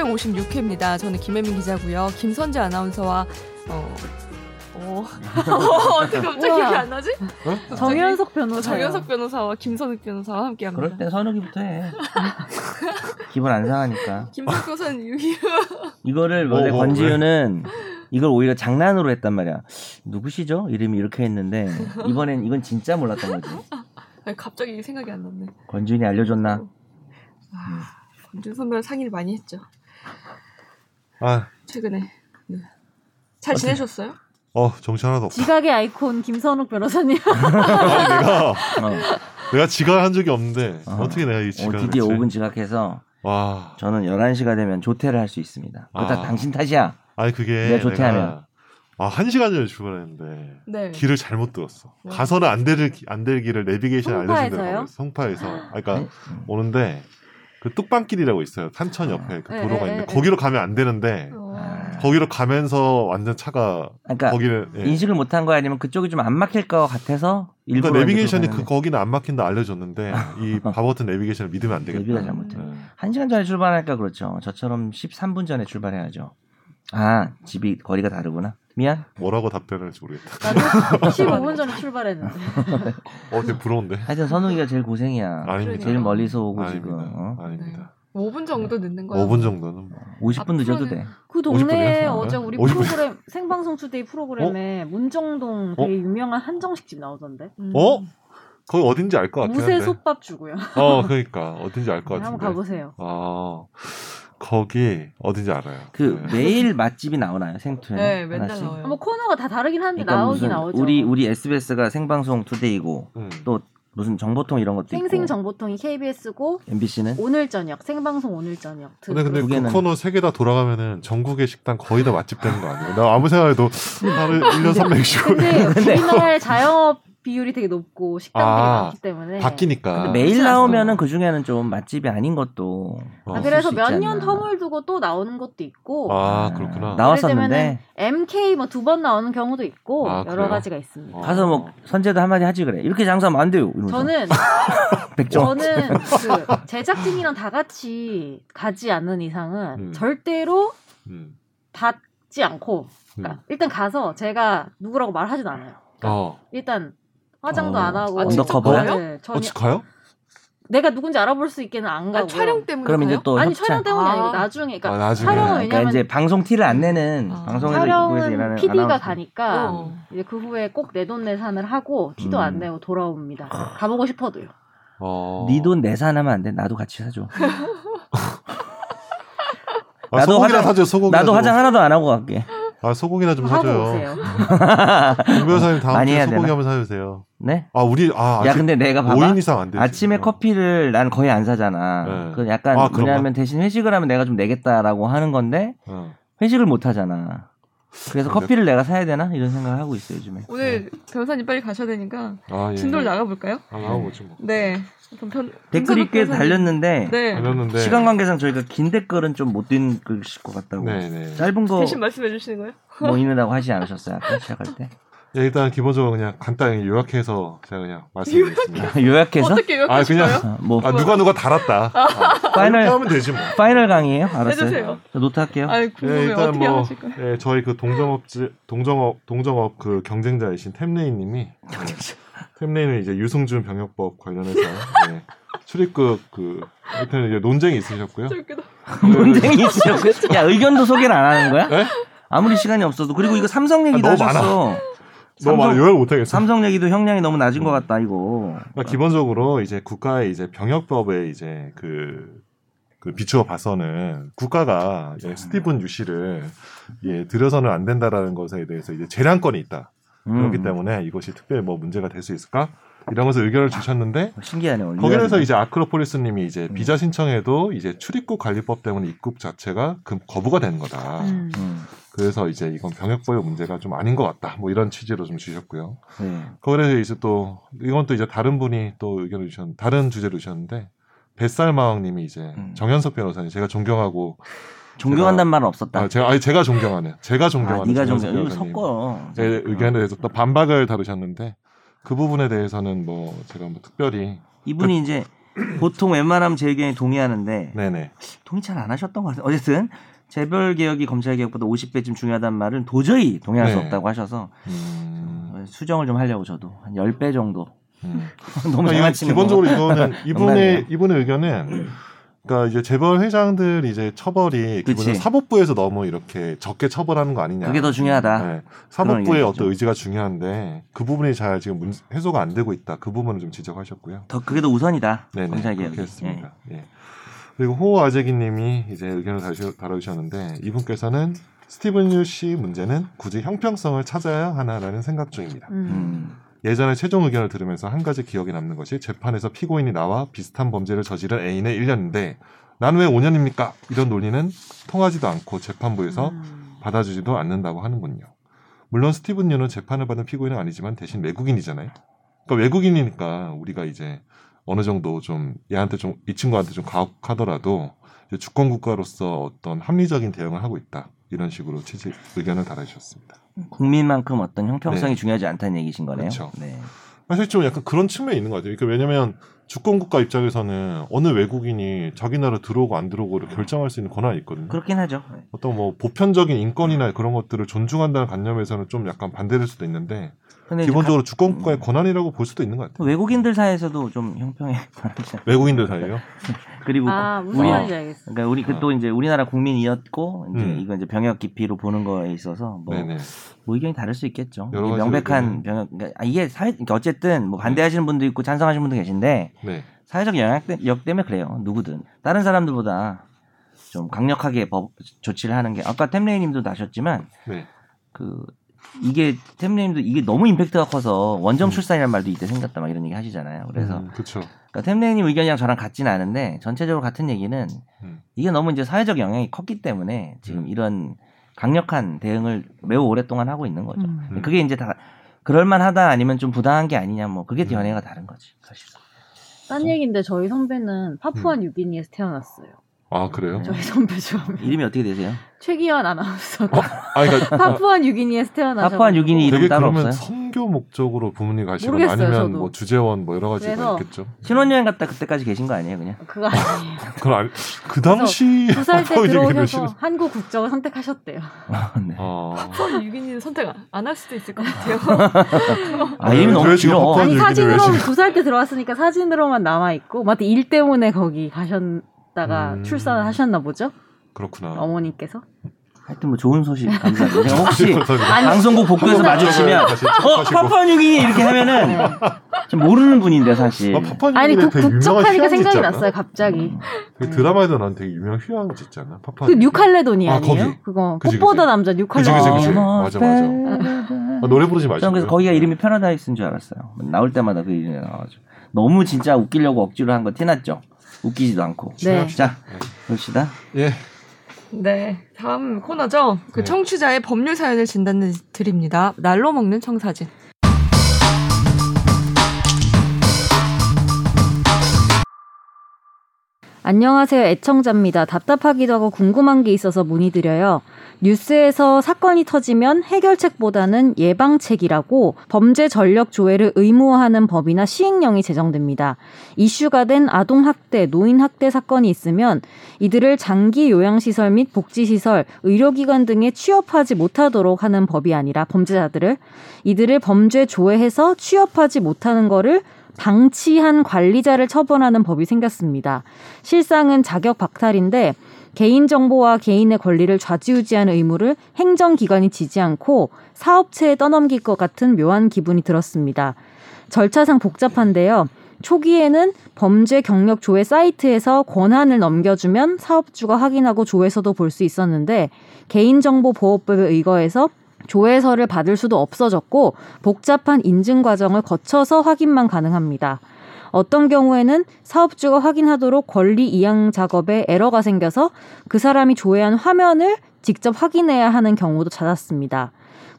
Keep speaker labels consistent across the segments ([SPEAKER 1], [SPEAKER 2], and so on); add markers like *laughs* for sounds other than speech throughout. [SPEAKER 1] 256회입니다. 저는 김혜민 기자고요. 김선재 아나운서와 어, 어. *laughs* 어떻게 갑자기
[SPEAKER 2] 우와.
[SPEAKER 1] 기억이 안 나지?
[SPEAKER 3] 어?
[SPEAKER 2] 정현석 변호사.
[SPEAKER 1] 정현석 변호사와 김선욱 변호사와 함께합니다.
[SPEAKER 3] 그럴 땐 선욱이부터 해. 음. *laughs* 기분 안 상하니까.
[SPEAKER 1] 김선욱 변호사는 *laughs* 유기
[SPEAKER 3] 이거를
[SPEAKER 4] 어,
[SPEAKER 3] 원래
[SPEAKER 4] 어,
[SPEAKER 3] 권지윤은 이걸 오히려 장난으로 했단 말이야. 누구시죠? 이름이 이렇게 했는데 이번엔 이건 진짜 몰랐던 거지.
[SPEAKER 1] 아니, 갑자기 생각이 안 났네.
[SPEAKER 3] 권지윤이 알려줬나?
[SPEAKER 1] 아, 권준 선배랑 상의를 많이 했죠.
[SPEAKER 4] 아,
[SPEAKER 1] 최근에. 네. 잘 지내셨어요?
[SPEAKER 4] 어, 정신 하나도 없다.
[SPEAKER 2] 지각의 아이콘 김선욱 변호사님.
[SPEAKER 3] *laughs*
[SPEAKER 4] 아, 내가
[SPEAKER 3] 어,
[SPEAKER 4] 내가 지각한 적이 없는데
[SPEAKER 3] 어.
[SPEAKER 4] 어. 떻게 내가 이 지각을
[SPEAKER 3] 어, 드디어
[SPEAKER 4] 했지?
[SPEAKER 3] 5분 지각해서
[SPEAKER 4] 와,
[SPEAKER 3] 저는 11시가 되면 조퇴를 할 수 있습니다. 그거 다
[SPEAKER 4] 아.
[SPEAKER 3] 당신 탓이야.
[SPEAKER 4] 아니 그게
[SPEAKER 3] 내가 조퇴하면.
[SPEAKER 4] 아, 한 시간 전에 출발했는데
[SPEAKER 1] 네.
[SPEAKER 4] 길을 잘못 들었어.
[SPEAKER 1] 네.
[SPEAKER 4] 가서는 안 될 안 될 길을 내비게이션
[SPEAKER 2] 성파에서요?
[SPEAKER 4] 알려준다고 성파에서. 아,
[SPEAKER 3] 네?
[SPEAKER 4] 그러니까 오는데 그 뚝방길이라고 있어요. 탄천 옆에 그
[SPEAKER 2] 네,
[SPEAKER 4] 도로가
[SPEAKER 2] 네,
[SPEAKER 4] 있는데
[SPEAKER 2] 네,
[SPEAKER 4] 거기로 가면 안 되는데
[SPEAKER 1] 어.
[SPEAKER 3] 아,
[SPEAKER 4] 거기로 가면서 완전 차가
[SPEAKER 3] 그러니까
[SPEAKER 4] 거기를 예.
[SPEAKER 3] 인식을 못한 거야 아니면 그쪽이 좀 안 막힐 것 같아서 일부러
[SPEAKER 4] 그러니까 내비게이션이
[SPEAKER 3] 이렇게
[SPEAKER 4] 그 거기는 안 막힌다 알려줬는데
[SPEAKER 3] *laughs*
[SPEAKER 4] 이 바보 같은 내비게이션을 믿으면 안 되겠다.
[SPEAKER 3] 내비가 잘못해.
[SPEAKER 4] 예.
[SPEAKER 3] 한 시간 전에 출발하니까 그렇죠. 저처럼 13분 전에 출발해야죠. 아 집이 거리가 다르구나. 미안.
[SPEAKER 4] 뭐라고 답변을 할지 모르겠다.
[SPEAKER 2] 나도
[SPEAKER 4] *laughs*
[SPEAKER 2] 15분 전에 출발했는데.
[SPEAKER 4] 어, 되게 부러운데.
[SPEAKER 3] 하여튼 선욱이가 제일 고생이야.
[SPEAKER 4] 아닙니다.
[SPEAKER 3] 제일 멀리서 오고 지금
[SPEAKER 4] 아닙니다.
[SPEAKER 3] 어?
[SPEAKER 4] 아닙니다.
[SPEAKER 1] 5분 정도 늦는 거예요.
[SPEAKER 4] 5분 정도는 뭐.
[SPEAKER 3] 50분 늦어도 돼.
[SPEAKER 2] 그
[SPEAKER 4] 50분이에요?
[SPEAKER 2] 동네에
[SPEAKER 4] 네.
[SPEAKER 2] 어제 우리
[SPEAKER 4] 50분.
[SPEAKER 2] 프로그램 생방송 투데이 프로그램에 문정동 되게 유명한 한정식집 나오던데.
[SPEAKER 1] 음.
[SPEAKER 4] 어? 거기 어딘지 알 것 같긴 한데.
[SPEAKER 2] 무쇠 솥밥 주고요.
[SPEAKER 4] 어, 그러니까 어딘지 알 것
[SPEAKER 2] 한번
[SPEAKER 4] 같은데.
[SPEAKER 2] 가보세요.
[SPEAKER 4] 아, 거기 어딘지 알아요.
[SPEAKER 3] 그
[SPEAKER 4] 네.
[SPEAKER 3] 매일 맛집이 나오나요 생투에?
[SPEAKER 1] 네, 맨날 나와요.
[SPEAKER 2] 뭐 코너가 다 다르긴 한데
[SPEAKER 3] 그러니까
[SPEAKER 2] 나오긴
[SPEAKER 3] 무슨
[SPEAKER 2] 나오죠.
[SPEAKER 3] 우리 우리 SBS가 생방송 투데이고
[SPEAKER 4] 음.
[SPEAKER 3] 또 무슨 정보통 이런 것도
[SPEAKER 2] 생생
[SPEAKER 3] 있고
[SPEAKER 2] 정보통이 KBS고
[SPEAKER 3] MBC는
[SPEAKER 2] 오늘 저녁 생방송 오늘 저녁. 드-
[SPEAKER 4] 근데 근데
[SPEAKER 3] 두
[SPEAKER 4] 그
[SPEAKER 3] 개는-
[SPEAKER 4] 코너 세 개 다 돌아가면은 전국의 식당 거의 다 맛집 되는 거 아니에요? 나 아무 생각해도 하루 1년 365일 *laughs*
[SPEAKER 2] 근데 네. 우리나라의 자영업 비율이 되게 높고 식당들이
[SPEAKER 4] 아,
[SPEAKER 2] 많기 때문에
[SPEAKER 4] 바뀌니까.
[SPEAKER 3] 근데 매일
[SPEAKER 2] 그렇지
[SPEAKER 3] 나오면은
[SPEAKER 4] 않아요.
[SPEAKER 3] 그 중에는 좀 맛집이 아닌 것도
[SPEAKER 4] 어.
[SPEAKER 2] 아,
[SPEAKER 3] 있을
[SPEAKER 2] 그래서
[SPEAKER 3] 수 있지
[SPEAKER 2] 몇 년
[SPEAKER 3] 않나.
[SPEAKER 2] 텀을 두고 또 나오는 것도 있고
[SPEAKER 4] 아,
[SPEAKER 3] 어,
[SPEAKER 4] 그렇구나.
[SPEAKER 3] 나왔었는데
[SPEAKER 2] MK 뭐 두 번 나오는 경우도 있고
[SPEAKER 4] 아,
[SPEAKER 2] 여러
[SPEAKER 4] 그래요?
[SPEAKER 2] 가지가 있습니다.
[SPEAKER 3] 가서 뭐 선재도 한마디 하지 그래. 이렇게 장사하면 안 돼요. 이러면서.
[SPEAKER 2] 저는
[SPEAKER 4] 아,
[SPEAKER 3] 백종.
[SPEAKER 4] *laughs*
[SPEAKER 2] 저는 그 제작진이랑 다 같이 가지 않는 이상은
[SPEAKER 4] 음.
[SPEAKER 2] 절대로
[SPEAKER 4] 음,
[SPEAKER 2] 받지 않고 그러니까
[SPEAKER 4] 음.
[SPEAKER 2] 일단 가서 제가 누구라고 말하진 않아요.
[SPEAKER 4] 어.
[SPEAKER 2] 일단 화장도
[SPEAKER 3] 어,
[SPEAKER 2] 안 하고
[SPEAKER 1] 아, 진짜
[SPEAKER 3] 언더커버야?
[SPEAKER 1] 가요?
[SPEAKER 2] 네, 전혀
[SPEAKER 4] 어찌 가요?
[SPEAKER 2] 내가 누군지 알아볼 수 있게는 안 가고
[SPEAKER 1] 아, 촬영 때문에.
[SPEAKER 3] 그럼 이제
[SPEAKER 1] 가요?
[SPEAKER 3] 또
[SPEAKER 2] 아니
[SPEAKER 3] 협찬.
[SPEAKER 2] 촬영 때문이
[SPEAKER 1] 아.
[SPEAKER 2] 아니고 나중에 그러니까
[SPEAKER 4] 아, 나중에.
[SPEAKER 2] 촬영은
[SPEAKER 3] 그러니까
[SPEAKER 2] 왜냐면 어.
[SPEAKER 3] 이제 방송 티를 안 내는
[SPEAKER 1] 아.
[SPEAKER 3] 방송에서 입구에서
[SPEAKER 2] 촬영은
[SPEAKER 3] 일하는
[SPEAKER 2] PD가
[SPEAKER 3] 아나운서.
[SPEAKER 2] 가니까
[SPEAKER 1] 어.
[SPEAKER 2] 이제 그 후에 꼭 내 돈 내산을 하고 티도
[SPEAKER 3] 음.
[SPEAKER 2] 안 내고 돌아옵니다. 가보고 싶어도요.
[SPEAKER 4] 어.
[SPEAKER 3] 니돈 내산하면 안 돼. 나도
[SPEAKER 2] *laughs*
[SPEAKER 3] 같이
[SPEAKER 2] 어,
[SPEAKER 3] 사줘.
[SPEAKER 4] 아,
[SPEAKER 3] 나도
[SPEAKER 4] 소고기나
[SPEAKER 3] 화장-
[SPEAKER 4] 사줘. 소고기.
[SPEAKER 3] 나도 화장 하나도 안 하고 갈게.
[SPEAKER 4] 아, 소고기나 좀
[SPEAKER 2] 하고
[SPEAKER 4] 사줘요. 음.
[SPEAKER 2] 오세요.
[SPEAKER 4] 김 변호사님 다음
[SPEAKER 3] 많이
[SPEAKER 4] 주에
[SPEAKER 3] 해야
[SPEAKER 4] 소고기
[SPEAKER 3] 되나?
[SPEAKER 4] 한번 사주세요.
[SPEAKER 3] 네?
[SPEAKER 4] 아, 우리 아,
[SPEAKER 3] 야
[SPEAKER 4] 아직
[SPEAKER 3] 근데 내가 봐봐.
[SPEAKER 4] 5인 이상 안 되지. 어.
[SPEAKER 3] 아침에 커피를 난 거의 안 사잖아.
[SPEAKER 4] 네.
[SPEAKER 3] 그 약간
[SPEAKER 4] 아, 그런가?
[SPEAKER 3] 왜냐하면 대신 회식을 하면 내가 좀 내겠다라고 하는 건데
[SPEAKER 4] 어.
[SPEAKER 3] 회식을 못 하잖아. 그래서
[SPEAKER 4] 근데-
[SPEAKER 3] 커피를 내가 사야 되나 이런 생각을 하고 있어
[SPEAKER 2] 음,
[SPEAKER 3] 요즘에.
[SPEAKER 1] 오늘 변호사님 빨리 가셔야 되니까
[SPEAKER 4] 아, 예.
[SPEAKER 1] 진도를 나가볼까요?
[SPEAKER 4] 아, 나오겠지 뭐.
[SPEAKER 1] 네. 그럼 변,
[SPEAKER 3] 네. 댓글이 꽤
[SPEAKER 1] 변호사님.
[SPEAKER 3] 달렸는데
[SPEAKER 1] 네.
[SPEAKER 4] 알렸는데.
[SPEAKER 3] 시간 관계상 저희가 긴 댓글은 좀 못 읽으실 것 같다고.
[SPEAKER 4] 네, 네.
[SPEAKER 3] 짧은 거
[SPEAKER 1] 대신 말씀해 주시는 거예요?
[SPEAKER 3] 뭐 읽는다고 하지 않으셨어요 아까 시작할 때?
[SPEAKER 4] 예, 일단 기본적으로 그냥 간단히 요약해서 제가 그냥 말씀드리겠습니다.
[SPEAKER 3] *laughs* 요약해서
[SPEAKER 1] 어떻게
[SPEAKER 4] 아,
[SPEAKER 1] 요약하실
[SPEAKER 4] 그냥- *laughs*
[SPEAKER 1] 거예요?
[SPEAKER 3] 어, 뭐
[SPEAKER 4] 아, 누가 누가 달았다. 아, 이렇게
[SPEAKER 3] 파이널
[SPEAKER 4] 하면
[SPEAKER 1] *laughs*
[SPEAKER 4] 되지 뭐.
[SPEAKER 3] 파이널 강의예요? 알았어요.
[SPEAKER 1] 해주세요.
[SPEAKER 3] 저 노트 할게요. *laughs*
[SPEAKER 1] 아, 궁금해요.
[SPEAKER 4] 일단
[SPEAKER 1] 어떻게
[SPEAKER 4] 뭐
[SPEAKER 1] 하실 거예요?
[SPEAKER 4] 예, 저희 그 동정업지 동정업 동정업 그 경쟁자이신 템레이님이 예, 템레이는 이제 유승준 병역법 관련해서 예, 출입국 그 일단 이제 논쟁이 있으셨고요.
[SPEAKER 1] 저 웃기다.
[SPEAKER 3] 논쟁이 있어. 야 의견도 소개를 안 하는 거야?
[SPEAKER 4] 예?
[SPEAKER 3] 아무리 시간이 없어도 그리고 이거 삼성 얘기도
[SPEAKER 4] 아, 너무
[SPEAKER 3] 하셨어.
[SPEAKER 4] *laughs* 너무 많아 요약 못하겠어.
[SPEAKER 3] 삼성 얘기도 형량이 너무 낮은 것 같다 이거.
[SPEAKER 4] 그러니까 기본적으로 이제 국가의 이제 병역법에 이제 그, 그 비추어 봐서는 국가가 예,
[SPEAKER 3] 음.
[SPEAKER 4] 스티븐 유씨를 예, 들여서는 안 된다라는 것에 대해서 이제 재량권이 있다.
[SPEAKER 3] 음.
[SPEAKER 4] 그렇기 때문에 이것이 특별히 뭐 문제가 될 수 있을까? 이런 것을 의견을 주셨는데
[SPEAKER 3] 신기하네. 원래.
[SPEAKER 4] 거기에서 이제 아크로폴리스님이 이제
[SPEAKER 3] 음.
[SPEAKER 4] 비자 신청에도 이제 출입국 관리법 때문에 입국 자체가 금- 거부가 되는 거다.
[SPEAKER 2] 음.
[SPEAKER 3] 음.
[SPEAKER 4] 그래서 이제 이건 병역법의 문제가 좀 아닌 것 같다. 뭐 이런 취지로 좀 주셨고요.
[SPEAKER 3] 네.
[SPEAKER 4] 거기서 이제 또 이건 또 이제 다른 분이 또 의견을 주셨 다른 주제를 주셨는데 뱃살마왕님이 이제
[SPEAKER 3] 음.
[SPEAKER 4] 정현석 변호사님 제가 존경하고
[SPEAKER 3] 존경한단 말은 없었다.
[SPEAKER 4] 아, 제가 아니 제가 존경하는 제가 존경하는
[SPEAKER 3] 아, 네가
[SPEAKER 4] 정현석
[SPEAKER 3] 존경. 이거
[SPEAKER 4] 변호사님
[SPEAKER 3] 섞어.
[SPEAKER 4] 제 의견에 대해서 또 반박을 다루셨는데 그 부분에 대해서는 뭐 제가 뭐 특별히
[SPEAKER 3] 이분이 이제 보통 웬만하면 제 의견에 동의하는데
[SPEAKER 4] 네네
[SPEAKER 3] 동의 잘 안 하셨던 것 같아요. 어쨌든 재벌 개혁이 검찰 개혁보다 50배쯤 중요하다는 말은 도저히 동의할 수
[SPEAKER 4] 네.
[SPEAKER 3] 없다고 하셔서
[SPEAKER 4] 음,
[SPEAKER 3] 어, 수정을 좀 하려고 저도 한 10배 정도 *laughs*
[SPEAKER 4] 음.
[SPEAKER 3] 너무
[SPEAKER 4] 그러니까 이거
[SPEAKER 3] 장난치는
[SPEAKER 4] 기본적으로 이거는
[SPEAKER 3] *laughs* 농담이에요.
[SPEAKER 4] 이분의 이분의 의견은 그러니까 이제 재벌 회장들 이제 처벌이
[SPEAKER 3] 그치.
[SPEAKER 4] 기본적으로 사법부에서 너무 이렇게 적게 처벌하는 거 아니냐.
[SPEAKER 3] 그게 더 중요하다.
[SPEAKER 4] 네. 사법부의
[SPEAKER 3] 얘기죠.
[SPEAKER 4] 어떤 의지가 중요한데 그 부분이 잘 지금 문- 해소가 안 되고 있다. 그 부분을 좀 지적하셨고요.
[SPEAKER 3] 더 그게 더 우선이다.
[SPEAKER 4] 네네,
[SPEAKER 3] 검찰 개혁이.
[SPEAKER 4] 그렇게 했습니다. 예. 그리고 호호 아재기님이 이제 의견을 다시 다뤄주셨는데 이분께서는 스티븐 유씨 문제는 굳이 형평성을 찾아야 하나라는 생각 중입니다.
[SPEAKER 3] 예.
[SPEAKER 2] 음.
[SPEAKER 3] 음.
[SPEAKER 4] 예전에 최종 의견을 들으면서 한 가지 기억에 남는 것이 재판에서 피고인이 나와 비슷한 범죄를 저지른 애인의 1년인데 난 왜 5년입니까? 이런 논리는 통하지도 않고 재판부에서
[SPEAKER 2] 음.
[SPEAKER 4] 받아주지도 않는다고 하는군요. 물론 스티븐 유는 재판을 받은 피고인은 아니지만 대신 외국인이잖아요. 그러니까 외국인이니까 우리가 이제 어느 정도 좀 얘한테 좀 이 친구한테 좀 가혹하더라도 이제 주권 국가로서 어떤 합리적인 대응을 하고 있다 이런 식으로 취지 의견을 달아주셨습니다.
[SPEAKER 3] 국민만큼 어떤 형평성이
[SPEAKER 4] 네.
[SPEAKER 3] 중요하지 않다는 얘기신 거네요.
[SPEAKER 4] 그렇죠.
[SPEAKER 3] 네.
[SPEAKER 4] 사실 좀 약간 그런 측면이 있는 것 같아요. 그러니까 왜냐면 주권 국가 입장에서는 어느 외국인이 자기 나라 들어오고 안 들어오고를 결정할 수 있는 권한이 있거든요.
[SPEAKER 3] 그렇긴 하죠. 네.
[SPEAKER 4] 어떤 뭐 보편적인 인권이나 그런 것들을 존중한다는 관념에서는 좀 약간 반대될 수도 있는데
[SPEAKER 2] 네,
[SPEAKER 3] 근데 이제
[SPEAKER 4] 기본적으로 주권 국가의
[SPEAKER 3] 음.
[SPEAKER 4] 권한이라고 볼 수도 있는 것 같아요.
[SPEAKER 3] 가- 외국인들 사이에서도 좀 *laughs* 형평에 관하지 않-
[SPEAKER 4] 외국인들 사이에요.
[SPEAKER 2] 네.
[SPEAKER 3] 그리고
[SPEAKER 2] 아 무슨
[SPEAKER 3] 우리
[SPEAKER 2] 말인지 알겠어.
[SPEAKER 3] 그러니까 우리 그 또 이제 우리나라 국민이었고 이제
[SPEAKER 4] 아. 음.
[SPEAKER 3] 이건 이제 병역 깊이로 보는 거에 있어서 뭐,
[SPEAKER 4] 네네.
[SPEAKER 3] 뭐 의견이 다를 수 있겠죠.
[SPEAKER 4] 여러
[SPEAKER 3] 이게
[SPEAKER 4] 가지로
[SPEAKER 3] 명백한
[SPEAKER 4] 보면.
[SPEAKER 3] 병역 그러니까 아, 이게 사회 그러니까 어쨌든 뭐 반대하시는 분도 있고 찬성하시는 분도 계신데
[SPEAKER 4] 네.
[SPEAKER 3] 사회적 영향력 때- 역 때문에 그래요. 누구든 다른 사람들보다 좀 강력하게 법 조치를 하는 게 아까 템레이님도 나셨지만
[SPEAKER 4] 네.
[SPEAKER 3] 그 이게 템레님도 이게 너무 임팩트가 커서 원점
[SPEAKER 4] 음.
[SPEAKER 3] 출산이란 말도 이때 생겼다 막 이런 얘기 하시잖아요. 그래서
[SPEAKER 4] 그렇죠.
[SPEAKER 3] 그러니까 템레님 의견이랑 저랑 같지는 않은데 전체적으로 같은 얘기는
[SPEAKER 4] 음.
[SPEAKER 3] 이게 너무 이제 사회적 영향이 컸기 때문에 지금
[SPEAKER 4] 음.
[SPEAKER 3] 이런 강력한 대응을 매우 오랫동안 하고 있는 거죠.
[SPEAKER 2] 음.
[SPEAKER 4] 음.
[SPEAKER 3] 그게 이제 다 그럴만하다 아니면 좀 부당한 게 아니냐 뭐 그게
[SPEAKER 4] 음.
[SPEAKER 3] 연애가 다른 거지 사실.
[SPEAKER 2] 딴 얘기인데 저희 선배는 파푸아
[SPEAKER 4] 음.
[SPEAKER 2] 뉴기니에서 태어났어요.
[SPEAKER 4] 아 그래요?
[SPEAKER 2] 저희 선배
[SPEAKER 4] *laughs*
[SPEAKER 2] 중에
[SPEAKER 3] 이름이 어떻게 되세요?
[SPEAKER 2] 최기현 아나운서가
[SPEAKER 4] 아
[SPEAKER 2] *laughs*
[SPEAKER 4] 그러니까
[SPEAKER 2] 파푸아 뉴기니에서 태어나서
[SPEAKER 3] 파푸아 뉴기니 이름
[SPEAKER 4] 되게
[SPEAKER 3] 따로
[SPEAKER 4] 그러면
[SPEAKER 3] 없어요?
[SPEAKER 4] 선교 목적으로 부모님 가시거나
[SPEAKER 2] 모르겠어요,
[SPEAKER 4] 아니면
[SPEAKER 2] 저도.
[SPEAKER 4] 뭐 주재원 뭐 여러 가지가
[SPEAKER 2] 그래서-
[SPEAKER 4] 있겠죠.
[SPEAKER 3] 신혼여행 갔다 그때까지 계신 거 아니에요 그냥? *laughs*
[SPEAKER 2] 그거 아니에요.
[SPEAKER 4] 그건 알- 그 당시
[SPEAKER 2] 두 살 때
[SPEAKER 4] 파푸아 뉴기니를
[SPEAKER 2] 들어오셔서
[SPEAKER 4] 신은-
[SPEAKER 2] 한국 국적을 선택하셨대요.
[SPEAKER 3] 네.
[SPEAKER 4] 어.
[SPEAKER 1] 저는 아, 유기니는 선택 안 할 수도 *laughs* 있을 것 같아요.
[SPEAKER 3] 아 이름 너무
[SPEAKER 4] 왜 지금
[SPEAKER 3] 길어.
[SPEAKER 4] 파푸아
[SPEAKER 2] 아니
[SPEAKER 4] 뉴기니를
[SPEAKER 2] 사진으로
[SPEAKER 4] 왜 지금-
[SPEAKER 2] 두 살 때 들어왔으니까 사진으로만 남아 있고 맞다 일 때문에 거기 가셨다가
[SPEAKER 4] 음.
[SPEAKER 2] 출산을 하셨나 보죠
[SPEAKER 4] 그렇구나.
[SPEAKER 2] 어머니께서
[SPEAKER 3] 하여튼 뭐 좋은 소식 감사합니다. *laughs* 혹시
[SPEAKER 4] 감사합니다.
[SPEAKER 2] 아니
[SPEAKER 3] 방송국 복도에서
[SPEAKER 2] 한번
[SPEAKER 3] 마주치면
[SPEAKER 4] 다시
[SPEAKER 3] 어
[SPEAKER 4] 체크하시고.
[SPEAKER 3] 파푸아 뉴기니 이렇게 하면은 좀 모르는 분인데 사실.
[SPEAKER 4] 아, 파푸아
[SPEAKER 2] 네. 아니
[SPEAKER 4] 뉴기니
[SPEAKER 2] 국,
[SPEAKER 4] 되게 유명한 휴양지
[SPEAKER 2] 국적하니까 생각이
[SPEAKER 4] 있지 않나?
[SPEAKER 2] 났어요 갑자기
[SPEAKER 4] 그 드라마에도 난 되게 유명한 휴양지 있잖아. 파파.
[SPEAKER 2] 그 뉴칼레도니
[SPEAKER 4] 아,
[SPEAKER 2] 아니에요
[SPEAKER 4] 거기.
[SPEAKER 2] 그거
[SPEAKER 4] 그지,
[SPEAKER 2] 꽃보다
[SPEAKER 4] 그지.
[SPEAKER 2] 남자
[SPEAKER 4] 그치, 그치,
[SPEAKER 2] 뉴칼레도니
[SPEAKER 4] 그치. 맞아, 맞아. 아, 노래 부르지 마시고.
[SPEAKER 3] 저는 그래서 거기가 이름이 패러다이스인 줄 알았어요. 나올 때마다 그 이름이 나와가지고 너무 진짜 웃기려고 억지로 한 거 티났죠. 웃기지도 않고.
[SPEAKER 2] 네.
[SPEAKER 3] 자 봅시다.
[SPEAKER 4] 예.
[SPEAKER 1] 네, 다음 코너죠. 그
[SPEAKER 4] 네.
[SPEAKER 1] 청취자의 법률 사연을 진단해 드립니다. 날로 먹는 청사진.
[SPEAKER 2] 안녕하세요 애청자입니다 답답하기도 하고 궁금한 게 있어서 문의드려요 뉴스에서 사건이 터지면 해결책보다는 예방책이라고 범죄 전력 조회를 의무화하는 법이나 시행령이 제정됩니다. 이슈가 된 아동학대, 노인학대 사건이 있으면 이들을 장기 요양시설 및 복지시설, 의료기관 등에 취업하지 못하도록 하는 법이 아니라 범죄자들을 이들을 범죄 조회해서 취업하지 못하는 거를 방치한 관리자를 처벌하는 법이 생겼습니다. 실상은 자격 박탈인데 개인정보와 개인의 권리를 좌지우지하는 의무를 행정기관이 지지 않고 사업체에 떠넘길 것 같은 묘한 기분이 들었습니다. 절차상 복잡한데요. 초기에는 범죄 경력 조회 사이트에서 권한을 넘겨주면 사업주가 확인하고 조회서도 볼 수 있었는데 개인정보보호법에 의거해서 조회서를 받을 수도 없어졌고 복잡한 인증 과정을 거쳐서 확인만 가능합니다. 어떤 경우에는 사업주가 확인하도록 권리 이양 작업에 에러가 생겨서 그 사람이 조회한 화면을 직접 확인해야 하는 경우도 잦았습니다.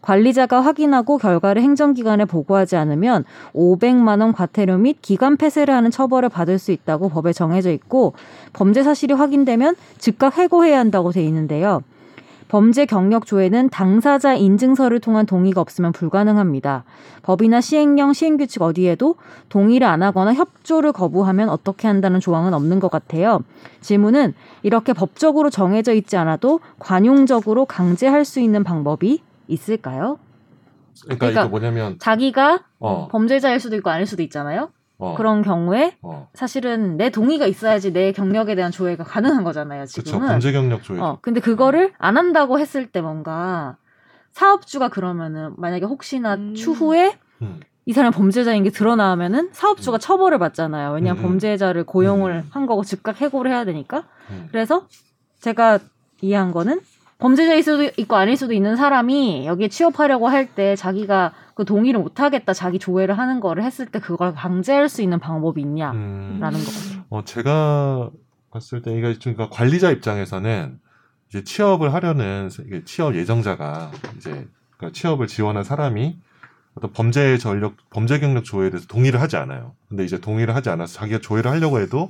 [SPEAKER 2] 관리자가 확인하고 결과를 행정기관에 보고하지 않으면 500만 원 과태료 및 기간 폐쇄를 하는 처벌을 받을 수 있다고 법에 정해져 있고 범죄 사실이 확인되면 즉각 해고해야 한다고 돼 있는데요. 범죄 경력 조회는 당사자 인증서를 통한 동의가 없으면 불가능합니다. 법이나 시행령, 시행규칙 어디에도 동의를 안 하거나 협조를 거부하면 어떻게 한다는 조항은 없는 것 같아요. 질문은 이렇게 법적으로 정해져 있지 않아도 관용적으로 강제할 수 있는 방법이 있을까요?
[SPEAKER 4] 그러니까,
[SPEAKER 2] 그러니까-
[SPEAKER 4] 이게 뭐냐면
[SPEAKER 2] 자기가
[SPEAKER 4] 어,
[SPEAKER 2] 범죄자일 수도 있고 아닐 수도 있잖아요.
[SPEAKER 4] 어,
[SPEAKER 2] 그런 경우에
[SPEAKER 4] 어,
[SPEAKER 2] 사실은 내 동의가 있어야지 내 경력에 대한 조회가 가능한 거잖아요.
[SPEAKER 4] 그렇죠.
[SPEAKER 2] 지금은.
[SPEAKER 4] 범죄 경력 조회.
[SPEAKER 2] 어, 근데 그거를 안 한다고 했을 때 뭔가 사업주가 그러면은 만약에 혹시나
[SPEAKER 1] 음.
[SPEAKER 2] 추후에
[SPEAKER 4] 음.
[SPEAKER 2] 이 사람 받아들인 게 드러나면은 사업주가
[SPEAKER 4] 음.
[SPEAKER 2] 처벌을 받잖아요. 왜냐하면
[SPEAKER 4] 음.
[SPEAKER 2] 범죄자를 고용을
[SPEAKER 4] 음.
[SPEAKER 2] 한 거고 즉각 해고를 해야 되니까.
[SPEAKER 4] 음.
[SPEAKER 2] 그래서 제가 이해한 거는 범죄자일 수도 있고 아닐 수도 있는 사람이 여기에 취업하려고 할 때 자기가 그 동의를 못 하겠다 자기 조회를 하는 거를 했을 때 그걸 강제할 수 있는 방법이 있냐라는
[SPEAKER 4] 음.
[SPEAKER 2] 거 같아요.
[SPEAKER 4] 어, 제가 봤을 때 이게 좀 그러니까 관리자 입장에서는 이제 취업을 하려는 세- 이게 취업 예정자가 이제 그러니까 취업을 지원한 사람이 어떤 범죄 전력, 범죄 경력 조회에 대해서 동의를 하지 않아요. 근데 이제 동의를 하지 않아서 자기가 조회를 하려고 해도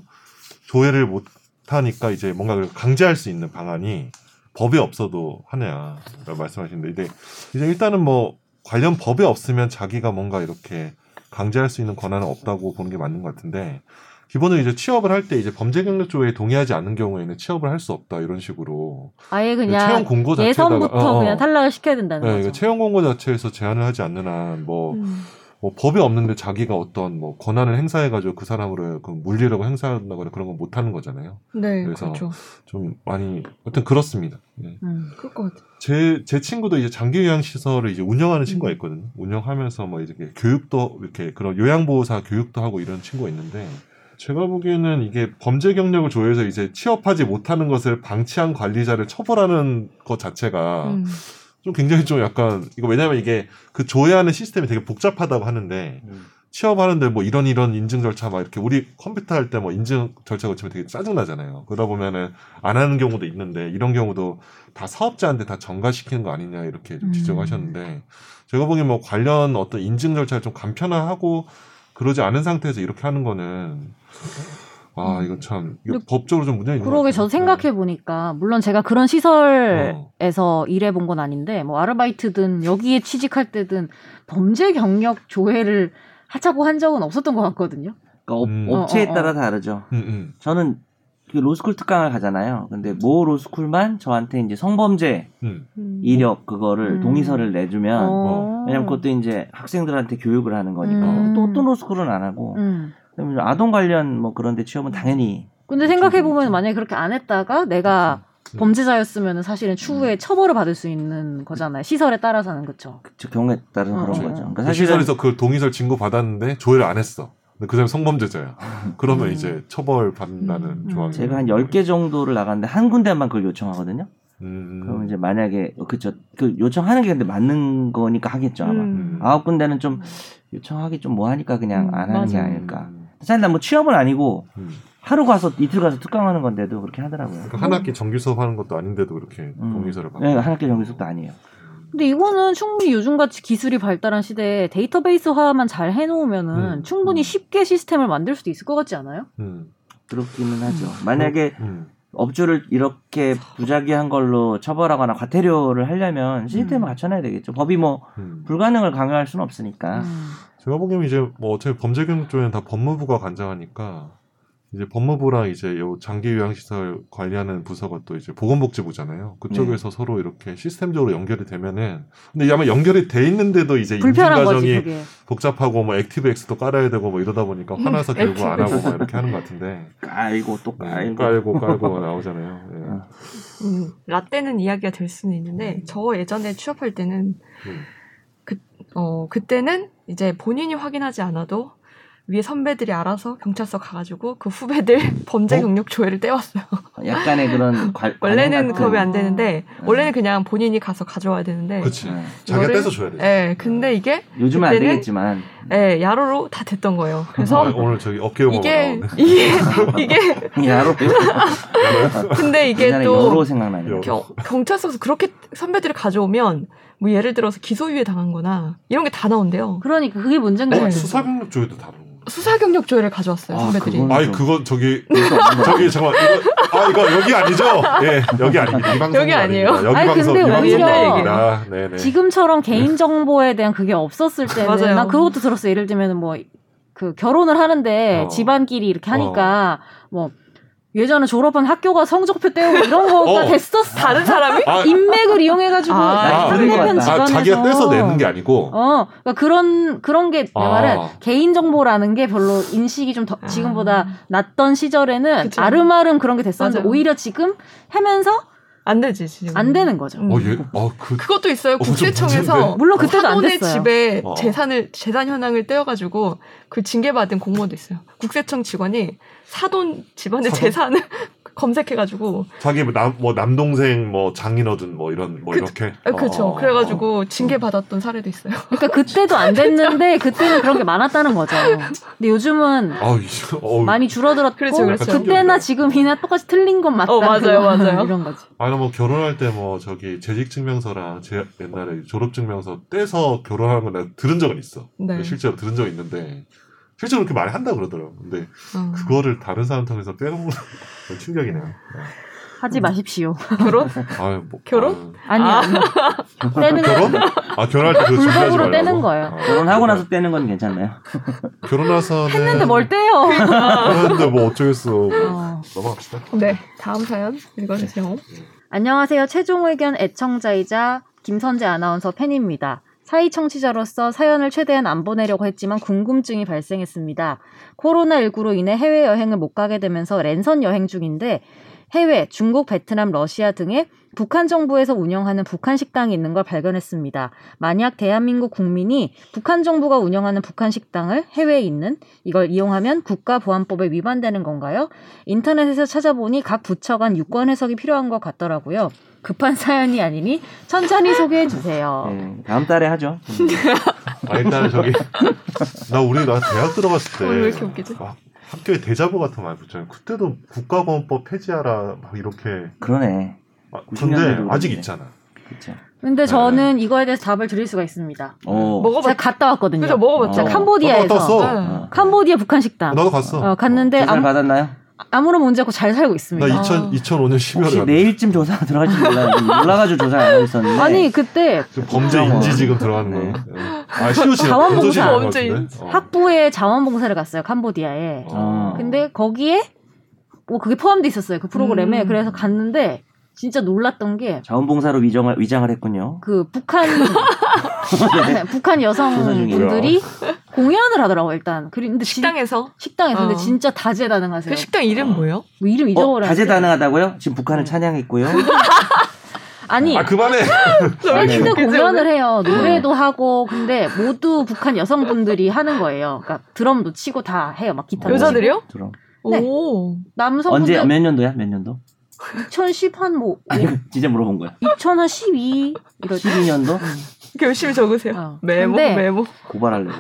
[SPEAKER 4] 조회를 못 하니까 이제 뭔가 그걸 강제할 수 있는 방안이 법에 없어도 하냐라고 말씀하시는데 이제, 이제 일단은 뭐 관련 법에 없으면 자기가 뭔가 이렇게 강제할 수 있는 권한은 없다고 보는 게 맞는 것 같은데 기본은 이제 취업을 할 때 이제 범죄 경력 조회에 동의하지 않는 경우에는 취업을 할 수 없다 이런 식으로
[SPEAKER 2] 아예
[SPEAKER 4] 채용
[SPEAKER 2] 그냥
[SPEAKER 4] 공고 자체에다가
[SPEAKER 2] 예선부터
[SPEAKER 4] 어, 어.
[SPEAKER 2] 그냥 탈락을 시켜야 된다는
[SPEAKER 4] 네,
[SPEAKER 2] 거죠.
[SPEAKER 4] 이거 채용 공고 자체에서 제한을 하지 않는 한뭐
[SPEAKER 1] 음.
[SPEAKER 4] 뭐 법이 없는데 자기가 어떤 뭐 권한을 행사해가지고 그 사람으로 그 물리라고 행사한다거나 그런 건 못하는 거잖아요.
[SPEAKER 1] 네,
[SPEAKER 4] 그래서-
[SPEAKER 1] 그렇죠.
[SPEAKER 4] 좀 많이 하여튼 그렇습니다. 예.
[SPEAKER 2] 음.
[SPEAKER 1] 그럴 것 같아요.
[SPEAKER 4] 제, 제 친구도 이제 장기 요양 시설을 이제 운영하는 친구가 있거든요. 운영하면서 뭐 이렇게 교육도 이렇게 그런 요양보호사 교육도 하고 이런 친구가 있는데 제가 보기에는 이게 범죄 경력을 조회해서 이제 취업하지 못하는 것을 방치한 관리자를 처벌하는 것 자체가
[SPEAKER 1] 음.
[SPEAKER 4] 좀 굉장히 좀 약간 이거 왜냐면 이게 그 조회하는 시스템이 되게 복잡하다고 하는데 취업하는데 뭐 이런 이런 인증 절차 막 이렇게 우리 컴퓨터 할 때 뭐 인증 절차 거치면 되게 짜증나잖아요. 그러다 보면은 안 하는 경우도 있는데 이런 경우도 다 사업자한테 다 전가시키는 거 아니냐 이렇게 좀
[SPEAKER 2] 음.
[SPEAKER 4] 지적하셨는데 제가 보기엔 뭐 관련 어떤 인증 절차를 좀 간편화하고 그러지 않은 상태에서 이렇게 하는 거는 아 이거 참 이거
[SPEAKER 2] 근데
[SPEAKER 4] 법적으로 좀 문제가 어. 있는 것
[SPEAKER 2] 그러게
[SPEAKER 4] 같아요.
[SPEAKER 2] 저도 생각해 보니까 물론 제가 그런 시설에서 일해 본 건 아닌데 뭐 아르바이트든 여기에 취직할 때든 범죄 경력 조회를 하자고 한 적은 없었던 것 같거든요.
[SPEAKER 3] 그러니까 업-
[SPEAKER 4] 음.
[SPEAKER 3] 업체에
[SPEAKER 2] 어, 어, 어.
[SPEAKER 3] 따라 다르죠.
[SPEAKER 4] 음, 음.
[SPEAKER 3] 저는 그 로스쿨 특강을 가잖아요. 근데 모 로스쿨만 저한테 이제 성범죄
[SPEAKER 4] 음.
[SPEAKER 1] 음.
[SPEAKER 3] 이력 그거를
[SPEAKER 2] 음.
[SPEAKER 3] 동의서를
[SPEAKER 4] 아, 뭐,
[SPEAKER 3] 내주면
[SPEAKER 2] 어.
[SPEAKER 3] 왜냐면 그것도 이제 학생들한테 교육을 하는 거니까
[SPEAKER 2] 음.
[SPEAKER 3] 또 어떤 로스쿨은 안 하고
[SPEAKER 2] 음.
[SPEAKER 3] 그다음에 아동 관련 뭐 그런데 취업은 당연히
[SPEAKER 2] 근데 생각해 보면 만약에 그렇게 안 했다가 내가
[SPEAKER 4] 그렇죠. 음.
[SPEAKER 2] 범죄자였으면 사실은 추후에 처벌을 받을 수 있는 거잖아요. 시설에 따라서는 그렇죠.
[SPEAKER 3] 그 경우에 따라서
[SPEAKER 2] 어,
[SPEAKER 3] 그런
[SPEAKER 2] 어.
[SPEAKER 3] 거죠. 그러니까
[SPEAKER 4] 그
[SPEAKER 3] 사실은
[SPEAKER 4] 시설에서 그 동의서를 증거 받았는데 조회를 안 했어. 근데 그 사람이 성범죄자야. 그러면
[SPEAKER 2] 음.
[SPEAKER 4] 이제 처벌 받는다는
[SPEAKER 1] 음.
[SPEAKER 4] 조항이.
[SPEAKER 3] 제가 한 10개 정도를 나갔는데 한 군데만 그걸 요청하거든요.
[SPEAKER 4] 음.
[SPEAKER 3] 그러면 이제 만약에 그쵸 그 요청하는 게 근데 맞는 거니까 하겠죠 아마.
[SPEAKER 1] 음.
[SPEAKER 3] 아홉 군데는 좀 요청하기 좀 뭐하니까 그냥
[SPEAKER 2] 음,
[SPEAKER 3] 안 하는 게
[SPEAKER 2] 맞아요.
[SPEAKER 3] 아닐까. 사실 난 뭐 취업은 아니고
[SPEAKER 4] 음.
[SPEAKER 3] 하루 가서 이틀 가서 특강하는 건데도 그렇게 하더라고요.
[SPEAKER 4] 그러니까 한 학기 정규 수업 하는 것도 아닌데도 그렇게
[SPEAKER 3] 음.
[SPEAKER 4] 동의서를 받고.
[SPEAKER 3] 네, 한 학기 정규 수업도 아니에요.
[SPEAKER 2] 근데 이거는 충분히 요즘같이 기술이 발달한 시대에 데이터베이스화만 잘 해놓으면은
[SPEAKER 4] 음.
[SPEAKER 2] 충분히
[SPEAKER 3] 음.
[SPEAKER 2] 쉽게 시스템을 만들 수도 있을 것 같지 않아요?
[SPEAKER 4] 음.
[SPEAKER 3] 그렇기는 하죠. 만약에
[SPEAKER 4] 음.
[SPEAKER 3] 업주를 이렇게 부작위한 걸로 처벌하거나 과태료를 하려면 시스템을
[SPEAKER 2] 음.
[SPEAKER 3] 갖춰놔야 되겠죠. 법이 뭐
[SPEAKER 4] 음.
[SPEAKER 3] 불가능을 강요할 수는
[SPEAKER 4] 아.
[SPEAKER 3] 없으니까.
[SPEAKER 2] 음.
[SPEAKER 4] 제가 보기에는 이제 뭐 어차피 범죄 경력 조회는 다 법무부가 관장하니까 이제 법무부랑 이제 요 장기 요양 시설 관리하는 부서가 또 이제 보건복지부잖아요. 그쪽에서
[SPEAKER 3] 네.
[SPEAKER 4] 서로 이렇게 시스템적으로 연결이 되면은 근데 아마 연결이 돼 있는데도 이제 인증
[SPEAKER 2] 불편한 거지
[SPEAKER 4] 과정이
[SPEAKER 2] 그게.
[SPEAKER 4] 복잡하고 뭐 액티브 엑스도 깔아야 되고 뭐 이러다 보니까 화나서 결국 안 하고 막 이렇게 하는 것 같은데
[SPEAKER 3] 깔고 또
[SPEAKER 4] 네,
[SPEAKER 3] 깔고.
[SPEAKER 4] 깔고 깔고 나오잖아요. 예.
[SPEAKER 5] 음, 라떼는 이야기가 될 수는 있는데 저 예전에 취업할 때는
[SPEAKER 4] 음.
[SPEAKER 5] 그, 어, 그때는 이제 본인이 확인하지 않아도 위에 선배들이 알아서 경찰서 가가지고 그 후배들 *laughs* 범죄
[SPEAKER 4] 어?
[SPEAKER 5] 경력 조회를 떼왔어요.
[SPEAKER 3] 약간의 그런 관
[SPEAKER 5] 원래는 그러면 안 되는데
[SPEAKER 3] 음.
[SPEAKER 5] 원래는 그냥 본인이 가서 가져와야 되는데
[SPEAKER 4] 그치.
[SPEAKER 3] 네.
[SPEAKER 4] 자기가
[SPEAKER 5] 이거를-
[SPEAKER 4] 떼서 줘야 돼. 아,
[SPEAKER 5] 예, 근데 이게
[SPEAKER 3] 요즘은 안
[SPEAKER 5] 그때는-
[SPEAKER 3] 되겠지만 *laughs*
[SPEAKER 5] 예, 야로로 다 됐던 거예요. 그래서
[SPEAKER 4] 오늘 저기 어깨 아, 용어가
[SPEAKER 5] 이게
[SPEAKER 4] 나오네.
[SPEAKER 5] 이게 이게
[SPEAKER 3] *laughs* 야로 그
[SPEAKER 5] 근데 이게
[SPEAKER 3] 옛날에 여로
[SPEAKER 5] 또
[SPEAKER 3] 생각나요.
[SPEAKER 4] 여-
[SPEAKER 5] 경, 경찰서에서 그렇게 선배들을 가져오면 뭐 예를 들어서 기소유예 당한거나 이런 게 다 나온대요.
[SPEAKER 2] 그러니까 그게 문제인 것
[SPEAKER 4] *clears throat* 어,
[SPEAKER 2] 같아요.
[SPEAKER 4] 수사 경력 조회도 다른 거.
[SPEAKER 5] 수사 경력 조회를 가져왔어요
[SPEAKER 3] 아,
[SPEAKER 5] 선배들이.
[SPEAKER 3] 그건-
[SPEAKER 4] 아니 그건 저기
[SPEAKER 3] 그래서 없는 거야.
[SPEAKER 4] 저기 잠깐 이거 아 이거 여기 아니죠? 예 여기 아닙니다. 이 방송
[SPEAKER 5] 여기 아니에요.
[SPEAKER 4] 여기
[SPEAKER 2] 아니,
[SPEAKER 4] 방송
[SPEAKER 2] 근데
[SPEAKER 4] 이 방송
[SPEAKER 5] 오히려-
[SPEAKER 4] 아닙니다. 네네.
[SPEAKER 2] 지금처럼 개인 정보에 대한 그게
[SPEAKER 4] *laughs*
[SPEAKER 2] 없었을 때는
[SPEAKER 5] 맞아요.
[SPEAKER 2] 난 그것도 들었어. 요 예를 들면 뭐 그 결혼을 하는데
[SPEAKER 4] 어.
[SPEAKER 2] 집안끼리 이렇게 하니까 뭐 예전에 졸업한 학교가 성적표 떼고
[SPEAKER 4] *laughs*
[SPEAKER 2] 이런 거가
[SPEAKER 4] 어.
[SPEAKER 2] 됐었어.
[SPEAKER 5] 다른 사람이?
[SPEAKER 4] 아,
[SPEAKER 2] 인맥을 이용해가지고
[SPEAKER 5] 아,
[SPEAKER 2] 상대편
[SPEAKER 3] 아,
[SPEAKER 2] 집안에서
[SPEAKER 4] 아 자기가 떼서 내는 게 아니고
[SPEAKER 2] 어, 그러니까 그런 그런 게 내
[SPEAKER 4] 아.
[SPEAKER 2] 말은 개인 정보라는 게 별로 인식이 좀 더, *laughs* 지금보다 낮던 시절에는
[SPEAKER 5] 아. 그쵸.
[SPEAKER 2] 아름아름 그런 게 됐었는데
[SPEAKER 5] 맞아요.
[SPEAKER 2] 오히려 지금 하면서
[SPEAKER 5] 안 되지 지금.
[SPEAKER 2] 안 되는 거죠.
[SPEAKER 5] 음. 뭐
[SPEAKER 4] 어예어그
[SPEAKER 5] 그것도 있어요.
[SPEAKER 4] 좀
[SPEAKER 5] 국세청에서
[SPEAKER 4] 문제인데?
[SPEAKER 2] 물론 그때도 안
[SPEAKER 5] 사돈의
[SPEAKER 2] 됐어요.
[SPEAKER 5] 집에
[SPEAKER 4] 어.
[SPEAKER 5] 재산을 재산 현황을 떼어가지고 그 징계받은 공무원도 있어요. 국세청 직원이 사돈 집안의
[SPEAKER 4] 사돈?
[SPEAKER 5] 재산을 *laughs* 검색해가지고
[SPEAKER 4] 자기 뭐남 뭐 남동생 뭐 장인어른 뭐 이런 뭐
[SPEAKER 5] 그-
[SPEAKER 4] 이렇게
[SPEAKER 5] 아, 그렇죠.
[SPEAKER 4] 어.
[SPEAKER 5] 그래가지고 징계 받았던 사례도 있어요.
[SPEAKER 2] 그러니까 그때도
[SPEAKER 5] *laughs*
[SPEAKER 2] 안 됐는데 그때는 그런 게 많았다는 거죠. 근데 요즘은
[SPEAKER 4] 아우 이거 어우
[SPEAKER 2] 많이 줄어들었고
[SPEAKER 5] 그렇죠, 그렇죠.
[SPEAKER 2] 때나 지금이나 똑같이 틀린 건 맞다.
[SPEAKER 5] 어, 맞아요,
[SPEAKER 2] 그거.
[SPEAKER 5] 맞아요.
[SPEAKER 2] *laughs* 이런 거지.
[SPEAKER 4] 아니 뭐 결혼할 때 뭐 저기 재직 증명서랑 제 옛날에 졸업 증명서 떼서 결혼하는 거 내가 들은 적은 있어. 그러니까
[SPEAKER 5] 네.
[SPEAKER 4] 실제로 들은 적 있는데 실제로 그렇게 많이 한다 그러더라고. 근데
[SPEAKER 5] 어.
[SPEAKER 4] 그거를 다른 사람 통해서 빼놓는 건 충격이네요. 네.
[SPEAKER 2] 하지 마십시오.
[SPEAKER 5] 어. 결혼?
[SPEAKER 4] 아유, 뭐,
[SPEAKER 5] 결혼?
[SPEAKER 2] 아니
[SPEAKER 5] 아.
[SPEAKER 4] *laughs*
[SPEAKER 2] 아니. 떼는
[SPEAKER 4] 아유. 결혼? 아 결혼할 때 그거 준비하지
[SPEAKER 2] 불법으로
[SPEAKER 4] 말라고.
[SPEAKER 2] 떼는 거예요.
[SPEAKER 4] 아,
[SPEAKER 3] 결혼하고 나서 떼는 건 괜찮나요?
[SPEAKER 4] 결혼해서는
[SPEAKER 2] 했는데 뭘 떼요?
[SPEAKER 4] 음. 결혼했는데 뭐 어쩌겠어. 뭐.
[SPEAKER 2] 어.
[SPEAKER 4] 넘어갑시다.
[SPEAKER 5] 네. 다음 사연 읽어주세요.
[SPEAKER 2] 안녕하세요. 최종 의견 애청자이자 김선재 아나운서 팬입니다. 사이 청취자로서 사연을 최대한 안 보내려고 했지만 궁금증이 발생했습니다. 코로나19로 인해 해외여행을 못 가게 되면서 랜선 여행 중인데 해외, 중국, 베트남, 러시아 등의 북한 정부에서 운영하는 북한 식당이 있는 걸 발견했습니다. 만약 대한민국 국민이 북한 정부가 운영하는 북한 식당을 해외에 있는 이걸 이용하면 국가보안법에 위반되는 건가요? 인터넷에서 찾아보니 각 부처 간 유권 해석이 필요한 것 같더라고요. 급한 사연이 아니니 천천히 소개해 주세요.
[SPEAKER 3] 네, 다음 달에 하죠.
[SPEAKER 5] *laughs*
[SPEAKER 4] 아 일단 저기 나 우리 나 대학 들어갔을 때
[SPEAKER 5] 오늘 왜 이렇게 웃기지?
[SPEAKER 4] 막 학교에 대자보 같은 거 많이 붙잖아요. 그때도 국가보안법 폐지하라 막 이렇게
[SPEAKER 3] 그러네.
[SPEAKER 4] 아,
[SPEAKER 3] 90년대도
[SPEAKER 4] 근데 아직
[SPEAKER 3] 그랬는데.
[SPEAKER 4] 있잖아.
[SPEAKER 3] 그렇죠.
[SPEAKER 2] 근데 저는 이거에 대해서 답을 드릴 수가 있습니다.
[SPEAKER 3] 오.
[SPEAKER 2] 제가
[SPEAKER 5] 먹어봤.
[SPEAKER 2] 갔다 왔거든요.
[SPEAKER 5] 그죠 뭐- 먹어봤죠.
[SPEAKER 2] 제가
[SPEAKER 3] 어.
[SPEAKER 4] 나도 갔다
[SPEAKER 2] 캄보디아에서
[SPEAKER 4] 왔어.
[SPEAKER 5] 네.
[SPEAKER 3] 어.
[SPEAKER 2] 캄보디아 북한 식당
[SPEAKER 4] 나도 갔어.
[SPEAKER 2] 어, 갔는데
[SPEAKER 3] 조사를
[SPEAKER 2] 그 아무,
[SPEAKER 3] 받았나요?
[SPEAKER 2] 아무런 문제 없고 잘 살고 있습니다.
[SPEAKER 5] 어.
[SPEAKER 4] 나 2000, 2005년 12월에
[SPEAKER 3] 혹시
[SPEAKER 4] 갔는데
[SPEAKER 3] 내일쯤 조사 들어갈지
[SPEAKER 2] *laughs*
[SPEAKER 3] 몰랐는데 몰라가지고 조사 안 하고 있었는데
[SPEAKER 2] 아니 그때
[SPEAKER 4] 지금 범죄
[SPEAKER 3] 뭐
[SPEAKER 4] 인지 지금 들어가는
[SPEAKER 3] 네.
[SPEAKER 4] 거예요. 예. 아 시효시
[SPEAKER 2] 자원봉사.
[SPEAKER 5] 범죄
[SPEAKER 4] 어.
[SPEAKER 2] 학부에 자원봉사를 갔어요 캄보디아에.
[SPEAKER 3] 어.
[SPEAKER 2] 근데 거기에 뭐 그게 포함돼 있었어요 그 프로그램에
[SPEAKER 5] 음.
[SPEAKER 2] 그래서 갔는데 진짜 놀랐던
[SPEAKER 3] 자원봉사로 위정을, 위장을 했군요.
[SPEAKER 2] 게 그 북한 *laughs* 네, 북한
[SPEAKER 3] 조사 중이에요.
[SPEAKER 2] 여성분들이 공연을 하더라고 일단. 그리- 근데 진-
[SPEAKER 5] 식당에서
[SPEAKER 2] 식당에서 근데
[SPEAKER 5] 어.
[SPEAKER 2] 진짜 다재다능하세요.
[SPEAKER 5] 그 식당 이름 뭐예요?
[SPEAKER 2] 뭐 이름
[SPEAKER 3] 어,
[SPEAKER 2] 잊어버려.
[SPEAKER 3] 다재다능하다고요? 지금
[SPEAKER 2] 네.
[SPEAKER 3] 북한을 찬양했고요.
[SPEAKER 2] 아니
[SPEAKER 4] 아 그만해.
[SPEAKER 3] 아, 네.
[SPEAKER 2] 밴드 공연을 해요.
[SPEAKER 3] 네.
[SPEAKER 2] 노래도 하고 근데 모두 북한 여성분들이 하는 거예요. 그러니까 드럼도 치고 다 해요. 막 기타.
[SPEAKER 5] 여자들이요?
[SPEAKER 3] 뭐 들어.
[SPEAKER 2] 네.
[SPEAKER 5] 오.
[SPEAKER 2] 남성분들
[SPEAKER 3] 언제 몇 년도야? 몇 년도? *laughs*
[SPEAKER 2] 2010 한뭐
[SPEAKER 3] 아니
[SPEAKER 4] 그
[SPEAKER 3] 진짜 물어본 거야.
[SPEAKER 2] 2012 이러지.
[SPEAKER 3] 12년도
[SPEAKER 2] 음.
[SPEAKER 5] 이렇게 열심히 적으세요.
[SPEAKER 2] 어.
[SPEAKER 5] 메모,
[SPEAKER 2] 근데-
[SPEAKER 5] 메모.
[SPEAKER 3] 고발하려고.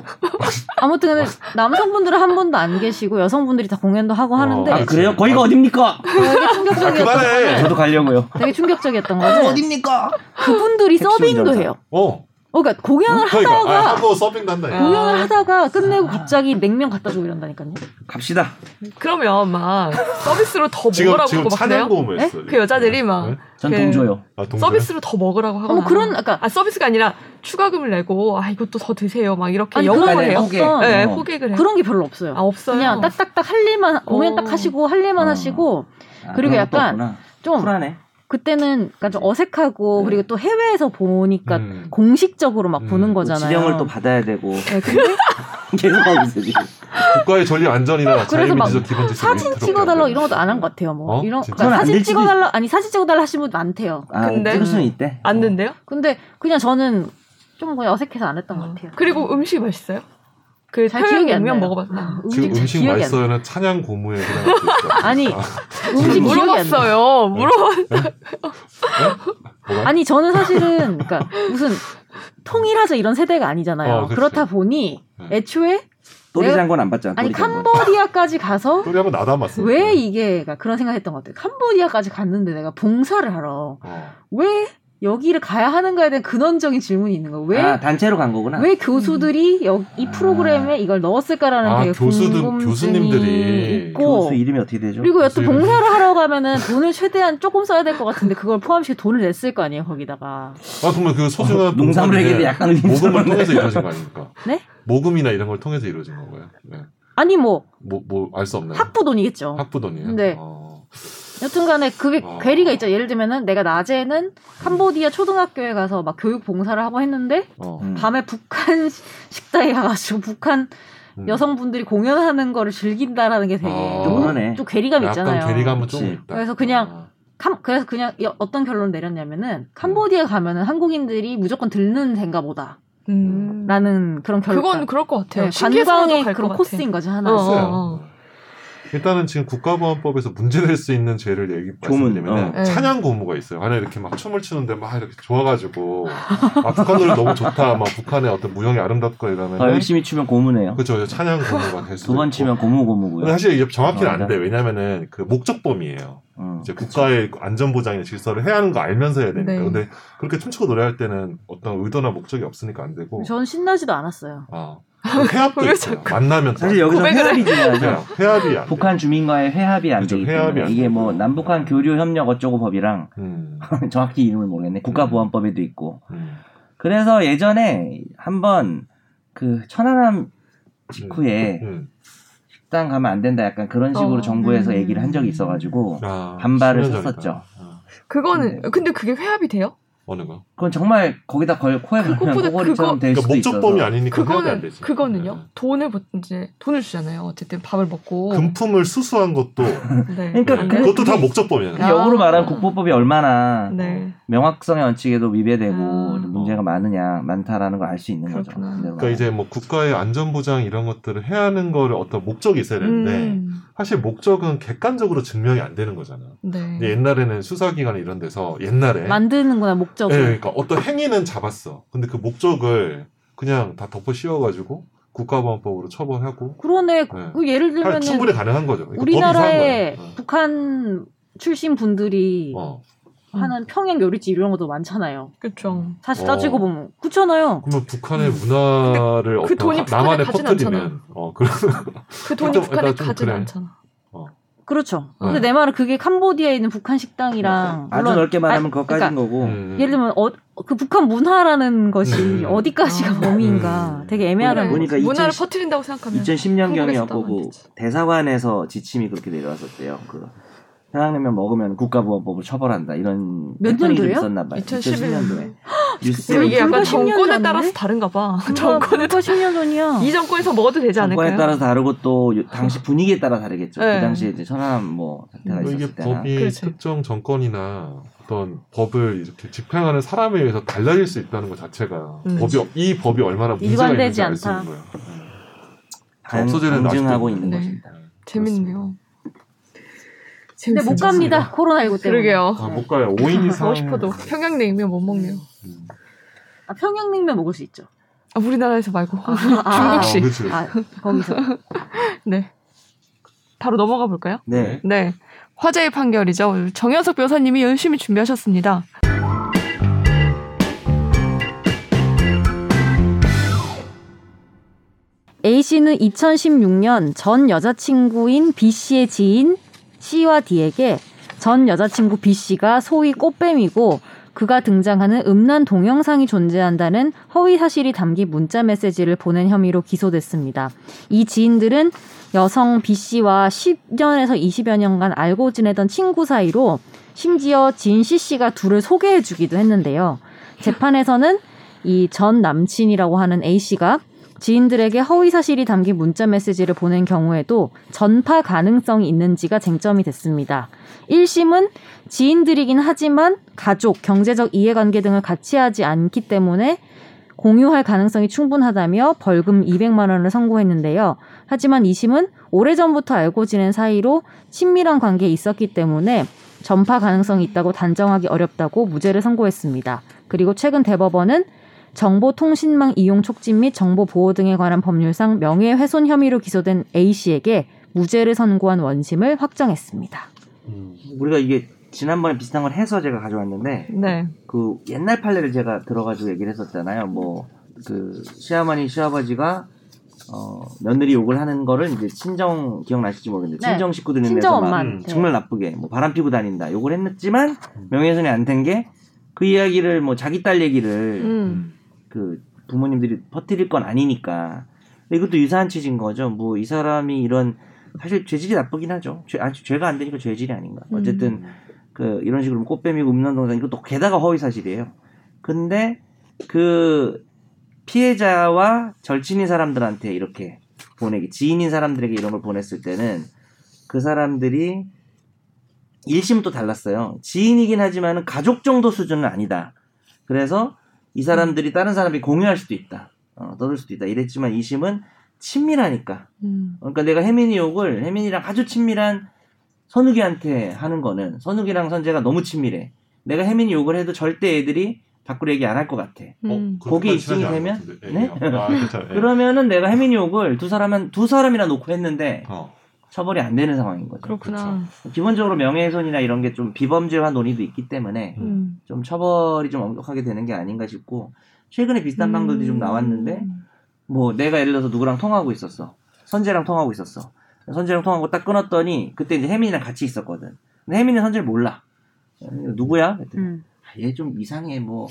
[SPEAKER 2] 아무튼 근데 남성분들은 한 분도 안 계시고 여성분들이 다 공연도 하고 하는데
[SPEAKER 4] 어.
[SPEAKER 3] 아 그래요? 거기가 어딥니까?
[SPEAKER 2] 되게
[SPEAKER 4] 아
[SPEAKER 2] 충격적이었던
[SPEAKER 4] 그만해.
[SPEAKER 3] 저도 가려고요.
[SPEAKER 2] 되게 충격적이었던 거는 네, 어딥니까? 그분들이
[SPEAKER 3] 택시
[SPEAKER 2] 서빙도
[SPEAKER 3] 운전사.
[SPEAKER 2] 해요.
[SPEAKER 4] 어.
[SPEAKER 2] 어, 그러니까 공연을
[SPEAKER 4] 그러니까
[SPEAKER 2] 하다가
[SPEAKER 4] 아, 한번 서빙 난다. 이거.
[SPEAKER 5] 아.
[SPEAKER 2] 공연을 하다가 끝내고 갑자기 냉면 갖다 주고 이런다니까요.
[SPEAKER 3] 갑시다.
[SPEAKER 5] 그러면 막 서비스로 더
[SPEAKER 4] 지금
[SPEAKER 5] 먹으라고
[SPEAKER 4] 지금
[SPEAKER 5] 하고 막뭐 그래요?
[SPEAKER 4] 찬양고음을
[SPEAKER 2] 네?
[SPEAKER 4] 했어요.
[SPEAKER 5] 그 여자들이 막
[SPEAKER 4] 네?
[SPEAKER 3] 전
[SPEAKER 5] 그-
[SPEAKER 3] 동조요.
[SPEAKER 4] 아, 동생?
[SPEAKER 5] 서비스로 더 먹으라고
[SPEAKER 2] 어,
[SPEAKER 5] 하거나.
[SPEAKER 2] 뭐 그런 아까
[SPEAKER 5] 아 서비스가 아니라 추가금을 내고 아 이것도 더 드세요 막 이렇게
[SPEAKER 2] 아니,
[SPEAKER 5] 영업을
[SPEAKER 2] 그런
[SPEAKER 5] 해요.
[SPEAKER 2] 거 없어.
[SPEAKER 5] 네,
[SPEAKER 3] 어.
[SPEAKER 5] 호객을 해요.
[SPEAKER 2] 그런 게 별로 없어요.
[SPEAKER 5] 아 없어요.
[SPEAKER 2] 그냥 딱딱딱 할 일만 공연 딱
[SPEAKER 5] 어.
[SPEAKER 2] 하시고 할 일만
[SPEAKER 3] 어.
[SPEAKER 2] 하시고
[SPEAKER 3] 아,
[SPEAKER 2] 그리고
[SPEAKER 3] 그런 것도
[SPEAKER 2] 약간
[SPEAKER 3] 없구나.
[SPEAKER 2] 좀
[SPEAKER 3] 쿨하네. 뭐
[SPEAKER 2] 그때는 약간 좀 어색하고
[SPEAKER 3] 네.
[SPEAKER 2] 그리고 또 해외에서 보니까
[SPEAKER 4] 음.
[SPEAKER 2] 공식적으로 막
[SPEAKER 4] 음.
[SPEAKER 2] 보는
[SPEAKER 3] 또
[SPEAKER 4] 그
[SPEAKER 2] 거잖아요.
[SPEAKER 3] 뭐 지령을 또 받아야 되고
[SPEAKER 2] 네, 근데
[SPEAKER 3] *laughs* 계속 하고 있어 지금.
[SPEAKER 4] 국가의 전리 안전이나
[SPEAKER 2] 아, 그래서 막
[SPEAKER 4] 자유민주적 기본 제세
[SPEAKER 2] 사진 찍어달라 고 이런 것도 안 한 것 같아요. 뭐
[SPEAKER 4] 어?
[SPEAKER 2] 이런
[SPEAKER 4] 진짜?
[SPEAKER 2] 그러니까
[SPEAKER 3] 그건 안
[SPEAKER 2] 사진
[SPEAKER 3] 될 수도
[SPEAKER 2] 찍어달라 아니 사진 찍어달라 하신 분 많대요.
[SPEAKER 3] 아
[SPEAKER 5] 근데-
[SPEAKER 3] 찍을 수는 있대. 어.
[SPEAKER 5] 안 된대요?
[SPEAKER 2] 근데 그냥 저는 좀 그냥 어색해서 안 했던
[SPEAKER 5] 어.
[SPEAKER 2] 것 같아요.
[SPEAKER 5] 그리고 음식 맛있어요? 그
[SPEAKER 2] 잘 기억이 안
[SPEAKER 5] 평양냉면
[SPEAKER 2] 나요. 아,
[SPEAKER 5] 먹어봤나?
[SPEAKER 4] 지금
[SPEAKER 2] 잘
[SPEAKER 4] 음식
[SPEAKER 2] 기억이 안
[SPEAKER 4] 맛있어요는 찬양 고무에 그냥 갖고 있다.
[SPEAKER 2] 나. *laughs* 아니
[SPEAKER 4] 아,
[SPEAKER 2] 음식 기억이 안 나.
[SPEAKER 5] 물어봤어요. 물어봤.
[SPEAKER 4] 뭐가?
[SPEAKER 2] 아니 저는 사실은 그러니까 무슨 통일하자 이런 세대가 아니잖아요.
[SPEAKER 4] 어, 그치.
[SPEAKER 2] 그렇다 보니
[SPEAKER 4] 네.
[SPEAKER 2] 애초에
[SPEAKER 3] 또리
[SPEAKER 2] 내가-
[SPEAKER 3] 장군 안 받잖아.
[SPEAKER 2] 아니
[SPEAKER 3] 또리
[SPEAKER 4] 뭐.
[SPEAKER 3] 장군.
[SPEAKER 2] 캄보디아까지
[SPEAKER 4] *laughs*
[SPEAKER 2] 가서
[SPEAKER 4] 소리 한번 나담았어.
[SPEAKER 2] 왜 이게 그러니까 그런 생각했던 것 같아요. 캄보디아까지 갔는데 내가 봉사를 하러
[SPEAKER 4] 어.
[SPEAKER 2] 왜 여기를 가야 하는가에 대한 근원적인 질문이 있는 거예요. 왜,
[SPEAKER 3] 아, 단체로 간 거구나.
[SPEAKER 2] 왜 교수들이 여- 이
[SPEAKER 3] 아.
[SPEAKER 2] 프로그램에 이걸 넣었을까라는
[SPEAKER 4] 아,
[SPEAKER 2] 되게
[SPEAKER 4] 교수들,
[SPEAKER 2] 궁금증이
[SPEAKER 4] 교수님들이
[SPEAKER 2] 있고
[SPEAKER 3] 교수 이름이 어떻게 되죠?
[SPEAKER 2] 그리고 여튼
[SPEAKER 4] 교수님.
[SPEAKER 2] 봉사를 하러 가면은 돈을 최대한 조금 써야 될 것 같은데 그걸 포함시켜 돈을 냈을 거 아니에요 거기다가
[SPEAKER 4] 아 그러면 그 소중한
[SPEAKER 3] 어, 농산물에게도
[SPEAKER 4] 봉사인데
[SPEAKER 3] 약간 의미
[SPEAKER 4] 모금을 통해서 이루어진 거 아닙니까?
[SPEAKER 2] 네?
[SPEAKER 4] 모금이나 이런 걸 통해서 이루어진 건 거예요. 네.
[SPEAKER 2] 아니 뭐
[SPEAKER 4] 뭐뭐 알 수 없나요?
[SPEAKER 2] 학부 돈이겠죠.
[SPEAKER 4] 학부돈이에요.
[SPEAKER 2] 네.
[SPEAKER 4] 어.
[SPEAKER 2] 여튼간에 그게
[SPEAKER 4] 어.
[SPEAKER 2] 괴리가 있죠. 예를 들면은 내가 낮에는 캄보디아 초등학교에 가서 막 교육 봉사를 하고 했는데
[SPEAKER 4] 어.
[SPEAKER 3] 음.
[SPEAKER 2] 밤에 북한 시- 식당에 가가지고 북한
[SPEAKER 4] 음.
[SPEAKER 2] 여성분들이 공연하는 거를 즐긴다라는 게 되게
[SPEAKER 4] 아.
[SPEAKER 2] 좀-
[SPEAKER 3] 그러네.
[SPEAKER 2] 좀 괴리감 있잖아요.
[SPEAKER 4] 약간 괴리감은 좀
[SPEAKER 3] 그치.
[SPEAKER 4] 있다. 아.
[SPEAKER 2] 그래서 그냥 캄- 그래서 그냥 여- 어떤 결론
[SPEAKER 4] 음.
[SPEAKER 2] 내렸냐면은 캄보디아 가면은 한국인들이 무조건 듣는 데인가 보다라는
[SPEAKER 5] 음.
[SPEAKER 2] 그런 결론.
[SPEAKER 5] 그건 그럴 것 같아요.
[SPEAKER 2] 네,
[SPEAKER 5] 신기해서라도
[SPEAKER 2] 관광의
[SPEAKER 5] 갈것
[SPEAKER 2] 그런
[SPEAKER 5] 같아.
[SPEAKER 2] 코스인 거지 하나.
[SPEAKER 5] 어.
[SPEAKER 4] 있어요.
[SPEAKER 5] 어.
[SPEAKER 4] 일단은 지금 국가보안법에서 문제될 수 있는 죄를 얘기
[SPEAKER 3] 조문,
[SPEAKER 4] 말씀드리면
[SPEAKER 5] 어.
[SPEAKER 4] 찬양 고무가 있어요. 안에 이렇게 막 춤을 추는데 막 이렇게 좋아가지고 아 북한 노래 너무 좋다. 막 북한의 어떤 무형이 아름답고 이러면
[SPEAKER 3] 더 열심히 추면 고무네요.
[SPEAKER 4] 네. 그렇죠. 찬양 고무가 될 수도
[SPEAKER 3] 두 번
[SPEAKER 4] 있고.
[SPEAKER 3] 치면 고무 고무고요.
[SPEAKER 4] 근데 사실 이게 정확히는
[SPEAKER 3] 어,
[SPEAKER 4] 안 돼. 왜냐면은 그 목적범이에요.
[SPEAKER 3] 음.
[SPEAKER 4] 이제 국가의 안전보장이나 질서를 해야 하는 거 알면서 해야 되니까.
[SPEAKER 5] 네.
[SPEAKER 4] 근데 그렇게 춤추고 노래할 때는 어떤 의도나 목적이 없으니까 안 되고.
[SPEAKER 2] 전 신나지도 않았어요.
[SPEAKER 4] 아. 회합도
[SPEAKER 5] 그렇죠. *laughs* 왜
[SPEAKER 4] 있어요.
[SPEAKER 5] 자꾸-
[SPEAKER 4] 만나면
[SPEAKER 3] 사실 여기서
[SPEAKER 5] 고백을
[SPEAKER 3] 회합이 중요하죠.
[SPEAKER 4] 회합, 회합이 안 돼.
[SPEAKER 3] 북한 주민과의 회합이 안
[SPEAKER 4] 네. 그죠,
[SPEAKER 3] 되기
[SPEAKER 4] 회합이
[SPEAKER 3] 때문에
[SPEAKER 4] 안
[SPEAKER 3] 이게
[SPEAKER 4] 되고.
[SPEAKER 3] 뭐 남북한 교류 협력 어쩌고 법이랑 *laughs*
[SPEAKER 4] 음,
[SPEAKER 3] 정확히 이름을 모르겠네. 국가보안법에도 있고.
[SPEAKER 4] 음.
[SPEAKER 3] 그래서 예전에 한번 그 천안함 직후에
[SPEAKER 4] 음.
[SPEAKER 3] 식당 가면 안 된다 약간 그런 식으로
[SPEAKER 5] 어,
[SPEAKER 3] 정부에서
[SPEAKER 5] 음.
[SPEAKER 3] 얘기를 한 적이 있어가지고
[SPEAKER 4] 아,
[SPEAKER 3] 반발을
[SPEAKER 4] 10년 전이다.
[SPEAKER 3] 쳤었죠.
[SPEAKER 4] 아,
[SPEAKER 5] 그거는 근데 그게 회합이 돼요?
[SPEAKER 4] 어느 거?
[SPEAKER 3] 그건 정말 거기다 걸 코에 걸면
[SPEAKER 5] 그것보다
[SPEAKER 3] 꼬리처럼 될
[SPEAKER 4] 그러니까
[SPEAKER 3] 수도 있어서
[SPEAKER 4] 목적범이 아니니까 회합이 안
[SPEAKER 5] 그거는
[SPEAKER 4] 되지.
[SPEAKER 5] 그거는요.
[SPEAKER 4] 네.
[SPEAKER 5] 돈을 보- 이제 돈을 주잖아요. 어쨌든 밥을 먹고.
[SPEAKER 4] 금품을 수수한 것도
[SPEAKER 5] 네.
[SPEAKER 3] *laughs* 그러니까
[SPEAKER 5] 네.
[SPEAKER 3] 근데
[SPEAKER 4] 그것도 다
[SPEAKER 3] 그게-
[SPEAKER 4] 목적범이잖아요.
[SPEAKER 3] 그 역으로 말하면
[SPEAKER 2] 아.
[SPEAKER 3] 국보법이 얼마나
[SPEAKER 5] 네.
[SPEAKER 3] 명확성의 원칙에도 위배되고
[SPEAKER 5] 아.
[SPEAKER 3] 문제가 많으냐 많다라는 걸 알 수 있는 거죠.
[SPEAKER 5] 그렇구나.
[SPEAKER 3] 근데
[SPEAKER 4] 그러니까 이제 뭐 국가의 안전보장 이런 것들을 해야 하는 거를 어떤 목적이 있어야 되는데
[SPEAKER 5] 음,
[SPEAKER 4] 사실 목적은 객관적으로 증명이 안 되는 거잖아.
[SPEAKER 5] 네.
[SPEAKER 4] 근데 옛날에는 수사기관 이런 데서 옛날에
[SPEAKER 2] 만드는구나 목적을.
[SPEAKER 4] 예, 그러니까 어떤 행위는 잡았어. 근데 그 목적을 그냥 다 덮어 씌워가지고 국가보안법으로 처벌하고
[SPEAKER 2] 그러네.
[SPEAKER 4] 네.
[SPEAKER 2] 그 예를
[SPEAKER 4] 할-
[SPEAKER 2] 들면
[SPEAKER 4] 충분히 가능한 거죠. 그러니까
[SPEAKER 2] 우리나라에
[SPEAKER 4] 법이 이상한 거야.
[SPEAKER 2] 북한 출신 분들이
[SPEAKER 4] 네. 어.
[SPEAKER 2] 하는 평양 요리집 이런 것도 많잖아요.
[SPEAKER 5] 그렇죠.
[SPEAKER 2] 사실
[SPEAKER 4] 어.
[SPEAKER 2] 따지고 보면 그렇잖아요.
[SPEAKER 4] 그러면 북한의 문화를
[SPEAKER 5] 그
[SPEAKER 4] 어떤
[SPEAKER 5] 돈이
[SPEAKER 4] 가-
[SPEAKER 5] 북한에
[SPEAKER 4] 나만의
[SPEAKER 5] 가진
[SPEAKER 4] 퍼뜨리면
[SPEAKER 5] 않잖아.
[SPEAKER 4] 어 그런
[SPEAKER 5] 그 돈이
[SPEAKER 4] 좀-
[SPEAKER 5] 북한에
[SPEAKER 4] 그러니까 좀
[SPEAKER 5] 가진
[SPEAKER 4] 그래.
[SPEAKER 5] 않잖아.
[SPEAKER 2] 그렇죠. 근데
[SPEAKER 4] 네.
[SPEAKER 2] 내 말은 그게 캄보디아에 있는 북한 식당이랑
[SPEAKER 3] 아주
[SPEAKER 2] 물론
[SPEAKER 3] 넓게 말하면
[SPEAKER 2] 아니, 그러니까
[SPEAKER 3] 그것까지인
[SPEAKER 5] 그러니까
[SPEAKER 3] 거고
[SPEAKER 4] 음.
[SPEAKER 2] 예를 들면 어, 그 북한 문화라는 것이
[SPEAKER 4] 음.
[SPEAKER 2] 어디까지가
[SPEAKER 5] 아.
[SPEAKER 2] 범위인가
[SPEAKER 4] 음.
[SPEAKER 2] 되게 애매하다는
[SPEAKER 5] 그러니까
[SPEAKER 3] 그래.
[SPEAKER 5] 네.
[SPEAKER 2] 거.
[SPEAKER 3] 보니까
[SPEAKER 5] 문화를
[SPEAKER 3] 2010
[SPEAKER 5] 퍼뜨린다고 생각하면
[SPEAKER 3] 2010년경이었고 그
[SPEAKER 5] 한국에서 나왔지.
[SPEAKER 3] 대사관에서 지침이 그렇게 내려왔었대요. 그 평양냉면 먹으면 국가보안법을 처벌한다 이런
[SPEAKER 2] 몇
[SPEAKER 3] 패턴이 좀
[SPEAKER 2] 년도예요?
[SPEAKER 3] 있었나 봐요.
[SPEAKER 5] 2011
[SPEAKER 3] 2011년도에
[SPEAKER 5] 그리고 이게
[SPEAKER 3] 뉴스에
[SPEAKER 5] 약간
[SPEAKER 2] 불과 10년
[SPEAKER 5] 정권에
[SPEAKER 2] 전인데?
[SPEAKER 5] 따라서 다른가 봐. *laughs* 정권에
[SPEAKER 2] 정권에 10년 전이야.
[SPEAKER 5] 이 정권에서 먹어도 되지
[SPEAKER 3] 정권에
[SPEAKER 5] 않을까요?
[SPEAKER 3] 따라서 다르고 또 요- 당시 분위기에 따라 다르겠죠.
[SPEAKER 5] 네.
[SPEAKER 3] 그 당시에 이제 천안함 뭐 사태가
[SPEAKER 5] 음.
[SPEAKER 4] 이게
[SPEAKER 3] 있었을 그렇죠. 때나
[SPEAKER 4] 법이
[SPEAKER 5] 그렇지.
[SPEAKER 4] 특정 정권이나 어떤 법을 이렇게 집행하는 사람에 의해서 달라질 수 있다는 것 자체가
[SPEAKER 5] 음.
[SPEAKER 4] 법이 이 법이 얼마나 문제가
[SPEAKER 2] 일관되지
[SPEAKER 4] 있는지 알 수 있는
[SPEAKER 2] 않다.
[SPEAKER 4] 거예요.
[SPEAKER 3] 반-
[SPEAKER 4] 없어지는
[SPEAKER 3] 반증하고
[SPEAKER 4] 아직도
[SPEAKER 3] 있는
[SPEAKER 5] 네.
[SPEAKER 3] 것입니다.
[SPEAKER 5] 재밌네요.
[SPEAKER 2] 근데
[SPEAKER 5] 재밌어요.
[SPEAKER 2] 못 갑니다. 코로나19 때문에.
[SPEAKER 5] 그러게요.
[SPEAKER 4] 아, 못 가요. 5인 이상.
[SPEAKER 5] 가고 싶어도 평양냉면 못 먹네요.
[SPEAKER 4] 음.
[SPEAKER 2] 아, 평양냉면 먹을 수 있죠.
[SPEAKER 5] 아, 우리나라에서 말고
[SPEAKER 2] 아,
[SPEAKER 4] 아,
[SPEAKER 5] 중국식.
[SPEAKER 4] 그치.
[SPEAKER 2] 아, 거기서.
[SPEAKER 5] 네. 바로 넘어가 볼까요?
[SPEAKER 3] 네.
[SPEAKER 5] 네. 화제의 판결이죠. 정현석 변호사님이 열심히 준비하셨습니다.
[SPEAKER 2] A씨는 2016년 전 여자친구인 B씨의 지인 C와 D에게 전 여자친구 B씨가 소위 꽃뱀이고 그가 등장하는 음란 동영상이 존재한다는 허위 사실이 담긴 문자 메시지를 보낸 혐의로 기소됐습니다. 이 지인들은 여성 B씨와 10년에서 20여 년간 알고 지내던 친구 사이로 심지어 지인 C씨가 둘을 소개해주기도 했는데요. 재판에서는 이 전 남친이라고 하는 A씨가 지인들에게 허위 사실이 담긴 문자 메시지를 보낸 경우에도 전파 가능성이 있는지가 쟁점이 됐습니다. 1심은 지인들이긴 하지만 가족, 경제적 이해관계 등을 같이 하지 않기 때문에 공유할 가능성이 충분하다며 벌금 200만 원을 선고했는데요. 하지만 2심은 오래전부터 알고 지낸 사이로 친밀한 관계에 있었기 때문에 전파 가능성이 있다고 단정하기 어렵다고 무죄를 선고했습니다. 그리고 최근 대법원은 정보통신망 이용 촉진 및 정보 보호 등에 관한 법률상 명예훼손 혐의로 기소된 A 씨에게 무죄를 선고한 원심을 확정했습니다.
[SPEAKER 4] 음.
[SPEAKER 3] 우리가 이게 지난번에 비슷한 걸 해서 제가 가져왔는데
[SPEAKER 5] 네.
[SPEAKER 3] 그 옛날 판례를 제가 들어가지고 얘기를 했었잖아요. 뭐 그 시어머니 시아버지가 어 며느리 욕을 하는 거를 이제 친정 기억나실지 모르겠는데
[SPEAKER 2] 네.
[SPEAKER 3] 친정 식구들
[SPEAKER 2] 친정
[SPEAKER 3] 내서 막
[SPEAKER 4] 음,
[SPEAKER 2] 엄마한테 네.
[SPEAKER 3] 정말 나쁘게 뭐 바람 피고 다닌다 욕을 했지만 명예훼손이 안 된 게 그 이야기를 뭐 자기 딸 얘기를
[SPEAKER 5] 음.
[SPEAKER 3] 그 부모님들이 퍼뜨릴 건 아니니까 이것도 유사한 취지인 거죠. 뭐 이 사람이 이런 사실 죄질이 나쁘긴 하죠. 죄, 아니, 죄가 안 되니까 죄질이 아닌가. 어쨌든
[SPEAKER 4] 음.
[SPEAKER 3] 그 이런 식으로 꽃뱀이고 음란동산 이것도 게다가 허위 사실이에요. 근데 그 피해자와 절친인 사람들한테 이렇게 보내기 지인인 사람들에게 이런 걸 보냈을 때는 그 사람들이 일심도 달랐어요. 지인이긴 하지만 가족 정도 수준은 아니다. 그래서 이 사람들이 다른 사람이 공유할 수도 있다. 어, 떠들 수도 있다. 이랬지만 이심은 친밀하니까
[SPEAKER 5] 음.
[SPEAKER 3] 그러니까 내가 혜민이 욕을 혜민이랑 아주 친밀한 선욱이한테 하는 거는 선욱이랑 선재가 너무 친밀해. 내가 혜민이 욕을 해도 절대 애들이 밖으로 얘기 안 할 것 같아.
[SPEAKER 4] 어,
[SPEAKER 5] 음.
[SPEAKER 3] 거기에 입증이 되면?
[SPEAKER 4] 예,
[SPEAKER 3] 네?
[SPEAKER 4] 아,
[SPEAKER 3] 그러면은 내가 혜민이 욕을 두 사람은 두 사람이나 놓고 했는데
[SPEAKER 4] 어,
[SPEAKER 3] 처벌이 안 되는 상황인 거죠.
[SPEAKER 5] 그렇구나.
[SPEAKER 3] 기본적으로 명예훼손이나 이런 게 좀 비범죄화 논의도 있기 때문에
[SPEAKER 5] 음.
[SPEAKER 3] 좀 처벌이 좀 엄격하게 되는 게 아닌가 싶고 최근에 비슷한 방법이 좀 나왔는데
[SPEAKER 5] 음.
[SPEAKER 3] 뭐 내가 예를 들어서 누구랑 통화하고 있었어. 선재랑 통화하고 있었어. 선재랑 통화하고 딱 끊었더니 그때 이제 혜민이랑 같이 있었거든. 근데 혜민이는 선재를 몰라. 어, 누구야? 그랬더니 아,
[SPEAKER 2] 음.
[SPEAKER 3] 얘 좀 이상해 뭐.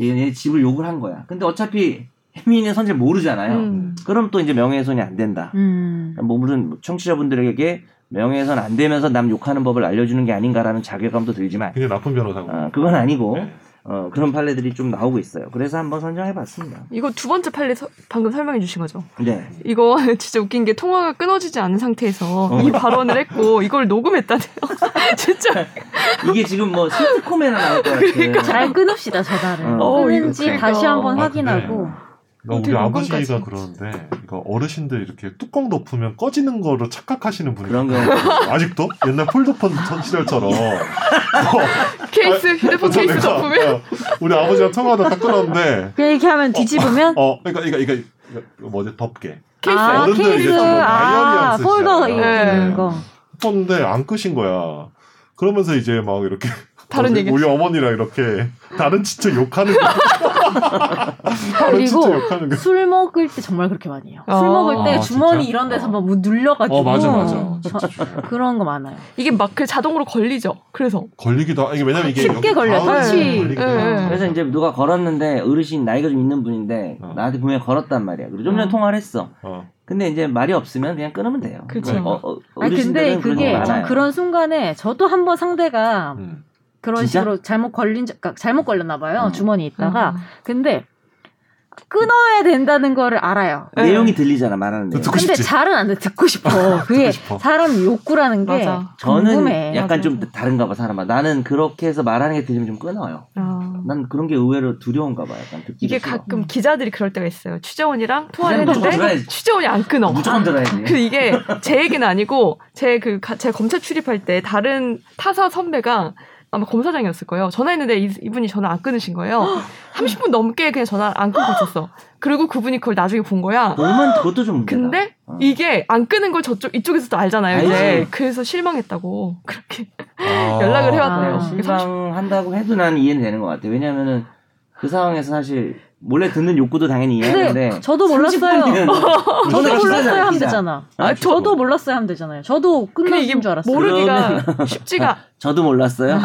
[SPEAKER 3] 얘, 얘 집을 욕을 한 거야. 근데 어차피 혜민이는 선재를 모르잖아요.
[SPEAKER 5] 음.
[SPEAKER 3] 그럼 또 이제 명예훼손이 안 된다.
[SPEAKER 2] 음.
[SPEAKER 3] 뭐 무슨 청취자분들에게 명예훼손 안 되면서 남 욕하는 법을 알려주는 게 아닌가라는 자괴감도 들지만
[SPEAKER 4] 굉장히 나쁜 변호사고.
[SPEAKER 3] 어, 그건 아니고
[SPEAKER 4] 네.
[SPEAKER 3] 어, 그런 판례들이 좀 나오고 있어요. 그래서 한번 선정해봤습니다.
[SPEAKER 5] 이거 두 번째 판례 서- 방금 설명해 주신 거죠?
[SPEAKER 3] 네.
[SPEAKER 5] 이거 *laughs* 진짜 웃긴 게 통화가 끊어지지 않은 상태에서
[SPEAKER 3] 어.
[SPEAKER 5] 이 발언을 했고 이걸 녹음했다네요. *laughs* 진짜
[SPEAKER 3] 이게 지금 뭐 시트콤에나 나올 것 같은
[SPEAKER 2] 잘 끊읍시다 전화를
[SPEAKER 3] 어,
[SPEAKER 2] 끊는지
[SPEAKER 5] 이거
[SPEAKER 2] 다시
[SPEAKER 5] 그래요.
[SPEAKER 2] 한번
[SPEAKER 4] 아,
[SPEAKER 2] 확인하고
[SPEAKER 4] 그러니까
[SPEAKER 5] 어떻게
[SPEAKER 4] 우리 아버지가
[SPEAKER 5] 녹음까지.
[SPEAKER 4] 그러는데 그러니까 어르신들 이렇게 뚜껑 덮으면 꺼지는 거를 착각하시는 분이
[SPEAKER 3] 그런 경우
[SPEAKER 4] 있어요. 아직도 옛날 폴더폰 전
[SPEAKER 5] *laughs*
[SPEAKER 4] 시절처럼 어,
[SPEAKER 3] 아,
[SPEAKER 5] 케이스 휴대폰
[SPEAKER 4] 그래서
[SPEAKER 5] 케이스
[SPEAKER 4] 내가,
[SPEAKER 5] 덮으면
[SPEAKER 4] 어, 우리 아버지랑 통화하다 딱 끊었는데
[SPEAKER 2] 그냥 이렇게 하면 뒤집으면
[SPEAKER 4] 어 그러니까 그러니까 그러니까, 그러니까 뭐지 덮개
[SPEAKER 5] 케이스
[SPEAKER 2] 아,
[SPEAKER 4] 어른들 이제
[SPEAKER 2] 케이스.
[SPEAKER 4] 좀 다이어리한
[SPEAKER 2] 아,
[SPEAKER 4] 쓰시잖아요.
[SPEAKER 2] 폴더 이렇게
[SPEAKER 5] 네.
[SPEAKER 2] 되는 거.
[SPEAKER 4] 떴는데 안 끄신 거야. 그러면서 이제 막 이렇게
[SPEAKER 5] *laughs* 다른
[SPEAKER 4] 우리-
[SPEAKER 5] 얘기.
[SPEAKER 4] 우리 어머니랑 이렇게 다른 진짜
[SPEAKER 5] *laughs*
[SPEAKER 4] 욕하는 거 다른
[SPEAKER 2] 그리고
[SPEAKER 4] 진짜 욕하는 거
[SPEAKER 2] 술 먹을 때 정말 그렇게 많이 해요.
[SPEAKER 5] 어.
[SPEAKER 2] 술 먹을 때
[SPEAKER 4] 아,
[SPEAKER 2] 주머니
[SPEAKER 4] 진짜?
[SPEAKER 2] 이런 데서
[SPEAKER 4] 어.
[SPEAKER 2] 한번 문 눌러가지고
[SPEAKER 4] 어 맞아 맞아 진짜 중요해.
[SPEAKER 2] 그런 거 많아요.
[SPEAKER 5] 이게 마크 자동으로 걸리죠. 그래서
[SPEAKER 4] 걸리기도 하 이게 왜냐면 이게
[SPEAKER 2] 쉽게
[SPEAKER 4] 여기
[SPEAKER 2] 걸려,
[SPEAKER 4] 가운데
[SPEAKER 2] 터치.
[SPEAKER 4] 걸리기도
[SPEAKER 5] 예,
[SPEAKER 4] 하고.
[SPEAKER 5] 예.
[SPEAKER 3] 그래서 이제 누가 걸었는데 어르신 나이가 좀 있는 분인데
[SPEAKER 4] 어.
[SPEAKER 3] 나한테 분명히 걸었단 말이야. 그리고 좀 전에
[SPEAKER 5] 음.
[SPEAKER 3] 통화를 했어.
[SPEAKER 4] 어.
[SPEAKER 3] 근데 이제 말이 없으면 그냥 끊으면 돼요.
[SPEAKER 5] 그쵸.
[SPEAKER 3] 어, 어,
[SPEAKER 2] 아니 근데
[SPEAKER 3] 어르신들은 그런 게
[SPEAKER 2] 그게 참
[SPEAKER 3] 많아요.
[SPEAKER 2] 그런 순간에 저도 한번 상대가
[SPEAKER 4] 음.
[SPEAKER 2] 그런
[SPEAKER 3] 진짜?
[SPEAKER 2] 식으로 잘못 걸린 적, 그러니까 잘못 걸렸나 봐요
[SPEAKER 3] 음.
[SPEAKER 2] 주머니 있다가
[SPEAKER 5] 음.
[SPEAKER 2] 근데 끊어야 된다는 거를 알아요.
[SPEAKER 5] 예.
[SPEAKER 3] 네. 내용이 들리잖아 말하는 내용.
[SPEAKER 4] 듣고
[SPEAKER 2] 근데
[SPEAKER 4] 싶지.
[SPEAKER 2] 잘은 안 돼. 듣고
[SPEAKER 3] *laughs*
[SPEAKER 2] 싶어. 그게
[SPEAKER 4] 싶어.
[SPEAKER 2] 사람 욕구라는 게
[SPEAKER 5] 맞아.
[SPEAKER 3] 저는
[SPEAKER 2] 궁금해.
[SPEAKER 3] 약간
[SPEAKER 5] 맞아요.
[SPEAKER 3] 좀 다른가 봐 사람아. 나는 그렇게 해서 말하는 게 들리면 좀 끊어요.
[SPEAKER 5] 아.
[SPEAKER 3] 난 그런 게 의외로 두려운가 봐. 약간 듣기
[SPEAKER 5] 이게 가끔 기자들이 그럴 때가 있어요. 취재원이랑 통화를
[SPEAKER 3] 기자는 무조건
[SPEAKER 5] 했는데
[SPEAKER 3] 들어야지.
[SPEAKER 5] 취재원이 안 끊어.
[SPEAKER 3] 무조건
[SPEAKER 5] 그
[SPEAKER 3] 들어야지.
[SPEAKER 5] 이게 제 얘기는 아니고 제그 제 검찰 출입할 때 다른 타사 선배가 아마 검사장이었을 거예요. 전화했는데 이, 분이 전화 안 끊으신 거예요. 30분 넘게 그냥 전화 안 끊고 있었어. 그리고 그분이 그걸 나중에 본 거야.
[SPEAKER 3] 너만 그것도 좀 문제다.
[SPEAKER 5] 근데
[SPEAKER 3] 어.
[SPEAKER 5] 이게 안 끄는 걸 저쪽 이쪽에서도 알잖아요.
[SPEAKER 3] 알지.
[SPEAKER 5] 이제 그래서 실망했다고 그렇게
[SPEAKER 4] 아.
[SPEAKER 5] 연락을 해왔대요.
[SPEAKER 2] 아,
[SPEAKER 5] 이게 30
[SPEAKER 3] 실망한다고 뭐 해도 난 이해는 되는 것 같아. 왜냐면은 그 상황에서 사실 몰래 듣는 욕구도 당연히 이해하는데
[SPEAKER 2] 근데 저도 몰랐어요.
[SPEAKER 3] 30분이면
[SPEAKER 2] 저도
[SPEAKER 3] 기사잖아,
[SPEAKER 2] 몰랐어요 하면
[SPEAKER 3] 기사.
[SPEAKER 2] 되잖아.
[SPEAKER 3] 아,
[SPEAKER 2] 저도 몰랐어요 하면 되잖아요. 저도
[SPEAKER 5] 근데 이게
[SPEAKER 2] 끝났는 줄 알았어요.
[SPEAKER 5] 모르기가 쉽지가
[SPEAKER 3] 저도 몰랐어요.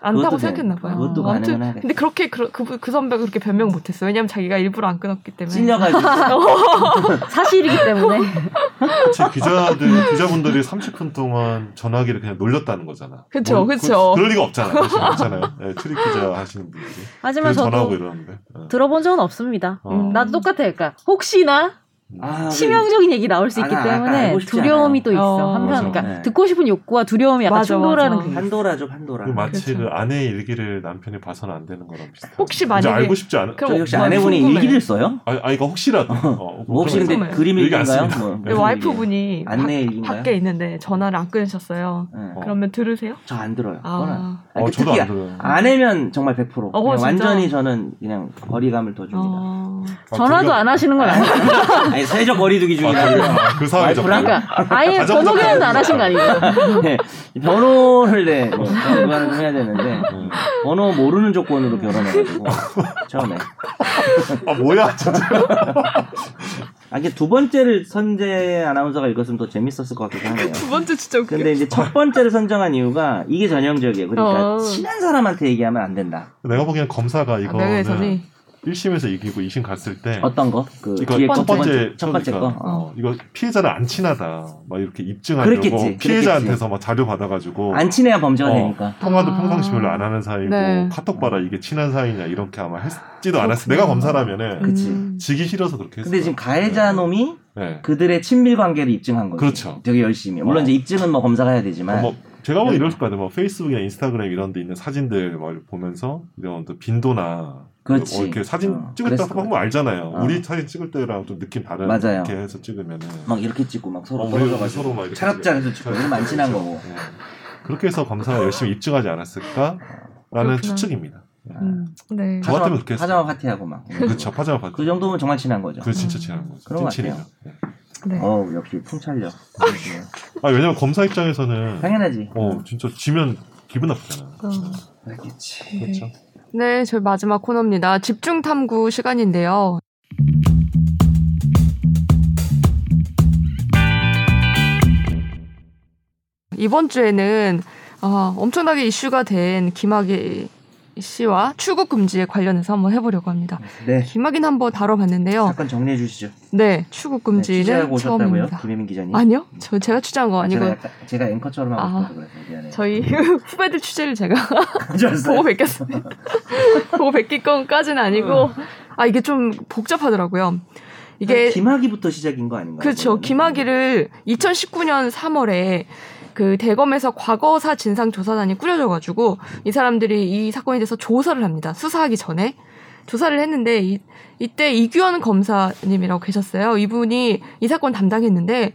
[SPEAKER 5] 않다고
[SPEAKER 3] 그것도
[SPEAKER 5] 생각했나
[SPEAKER 3] 돼.
[SPEAKER 5] 봐요.
[SPEAKER 3] 그것도
[SPEAKER 5] 아무튼
[SPEAKER 3] 가능은 하겠다.
[SPEAKER 5] 근데 그렇게 그, 그, 그 선배가 그렇게 변명 못했어. 왜냐면 자기가 일부러 안 끊었기 때문에.
[SPEAKER 3] 찔려가지고
[SPEAKER 2] 사실이기
[SPEAKER 5] *laughs*
[SPEAKER 2] 때문에.
[SPEAKER 4] 그치, 기자들 기자분들이 30분 동안 전화기를 그냥 놀렸다는 거잖아.
[SPEAKER 5] 그쵸,
[SPEAKER 4] 뭐,
[SPEAKER 5] 그쵸.
[SPEAKER 4] 그, 럴 리가 없잖아.
[SPEAKER 5] *laughs*
[SPEAKER 4] 그렇지 않잖아요. 네, 출입 기자 하시는 분들이.
[SPEAKER 2] 하지만
[SPEAKER 4] 그래서 전화하고
[SPEAKER 2] 저도
[SPEAKER 4] 이러는데. 어.
[SPEAKER 2] 들어본 적은 없습니다.
[SPEAKER 4] 어.
[SPEAKER 2] 나도 똑같아. 그러니까 혹시나 네.
[SPEAKER 3] 아,
[SPEAKER 2] 치명적인 얘기 나올 수 있기
[SPEAKER 3] 아, 나- 나
[SPEAKER 2] 때문에
[SPEAKER 3] 알고 싶지
[SPEAKER 2] 두려움이
[SPEAKER 3] 않아요.
[SPEAKER 2] 또 있어.
[SPEAKER 5] 어,
[SPEAKER 2] 한편
[SPEAKER 4] 맞아.
[SPEAKER 2] 그러니까
[SPEAKER 3] 네.
[SPEAKER 2] 듣고 싶은 욕구와 두려움이 약간
[SPEAKER 5] 맞아,
[SPEAKER 2] 충돌하는
[SPEAKER 5] 맞아.
[SPEAKER 2] 그
[SPEAKER 3] 판도라죠 판도라.
[SPEAKER 4] 그 마치
[SPEAKER 5] 그렇죠.
[SPEAKER 4] 그 아내의 일기를 남편이 봐서는 안 되는 거랑 비슷해.
[SPEAKER 5] 혹시
[SPEAKER 4] 이제
[SPEAKER 5] 만약에
[SPEAKER 4] 알고 싶지 않아.
[SPEAKER 5] 그럼
[SPEAKER 3] 저 역시
[SPEAKER 5] 뭐,
[SPEAKER 3] 아내분이
[SPEAKER 5] 궁금해.
[SPEAKER 3] 일기를 써요?
[SPEAKER 4] 아, 아 이거 혹시라도. 어,
[SPEAKER 3] 뭐 혹시
[SPEAKER 4] 그러면-
[SPEAKER 3] 근데
[SPEAKER 5] 궁금해요.
[SPEAKER 3] 그림
[SPEAKER 4] 일기 안
[SPEAKER 3] 일기인가요?
[SPEAKER 4] 씁니다.
[SPEAKER 3] 뭐
[SPEAKER 5] 내
[SPEAKER 3] 무슨 일기예요?
[SPEAKER 5] 네. 와이프분이 바-
[SPEAKER 3] 안내 일기인가요?
[SPEAKER 5] 밖에 있는데 전화를 안 끊으셨어요.
[SPEAKER 3] 예.
[SPEAKER 5] 그러면 들으세요?
[SPEAKER 3] 저안 들어요. 그건 안-
[SPEAKER 5] 아.
[SPEAKER 4] 어,
[SPEAKER 3] 그
[SPEAKER 4] 저도
[SPEAKER 3] 특히
[SPEAKER 4] 안 들어요.
[SPEAKER 3] 아내면 정말 100%.
[SPEAKER 5] 어,
[SPEAKER 3] 그냥
[SPEAKER 5] 진짜?
[SPEAKER 3] 완전히 저는 그냥 거리감을 더 줍니다.
[SPEAKER 5] 어.
[SPEAKER 4] 아,
[SPEAKER 2] 전화도
[SPEAKER 4] 그러니까-
[SPEAKER 2] 안 하시는 건 아니에요.
[SPEAKER 3] *laughs* 아니, 사회적 거리두기
[SPEAKER 4] 아,
[SPEAKER 3] 중이라고.
[SPEAKER 4] 그래요? 아, 그 사회적.
[SPEAKER 3] 와이프랑?
[SPEAKER 6] 그러니까 아예
[SPEAKER 4] 가정부터
[SPEAKER 6] 번호 교환도 안 하신 거 아니에요?
[SPEAKER 3] *laughs* 네, 변호를 네,
[SPEAKER 4] 어.
[SPEAKER 3] 뭐, 그거는 좀 해야 되는데 번호 모르는 조건으로 결혼해가지고 처음에.
[SPEAKER 4] 아 뭐야 진짜. *laughs*
[SPEAKER 3] 아, 이게 두 번째를 선재 아나운서가 읽었으면 더 재밌었을 것 같기도 하네요.
[SPEAKER 5] 두 번째 진짜 웃겨.
[SPEAKER 3] 근데 이제 첫 번째를 선정한 이유가 이게 전형적이에요. 그러니까
[SPEAKER 5] 어.
[SPEAKER 3] 친한 사람한테 얘기하면 안 된다.
[SPEAKER 4] 내가 보기엔 검사가
[SPEAKER 5] 아, 내가
[SPEAKER 4] 이거는
[SPEAKER 5] 예전에
[SPEAKER 3] 네.
[SPEAKER 5] 아,
[SPEAKER 4] 1심에서 이기고 2심 갔을 때
[SPEAKER 3] 어떤 거? 그
[SPEAKER 4] 네. 이거
[SPEAKER 3] 뒤에
[SPEAKER 4] 첫
[SPEAKER 3] 거,
[SPEAKER 4] 번째
[SPEAKER 3] 첫 번째 거.
[SPEAKER 4] 처음이니까.
[SPEAKER 3] 어.
[SPEAKER 4] 어, 이거 피해자는 안 친하다 막 이렇게 입증하려고
[SPEAKER 3] 그랬겠지,
[SPEAKER 4] 피해자한테서 막 자료 받아가지고
[SPEAKER 3] 안 친해야 범죄가
[SPEAKER 4] 어.
[SPEAKER 3] 되니까.
[SPEAKER 4] 통화도
[SPEAKER 5] 아.
[SPEAKER 4] 평상시 별로 안 하는 사이고
[SPEAKER 5] 네.
[SPEAKER 4] 카톡 봐라 이게 친한 사이냐 이렇게 아마 했지도 않았어. 내가 검사라면은
[SPEAKER 3] 그치.
[SPEAKER 5] 음.
[SPEAKER 4] 지기 싫어서 그렇게 했어.
[SPEAKER 3] 근데 지금 가해자 놈이
[SPEAKER 4] 네.
[SPEAKER 3] 그들의 친밀 관계를 입증한 거죠.
[SPEAKER 4] 그렇죠.
[SPEAKER 3] 되게 열심히. 물론
[SPEAKER 4] 어.
[SPEAKER 3] 이제 입증은 뭐 검사가 해야 되지만.
[SPEAKER 4] 뭐 제가
[SPEAKER 3] 네.
[SPEAKER 4] 보기 이럴 것 같아요. 뭐 페이스북이나 인스타그램 이런 데 있는 사진들 막 보면서 이런 또 빈도나
[SPEAKER 3] 그렇지.
[SPEAKER 4] 뭐 이렇게 사진
[SPEAKER 3] 어,
[SPEAKER 4] 찍을 때
[SPEAKER 3] 그랬을
[SPEAKER 4] 한번 알잖아요.
[SPEAKER 3] 어.
[SPEAKER 4] 우리 사진 찍을 때랑 좀 느낌 다른
[SPEAKER 3] 맞아요.
[SPEAKER 4] 이렇게 해서 찍으면은
[SPEAKER 3] 막 이렇게 찍고 막 서로
[SPEAKER 4] 어, 우리
[SPEAKER 3] 떨어져가지고
[SPEAKER 4] 서로 막 이렇게
[SPEAKER 3] 체납장에서 찍고 이러면 안 친한
[SPEAKER 4] 그렇죠.
[SPEAKER 3] 거고.
[SPEAKER 4] 네. 그렇게 해서 검사가 열심히 입증하지 않았을까라는
[SPEAKER 5] 그렇구나.
[SPEAKER 4] 추측입니다.
[SPEAKER 5] 음. 네.
[SPEAKER 4] 저 같으면 그렇게 했어요.
[SPEAKER 3] 파자마 파티하고 막.
[SPEAKER 4] 그렇죠. 파자마 봤죠.
[SPEAKER 3] 그 정도면 정말 친한 거죠.
[SPEAKER 4] 그 진짜 친한 거죠.
[SPEAKER 3] 그런 것
[SPEAKER 4] 찐친이죠.
[SPEAKER 3] 같아요.
[SPEAKER 4] 네.
[SPEAKER 5] 네.
[SPEAKER 3] 어우 역시 통찰력.
[SPEAKER 4] 아 왜냐면 검사 입장에서는
[SPEAKER 3] 당연하지.
[SPEAKER 4] 어 진짜 지면 기분 나쁘잖아.
[SPEAKER 5] 어.
[SPEAKER 3] 그렇겠지.
[SPEAKER 4] 그렇죠.
[SPEAKER 5] 네, 저희 마지막 코너입니다. 집중 탐구 시간인데요. 이번 주에는 어, 엄청나게 이슈가 된 김학의 씨와 출국 금지에 관련해서 한번 해보려고 합니다.
[SPEAKER 3] 네.
[SPEAKER 5] 김학의는 한번 다뤄봤는데요.
[SPEAKER 3] 잠깐 정리해 주시죠.
[SPEAKER 5] 네, 출국
[SPEAKER 3] 네,
[SPEAKER 5] 금지는
[SPEAKER 3] 취재하고 오셨다고요,
[SPEAKER 5] 처음입니다.
[SPEAKER 3] 김혜민 기자님.
[SPEAKER 5] 아니요, 저 제가 취재한 거 아니고
[SPEAKER 3] 제가, 약간- 제가 앵커처럼 하고
[SPEAKER 5] 아.
[SPEAKER 3] 싶어서 그래서 미안해요. *laughs*
[SPEAKER 5] 저희 *laughs* 후배들 취재를 제가 *laughs* 보고 뵙겠습니다. *laughs* 보고 뵙기 건까지는
[SPEAKER 3] 어.
[SPEAKER 5] 아니고 아 이게 좀 복잡하더라고요.
[SPEAKER 3] 아,
[SPEAKER 5] 이게
[SPEAKER 3] 김학이부터 시작인 거 아닌가요?
[SPEAKER 5] 그렇죠.
[SPEAKER 3] 그러면은?
[SPEAKER 5] 김학의를 2019년 3월에 그 대검에서 과거사 진상조사단이 꾸려져가지고 이 사람들이 이 사건에 대해서 조사를 합니다. 수사하기 전에. 조사를 했는데 이, 이때 이규현 검사님이라고 계셨어요. 이분이 이 사건 담당했는데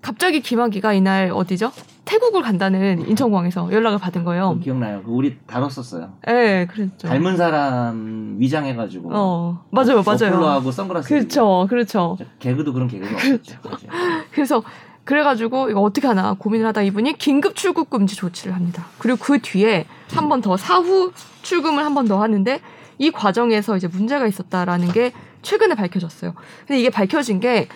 [SPEAKER 5] 갑자기 김학의가 이날 어디죠? 태국을 간다는 인천공항에서 연락을 받은 거예요.
[SPEAKER 3] 그거 기억나요? 그거 우리 다뤘었어요.
[SPEAKER 5] 예, 그랬죠.
[SPEAKER 3] 닮은 사람 위장해가지고.
[SPEAKER 5] 어, 맞아요, 맞아요.
[SPEAKER 3] 머플러하고 선글라스. 입고.
[SPEAKER 5] 그렇죠, 그렇죠.
[SPEAKER 3] 개그도 그런 개그가 없었죠. 그렇죠. 사실.
[SPEAKER 5] 그래서 그래가지고 이거 어떻게 하나 고민을 하다 이분이 긴급 출국 금지 조치를 합니다. 그리고 그 뒤에 한 번 더 사후 출금을 한 번 더 하는데 이 과정에서 이제 문제가 있었다라는 게 최근에 밝혀졌어요. 근데 이게 밝혀진 게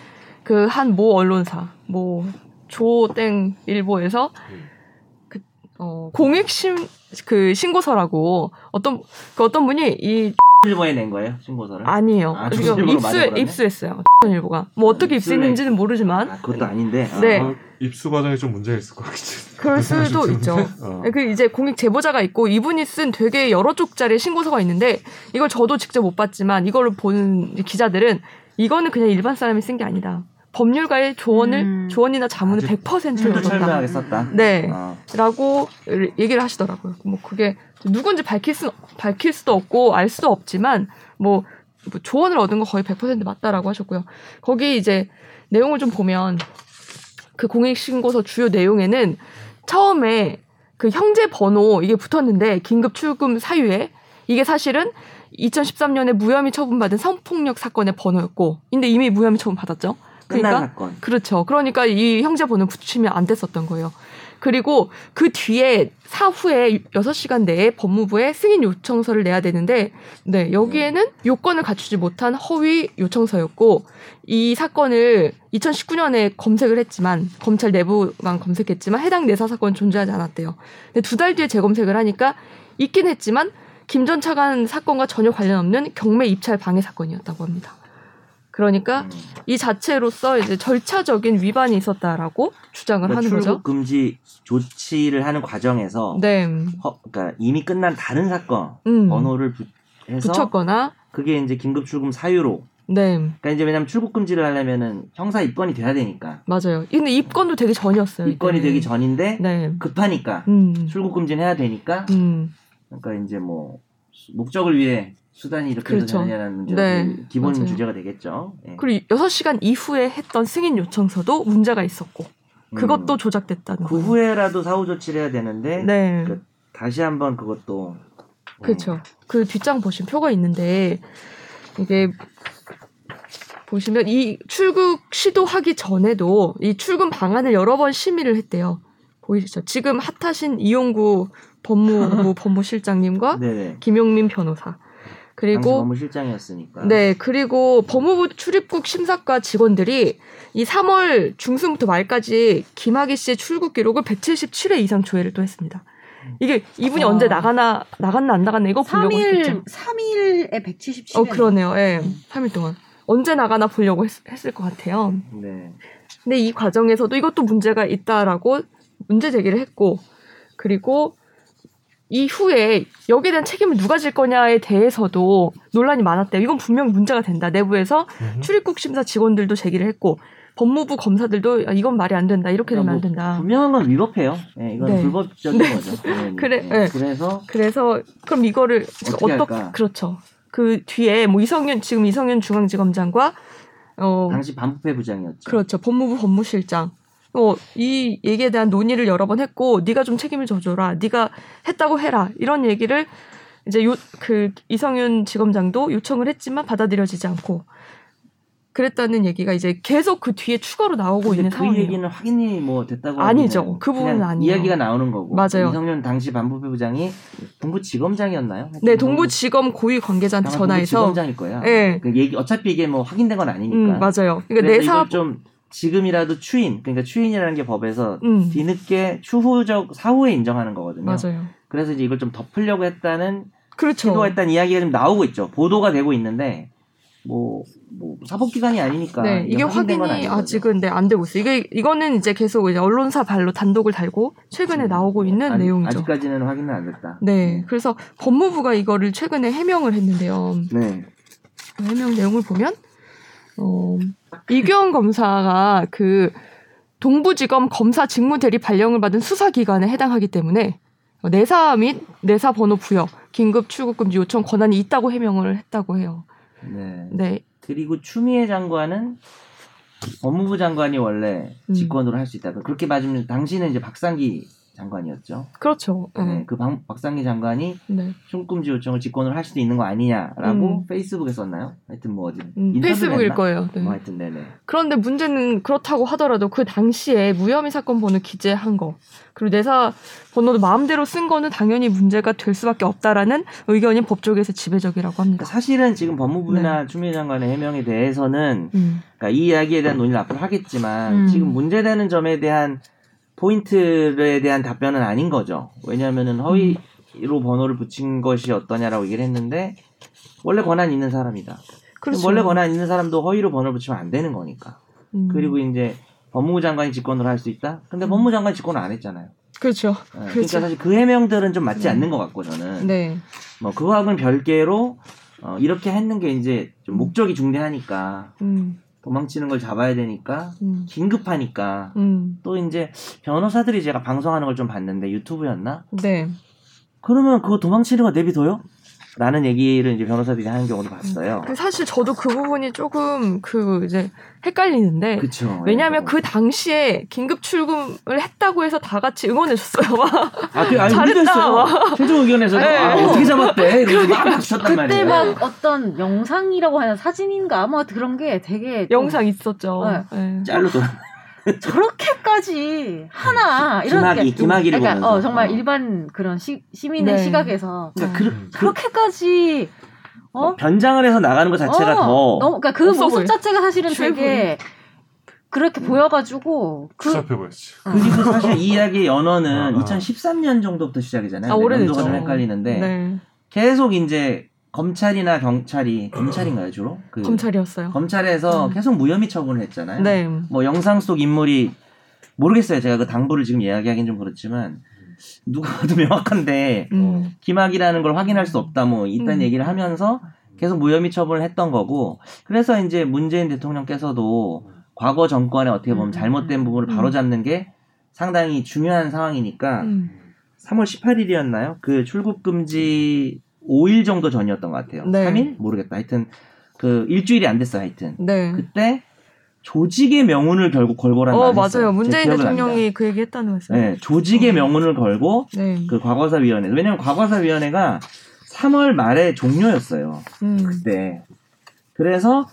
[SPEAKER 5] 그 한 모 언론사 뭐 조땡 일보에서
[SPEAKER 4] 음.
[SPEAKER 5] 그 어, 공익 심그 신고서라고 어떤 그 어떤 분이 이
[SPEAKER 3] 일본에 낸 거예요 신고서를.
[SPEAKER 5] 아니에요.
[SPEAKER 3] 아,
[SPEAKER 5] 지금
[SPEAKER 3] 조선일보로 많이
[SPEAKER 5] 입수
[SPEAKER 3] 몰았네. 네,
[SPEAKER 5] 입수했어요. 일보가 뭐 어떻게
[SPEAKER 3] 입수를
[SPEAKER 5] 입수했는지는 모르지만
[SPEAKER 3] 아, 그것도 아닌데. 아,
[SPEAKER 5] 네.
[SPEAKER 4] 어, 입수 과정에 좀 문제가 있을 것 같지.
[SPEAKER 5] 그럴 수도 있죠.
[SPEAKER 4] 어.
[SPEAKER 5] 그 이제 공익 제보자가 있고 이분이 쓴 되게 여러 쪽짜리 신고서가 있는데 이걸 저도 직접 못 봤지만 이걸 본 기자들은 이거는 그냥 일반 사람이 쓴 게 아니다. 법률가의 조언을
[SPEAKER 6] 음.
[SPEAKER 5] 조언이나 자문을
[SPEAKER 3] 아주
[SPEAKER 5] 100%를
[SPEAKER 3] 철두철미하게 썼다.
[SPEAKER 5] 네.
[SPEAKER 3] 어,
[SPEAKER 5] 라고 얘기를 하시더라고요. 뭐 그게 누군지 밝힐 수 밝힐 수도 없고 알 수도 없지만 뭐, 뭐 조언을 얻은 거 거의 100% 맞다라고 하셨고요. 거기 이제 내용을 좀 보면 그 공익 신고서 주요 내용에는 처음에 그 형제 번호 이게 붙었는데 긴급 출금 사유에 이게 사실은 2013년에 무혐의 처분받은 성폭력 사건의 번호였고 근데 이미 무혐의 처분 받았죠. 그러니까
[SPEAKER 3] 끝난 사건.
[SPEAKER 5] 그렇죠. 그러니까 이 형제 번호 붙이면 안 됐었던 거예요. 그리고 그 뒤에 사후에 6시간 내에 법무부에 승인 요청서를 내야 되는데 네, 여기에는 요건을 갖추지 못한 허위 요청서였고 이 사건을 2019년에 검색을 했지만 검찰 내부만 검색했지만 해당 내사 사건 존재하지 않았대요. 근데 두 달 뒤에 재검색을 하니까 있긴 했지만 김 전 차관 사건과 전혀 관련 없는 경매 입찰 방해 사건이었다고 합니다. 그러니까
[SPEAKER 3] 음.
[SPEAKER 5] 이 자체로서 이제 절차적인 위반이 있었다라고 주장을
[SPEAKER 3] 그러니까
[SPEAKER 5] 하는 거죠.
[SPEAKER 3] 출국 금지 조치를 하는 과정에서
[SPEAKER 5] 네,
[SPEAKER 3] 허- 그러니까 이미 끝난 다른 사건
[SPEAKER 5] 음,
[SPEAKER 3] 번호를 부, 해서
[SPEAKER 5] 붙였거나
[SPEAKER 3] 그게 이제 긴급 출금 사유로.
[SPEAKER 5] 네
[SPEAKER 3] 그러니까 이제 왜냐면 출국 금지를 하려면은 형사 입건이 돼야 되니까
[SPEAKER 5] 맞아요. 근데 입건도 되기 전이었어요.
[SPEAKER 3] 입건이
[SPEAKER 5] 이때는.
[SPEAKER 3] 되기 전인데
[SPEAKER 5] 음, 네,
[SPEAKER 3] 급하니까
[SPEAKER 5] 음,
[SPEAKER 3] 출국 금지는 해야 되니까
[SPEAKER 5] 음,
[SPEAKER 3] 그러니까 이제 뭐 수- 목적을 위해 수단이 이렇게 해서
[SPEAKER 5] 그렇죠.
[SPEAKER 3] 되느냐는 문제
[SPEAKER 5] 네,
[SPEAKER 3] 그 기본
[SPEAKER 5] 맞아요.
[SPEAKER 3] 주제가 되겠죠. 예.
[SPEAKER 5] 그리고 6 시간 이후에 했던 승인 요청서도 문제가 있었고
[SPEAKER 3] 음,
[SPEAKER 5] 그것도 조작됐다는
[SPEAKER 3] 그
[SPEAKER 5] 거예요.
[SPEAKER 3] 후에라도 사후 조치를 해야 되는데
[SPEAKER 5] 네,
[SPEAKER 3] 그- 다시 한번 그것도 뭐.
[SPEAKER 5] 그렇죠. 그 뒷장 보시면 표가 있는데 이게 보시면 이 출국 시도하기 전에도 이 출근 방안을 여러 번 심의를 했대요. 보이시죠? 지금 핫하신 이용구
[SPEAKER 3] *laughs*
[SPEAKER 5] 법무부 법무실장님과
[SPEAKER 3] 네네.
[SPEAKER 5] 김용민 변호사
[SPEAKER 3] 당시
[SPEAKER 5] 그리고
[SPEAKER 3] 법무실장이었으니까.
[SPEAKER 5] 네, 그리고 법무부 출입국 심사과 직원들이 이 3월 중순부터 말까지 김학의 씨의 출국 기록을 177회 이상 조회를 또 했습니다. 이게 이분이
[SPEAKER 1] 아.
[SPEAKER 5] 언제 나가나 나갔나 안 나갔나 이거 보려고 했겠죠.
[SPEAKER 6] 3일 3일에 177.
[SPEAKER 5] 어 그러네요. 예. 3일 동안 언제 나가나 보려고 했, 했을 것 같아요.
[SPEAKER 3] 네.
[SPEAKER 5] 근데 이 과정에서도 이것도 문제가 있다라고 문제 제기를 했고 그리고 이후에 여기에 대한 책임을 누가 질 거냐에 대해서도 논란이 많았대요. 이건 분명 문제가 된다. 내부에서
[SPEAKER 4] 어.
[SPEAKER 3] 음?
[SPEAKER 5] 출입국 심사 직원들도 제기를 했고 법무부 검사들도 야, 이건 말이 안 된다. 이렇게
[SPEAKER 3] 아,
[SPEAKER 5] 되면 안
[SPEAKER 3] 뭐
[SPEAKER 5] 된다.
[SPEAKER 3] 분명한 건 위법해요. 예, 이건
[SPEAKER 5] 네.
[SPEAKER 3] 불법적인
[SPEAKER 5] 네. *laughs*
[SPEAKER 3] 거죠. 예,
[SPEAKER 5] 그래,
[SPEAKER 3] 예.
[SPEAKER 5] 예.
[SPEAKER 3] 그래서
[SPEAKER 5] 그래서 그럼 이거를
[SPEAKER 3] 어떻게 할까?
[SPEAKER 5] 그렇죠. 그 뒤에 뭐 이성윤 지금 이성윤 중앙지검장과 어
[SPEAKER 3] 당시 반부패 부장이었죠.
[SPEAKER 5] 그렇죠. 법무부 법무실장. 어, 이 얘기에 대한 논의를 여러 번 했고 네가 좀 책임을 져줘라. 네가 했다고 해라. 이런 얘기를 이제 요, 그 이성윤 지검장도 요청을 했지만 받아들여지지 않고 그랬다는 얘기가 이제 계속 그 뒤에 추가로 나오고
[SPEAKER 3] 근데
[SPEAKER 5] 있는
[SPEAKER 3] 그
[SPEAKER 5] 상황이에요.
[SPEAKER 3] 얘기는 확인이 뭐 됐다고
[SPEAKER 5] 아니죠.
[SPEAKER 3] 하기는
[SPEAKER 5] 그 부분은
[SPEAKER 3] 그냥
[SPEAKER 5] 아니에요.
[SPEAKER 3] 이야기가 나오는 거고.
[SPEAKER 5] 맞아요.
[SPEAKER 3] 이성윤 당시 반부패 부장이 동부지검장이었나요? 하여튼 뭐
[SPEAKER 5] 네, 동부지검 고위 관계자한테
[SPEAKER 3] 음. 아마
[SPEAKER 5] 전화해서
[SPEAKER 3] 동부지검장일 거예요.
[SPEAKER 5] 예.
[SPEAKER 3] 그 얘기 어차피 이게 뭐 확인된 건 아니니까.
[SPEAKER 5] 음, 맞아요. 그러니까
[SPEAKER 3] 그래서
[SPEAKER 5] 내사
[SPEAKER 3] 이걸 좀 지금이라도 추인, 그러니까 추인이라는 게 법에서
[SPEAKER 5] 음.
[SPEAKER 3] 뒤늦게 추후적 사후에 인정하는 거거든요.
[SPEAKER 5] 맞아요.
[SPEAKER 3] 그래서 이제 이걸 좀 덮으려고 했다는
[SPEAKER 5] 그렇죠.
[SPEAKER 3] 시도가 했다는 이야기가 좀 나오고 있죠. 보도가 되고 있는데 뭐, 뭐 사법기관이 아니니까
[SPEAKER 5] 네, 이게
[SPEAKER 3] 확인된 건
[SPEAKER 5] 확인이
[SPEAKER 3] 아닌 거죠.
[SPEAKER 5] 아직은 네, 안 되고 있어요. 이게 이거는 이제 계속 이제 언론사 발로 단독을 달고 최근에
[SPEAKER 3] 음.
[SPEAKER 5] 나오고 있는
[SPEAKER 3] 아,
[SPEAKER 5] 내용이죠.
[SPEAKER 3] 아직까지는 음. 확인은 안 됐다.
[SPEAKER 5] 네, 그래서 법무부가 이거를 최근에 해명을 했는데요.
[SPEAKER 3] 네.
[SPEAKER 5] 해명 내용을 보면 어, 이규원 검사가 그 동부지검 검사 직무 대리 발령을 받은 수사기관에 해당하기 때문에 내사 및 내사 번호 부여, 긴급 출국금지 요청 권한이 있다고 해명을 했다고 해요.
[SPEAKER 3] 네.
[SPEAKER 5] 네,
[SPEAKER 3] 그리고 추미애 장관은 법무부 장관이 원래
[SPEAKER 5] 음.
[SPEAKER 3] 직권으로 할 수 있다. 그러니까 그렇게 맞으면 당시는 이제 박상기 장관이었죠.
[SPEAKER 5] 그렇죠.
[SPEAKER 3] 네,
[SPEAKER 5] 네,
[SPEAKER 3] 그 방- 박상기 장관이
[SPEAKER 5] 네.
[SPEAKER 3] 출금지 요청을 직권으로 할 수도 있는 거 아니냐라고
[SPEAKER 5] 음.
[SPEAKER 3] 페이스북에 썼나요? 하여튼 뭐 어디
[SPEAKER 5] 음,
[SPEAKER 3] 인터뷰를
[SPEAKER 5] 페이스북일
[SPEAKER 3] 했나?
[SPEAKER 5] 거예요. 네.
[SPEAKER 3] 뭐 하여튼 네네.
[SPEAKER 5] 그런데 문제는 그렇다고 하더라도 그 당시에 무혐의 사건 번호 기재한 거 그리고 내사 번호도 마음대로 쓴 거는 당연히 문제가 될 수밖에 없다라는 의견이 법조계에서 지배적이라고
[SPEAKER 3] 그러니까
[SPEAKER 5] 합니다.
[SPEAKER 3] 사실은 지금
[SPEAKER 5] 네.
[SPEAKER 3] 법무부나 추미애 장관의 해명에 대해서는
[SPEAKER 5] 음,
[SPEAKER 3] 그러니까 이 이야기에 대한 논의를 앞으로 하겠지만
[SPEAKER 5] 음.
[SPEAKER 3] 지금 문제되는 점에 대한 포인트에 대한 답변은 아닌 거죠. 왜냐하면은 허위로 번호를 붙인 것이 어떠냐라고 얘기를 했는데 원래 권한 있는 사람이다.
[SPEAKER 5] 그렇죠.
[SPEAKER 3] 원래 권한 있는 사람도 허위로 번호를 붙이면 안 되는 거니까.
[SPEAKER 5] 음,
[SPEAKER 3] 그리고 이제 법무부 장관이 직권으로 할 수 있다. 근데 법무부 장관이 직권을 안 했잖아요.
[SPEAKER 5] 그렇죠.
[SPEAKER 3] 예, 그러니까
[SPEAKER 5] 그렇죠.
[SPEAKER 3] 사실 그 해명들은 좀 맞지
[SPEAKER 5] 네.
[SPEAKER 3] 않는 것 같고 저는
[SPEAKER 5] 네,
[SPEAKER 3] 뭐 그거하고는 별개로 어, 이렇게 했는 게 이제 좀 목적이 중대하니까
[SPEAKER 5] 음,
[SPEAKER 3] 도망치는 걸 잡아야 되니까
[SPEAKER 5] 음,
[SPEAKER 3] 긴급하니까
[SPEAKER 5] 음,
[SPEAKER 3] 또 이제 변호사들이 제가 방송하는 걸 좀 봤는데 유튜브였나?
[SPEAKER 5] 네,
[SPEAKER 3] 그러면 그거 도망치는 거 내비둬요? 라는 얘기를 이제 변호사들이 하는 경우도 봤어요.
[SPEAKER 5] 그 사실 저도 그 부분이 조금 그 이제 헷갈리는데.
[SPEAKER 3] 그쵸.
[SPEAKER 5] 왜냐하면 그 당시에 긴급 출금을 했다고 해서 다 같이 응원해줬어요. *laughs*
[SPEAKER 3] 아, 그, 아니,
[SPEAKER 5] 잘했다.
[SPEAKER 3] 우리도 했어요. 최종 의견에서도
[SPEAKER 5] 네.
[SPEAKER 3] 아, 어떻게 잡았대? 이러면서 막 박수 쳤단
[SPEAKER 6] 그때
[SPEAKER 3] 말이에요.
[SPEAKER 6] 막 어떤 영상이라고 하나 사진인가 아마 그런 게 되게 좀
[SPEAKER 5] 영상
[SPEAKER 3] 어.
[SPEAKER 5] 있었죠. 네.
[SPEAKER 3] 짤로 돌아.
[SPEAKER 6] 저렇게까지 하나 이런
[SPEAKER 3] 기막이,
[SPEAKER 6] 게 좀-
[SPEAKER 3] 기막이를
[SPEAKER 6] 그러니까
[SPEAKER 3] 보면서.
[SPEAKER 6] 어, 정말
[SPEAKER 3] 어.
[SPEAKER 6] 일반 그런 시, 시민의
[SPEAKER 5] 네.
[SPEAKER 6] 시각에서
[SPEAKER 5] 음.
[SPEAKER 3] 그러니까 그,
[SPEAKER 4] 음.
[SPEAKER 3] 그,
[SPEAKER 6] 그렇게까지 어?
[SPEAKER 3] 변장을 해서 나가는 것 자체가
[SPEAKER 6] 어,
[SPEAKER 3] 더
[SPEAKER 6] 너무 그러니까 그
[SPEAKER 5] 없어
[SPEAKER 6] 모습
[SPEAKER 5] 보여.
[SPEAKER 6] 자체가 사실은
[SPEAKER 5] 취해
[SPEAKER 6] 되게
[SPEAKER 4] 음.
[SPEAKER 6] 그렇게 보여가지고 그
[SPEAKER 4] 복잡해 보였지.
[SPEAKER 2] 어.
[SPEAKER 5] 아.
[SPEAKER 3] 그리고 사실 이 이야기의 연원은
[SPEAKER 4] 아, 아.
[SPEAKER 3] 2013년 정도부터 시작이잖아요. 네,
[SPEAKER 5] 아, 오래됐죠.
[SPEAKER 3] 연도가 좀 헷갈리는데
[SPEAKER 5] 네.
[SPEAKER 3] 계속 이제 검찰이나 경찰이 검찰인가요 주로? 그
[SPEAKER 5] 음. 검찰이었어요.
[SPEAKER 3] 검찰에서
[SPEAKER 5] 음.
[SPEAKER 3] 계속 무혐의 처분을 했잖아요.
[SPEAKER 5] 네.
[SPEAKER 3] 뭐 영상 속 인물이 모르겠어요. 제가 그 당부를 지금 이야기하긴 좀 그렇지만 누가 봐도 명확한데
[SPEAKER 5] 음.
[SPEAKER 3] 기막이라는 걸 확인할 수 없다 뭐 이딴
[SPEAKER 5] 음.
[SPEAKER 3] 얘기를 하면서 계속 무혐의 처분을 했던 거고 그래서 이제 문재인 대통령께서도 과거 정권에 어떻게 보면
[SPEAKER 6] 음.
[SPEAKER 3] 잘못된 부분을
[SPEAKER 5] 음.
[SPEAKER 3] 바로잡는 게 상당히 중요한 상황이니까
[SPEAKER 5] 음.
[SPEAKER 3] 3월 18일이었나요? 그 출국 금지 5일 정도 전이었던 것 같아요.
[SPEAKER 5] 네.
[SPEAKER 3] 3일? 모르겠다. 하여튼 그 일주일이 안 됐어요. 하여튼
[SPEAKER 5] 네.
[SPEAKER 3] 그때 조직의 명운을 결국 걸고라는
[SPEAKER 5] 어
[SPEAKER 3] 말을 했어요.
[SPEAKER 5] 맞아요. 문재인
[SPEAKER 3] 제 기억은 납니다.
[SPEAKER 5] 대통령이 음. 그 얘기 했다는 말씀.
[SPEAKER 3] 네, 조직의 명운을 걸고
[SPEAKER 5] 네.
[SPEAKER 3] 그 과거사위원회. 왜냐면 과거사위원회가 3월 말에 종료였어요. 네.
[SPEAKER 5] 음.
[SPEAKER 3] 그때. 그래서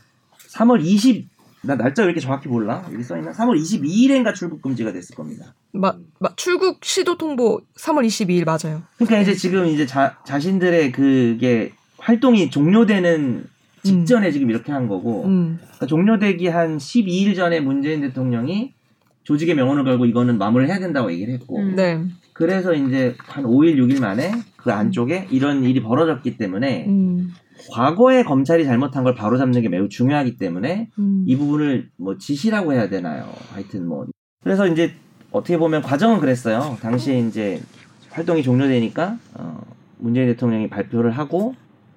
[SPEAKER 3] 3월 20, 나 날짜 왜 이렇게 정확히 몰라? 여기 써있나? 3월 22일인가 출국 금지가 됐을 겁니다.
[SPEAKER 5] 마, 마- 출국 시도 통보 3월 22일 맞아요.
[SPEAKER 3] 그러니까 이제 지금 이제 자, 자신들의 그게 활동이 종료되는 직전에 지금 이렇게 한 거고
[SPEAKER 5] 음.
[SPEAKER 3] 그러니까 종료되기 한 12일 전에 문재인 대통령이 조직의 명언을 걸고 이거는 마무리를 해야 된다고 얘기를 했고
[SPEAKER 6] 음.
[SPEAKER 5] 네.
[SPEAKER 3] 그래서 이제 한 5일 6일 만에 그 안쪽에 이런 일이 벌어졌기 때문에
[SPEAKER 5] 음.
[SPEAKER 3] 과거에 검찰이 잘못한 걸 바로 잡는 게 매우 중요하기 때문에
[SPEAKER 5] 음.
[SPEAKER 3] 이 부분을 뭐 지시라고 해야 되나요? 하여튼 뭐 그래서 이제 어떻게 보면 과정은 그랬어요. 당시에 이제 활동이 종료되니까 어, 문재인 대통령이 발표를 하고